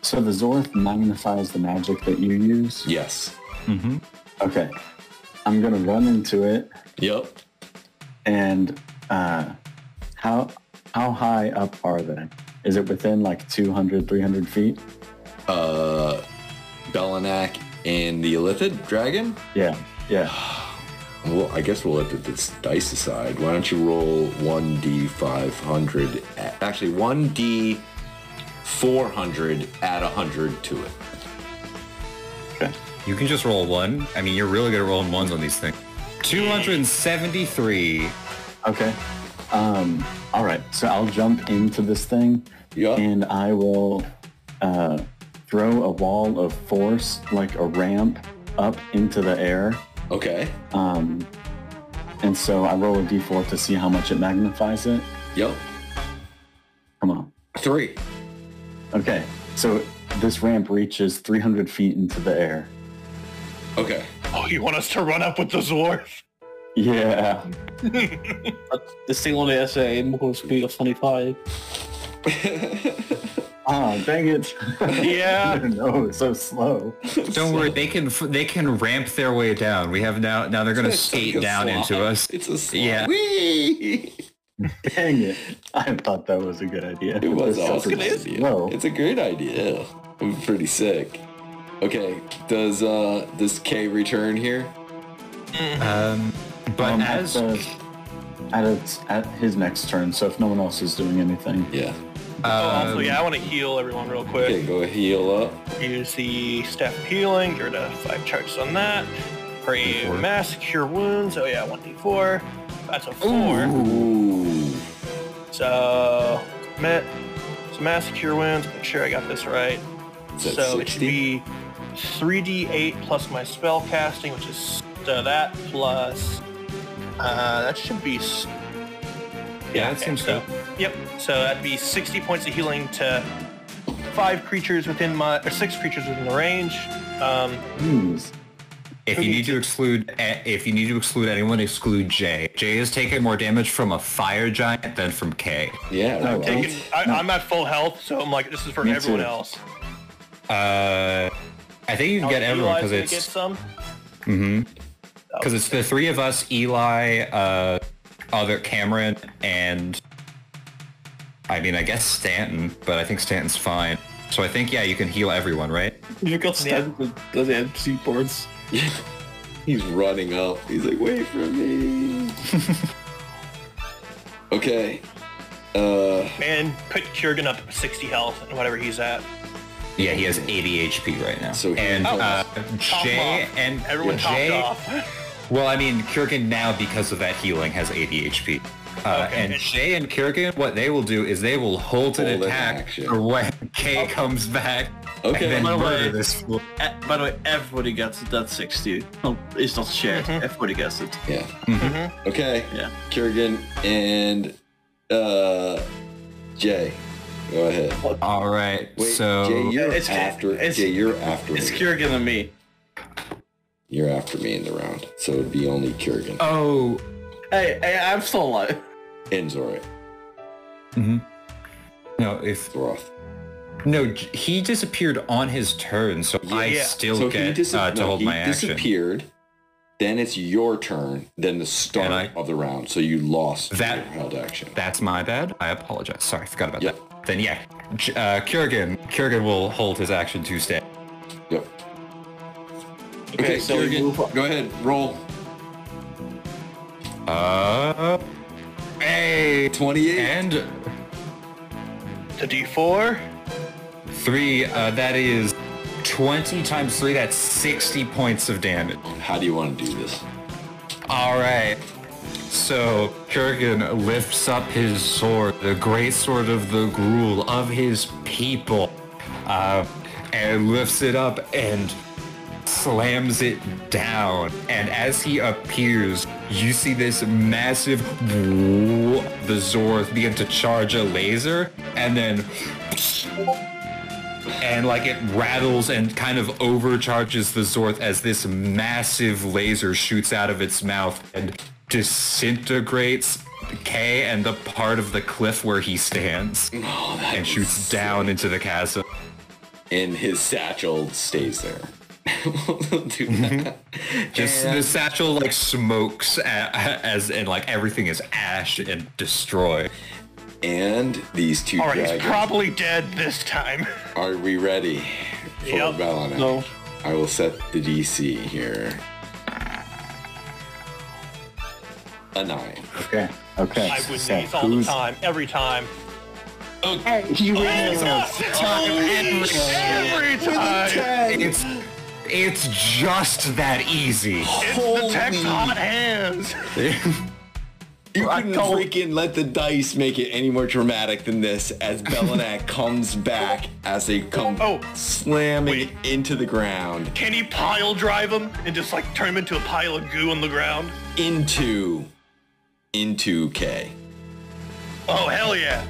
Speaker 4: so the Zorth magnifies the magic that you use.
Speaker 2: Yes.
Speaker 4: Okay, I'm gonna run into it,
Speaker 2: Yep.
Speaker 4: and uh, how how high up are they? Is it within like 200, 300 feet?
Speaker 2: Uh, Belinak and the Illithid dragon.
Speaker 4: Yeah, yeah.
Speaker 2: Well, I guess we'll let this dice decide. Why don't you roll 1d500? At, actually, 1d400 add 100 to it.
Speaker 3: You can just roll one. I mean, you're really good at rolling ones on these things. 273.
Speaker 4: Okay. Um, all right. So I'll jump into this thing,
Speaker 2: Yeah.
Speaker 4: and I will uh, throw a wall of force, like a ramp, up into the air.
Speaker 2: Okay.
Speaker 4: Um, and so I roll a d4 to see how much it magnifies it.
Speaker 2: Yep.
Speaker 4: Come on.
Speaker 2: Three.
Speaker 4: Okay. So this ramp reaches 300 feet into the air.
Speaker 2: Okay.
Speaker 5: Oh, you want us to run up with the Zorf?
Speaker 4: Yeah.
Speaker 6: But this thing only has a movement speed of 25.
Speaker 4: Oh, dang it.
Speaker 5: Yeah.
Speaker 4: no, it's so slow.
Speaker 3: Don't worry, they can f- they can ramp their way down. We have now now they're gonna skate
Speaker 2: It's a
Speaker 3: down
Speaker 2: slide.
Speaker 3: into us.
Speaker 2: It's a slide.
Speaker 3: Yeah.
Speaker 2: Whee!
Speaker 4: Dang it. I thought that was a good idea.
Speaker 2: It was
Speaker 4: It's
Speaker 2: awesome
Speaker 4: super
Speaker 2: idea.
Speaker 4: slow.
Speaker 2: It's a great idea. I'm pretty sick. Okay, does uh does K return here?
Speaker 3: Um, but
Speaker 4: Um,
Speaker 3: as
Speaker 4: at, the- at, its- at his next turn, so if no one else is doing anything,
Speaker 2: Yeah.
Speaker 5: Oh, also, yeah, I want to heal everyone real
Speaker 2: Okay,
Speaker 5: quick.
Speaker 2: go heal up.
Speaker 5: Use the staff of healing. Get rid of five charges on that. Brave
Speaker 3: D4.
Speaker 5: mask, cure wounds. Oh yeah, one d four. That's a four.
Speaker 2: Ooh.
Speaker 5: So, met. So mask, cure wounds. Make sure I got this right.
Speaker 2: Is that
Speaker 5: so it should
Speaker 2: 60?
Speaker 5: be 3d8 plus my spell casting, which is uh, that plus. Uh, that should be. s-
Speaker 3: yeah, that
Speaker 5: okay,
Speaker 3: seems
Speaker 5: so,
Speaker 3: good.
Speaker 5: Yep. So that'd be 60 points of healing to five creatures within my or six creatures within the range. Um,
Speaker 4: please.
Speaker 3: If you need to exclude eh, if you need to exclude anyone, exclude Jay. Jay has taken more damage from a fire giant than from K.
Speaker 2: Yeah.
Speaker 4: No,
Speaker 2: right.
Speaker 4: take
Speaker 5: taking, I, I'm at full health, so I'm like, this is for
Speaker 4: Me
Speaker 5: everyone
Speaker 4: too.
Speaker 5: else.
Speaker 3: Uh, I think you can get
Speaker 5: Eli's
Speaker 3: everyone because
Speaker 5: gonna get
Speaker 3: it's
Speaker 5: some.
Speaker 3: because it's the three of us, Eli, uh, other Cameron, and I mean, I guess Stanton, but I think Stanton's fine. So I think yeah, you can heal everyone, right?
Speaker 6: You got stabbed with bloody NPC boards.
Speaker 2: He's running up. He's like, wait for me. okay. Uh
Speaker 5: And put Kurgan up to 60 health and whatever he's at.
Speaker 3: Yeah, he has 80 HP right now.
Speaker 2: So he
Speaker 3: and
Speaker 2: Oh.
Speaker 3: uh,
Speaker 5: Top
Speaker 3: Jay
Speaker 5: off.
Speaker 3: and
Speaker 5: Everyone
Speaker 3: yeah,
Speaker 5: topped
Speaker 3: Jay,
Speaker 5: off.
Speaker 3: Well, I mean, Kurgan now because of that healing has 80 HP. Uh,
Speaker 5: Okay.
Speaker 3: And Jay and Kurgan, what they will do is they will hold, an
Speaker 2: Hold an
Speaker 3: attack
Speaker 2: action.
Speaker 3: for when K comes back.
Speaker 2: Okay.
Speaker 3: And
Speaker 2: By
Speaker 3: then
Speaker 2: the
Speaker 3: murder
Speaker 6: way-
Speaker 3: this fool.
Speaker 6: Eh, By the way, everybody gets that 60. No, it's not shared. Everybody gets it.
Speaker 2: yeah. Okay.
Speaker 6: Yeah.
Speaker 2: Kerrigan and uh Jay. Go ahead.
Speaker 3: All right.
Speaker 2: Wait,
Speaker 3: Oh, so
Speaker 2: Jay, you're
Speaker 6: It's-
Speaker 2: after
Speaker 6: it's-
Speaker 2: Jay, you're after
Speaker 6: It's
Speaker 2: me.
Speaker 6: Kurgan and me.
Speaker 2: You're after me in the round. So it'd be only Kerrigan
Speaker 3: oh,
Speaker 6: Hey, hey, I'm still alive.
Speaker 2: and Zorath.
Speaker 3: no, if
Speaker 2: Zoroth.
Speaker 3: no, J- he disappeared on his turn, so I
Speaker 5: Yeah.
Speaker 3: still
Speaker 2: So he,
Speaker 3: get
Speaker 2: dis-
Speaker 3: uh, to
Speaker 2: no,
Speaker 3: hold
Speaker 2: he
Speaker 3: my action.
Speaker 2: disappeared. Then it's your turn. Then the start
Speaker 3: And I-
Speaker 2: of the round. So you lost
Speaker 3: That-
Speaker 2: your held action.
Speaker 3: That's my bad. I apologize. Sorry, forgot about
Speaker 2: Yep.
Speaker 3: that. Then yeah, J- uh, Kurgan, Kurgan will hold his action to stay.
Speaker 2: Yep. Okay,
Speaker 6: so we
Speaker 2: Kerrigan,
Speaker 6: move on.
Speaker 2: go ahead. Roll.
Speaker 3: Uh, hey,
Speaker 2: 28.
Speaker 3: and
Speaker 5: The D4.
Speaker 3: three. Uh, that is twenty times three. That's sixty points of damage.
Speaker 2: How do you want to do this?
Speaker 3: All right. So Kurgan lifts up his sword, the great sword of the Gruul of his people, uh, and lifts it up and slams it down. And as he appears, you see this massive the Zorth begin to charge a laser, and then and like it rattles and kind of overcharges the Zorth as this massive laser shoots out of its mouth and disintegrates Kay and the part of the cliff where he stands and shoots down into the chasm.
Speaker 2: And his satchel stays there. we'll do that.
Speaker 3: Just the satchel like smokes a- a- as and like everything is ash and destroy.
Speaker 2: And these two
Speaker 5: All right, he's
Speaker 2: dragons.
Speaker 5: probably dead this time.
Speaker 2: Are we ready for
Speaker 5: Yep.
Speaker 2: Valanac?
Speaker 6: No.
Speaker 2: I will set the DC here. A nine.
Speaker 4: Okay. Okay.
Speaker 5: I win
Speaker 4: so
Speaker 5: these all the
Speaker 4: who's-
Speaker 5: time, every time. Oh,
Speaker 3: It's it's just that easy.
Speaker 5: It's the tech's hot hands.
Speaker 2: You couldn't freaking let the dice make it any more dramatic than this as Belinac comes back as they come
Speaker 5: Oh.
Speaker 2: slamming
Speaker 5: Wait.
Speaker 2: into the ground.
Speaker 5: Can he pile drive him and just like turn him into a pile of goo on the ground?
Speaker 2: Into into K.
Speaker 5: Oh hell yeah!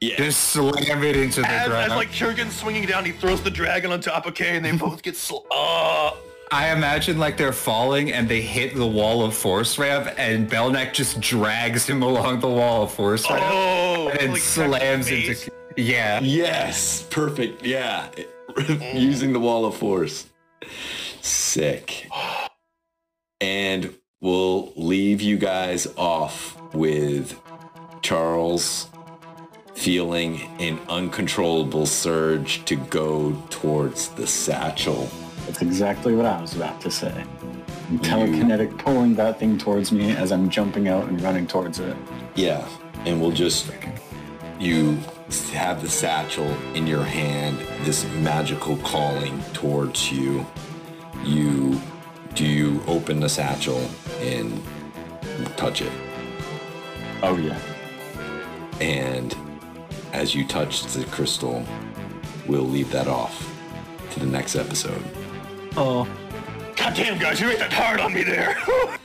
Speaker 3: Just slam it into the
Speaker 5: As, as
Speaker 3: ground.
Speaker 5: like Kurgan's swinging down, he throws the dragon on top of Kay, and they both get sl- uh,
Speaker 3: I imagine like they're falling and they hit the wall of force ramp and Belnek just drags him along the wall of force ramp
Speaker 5: oh,
Speaker 3: and
Speaker 5: like,
Speaker 3: slams into
Speaker 5: face.
Speaker 3: Yeah.
Speaker 2: Yes, perfect. Yeah, using the wall of force. Sick. And we'll leave you guys off with Charles feeling an uncontrollable surge to go towards the satchel.
Speaker 4: That's exactly what I was about to say. I'm telekinetic pulling that thing towards me as I'm jumping out and running towards it.
Speaker 2: Yeah, and we'll just you have the satchel in your hand, this magical calling towards you. You do you open the satchel and touch it.
Speaker 4: Oh yeah.
Speaker 2: And as you touch the crystal, we'll leave that off to the next episode.
Speaker 8: Oh.
Speaker 5: God damn, guys, you made that hard on me there.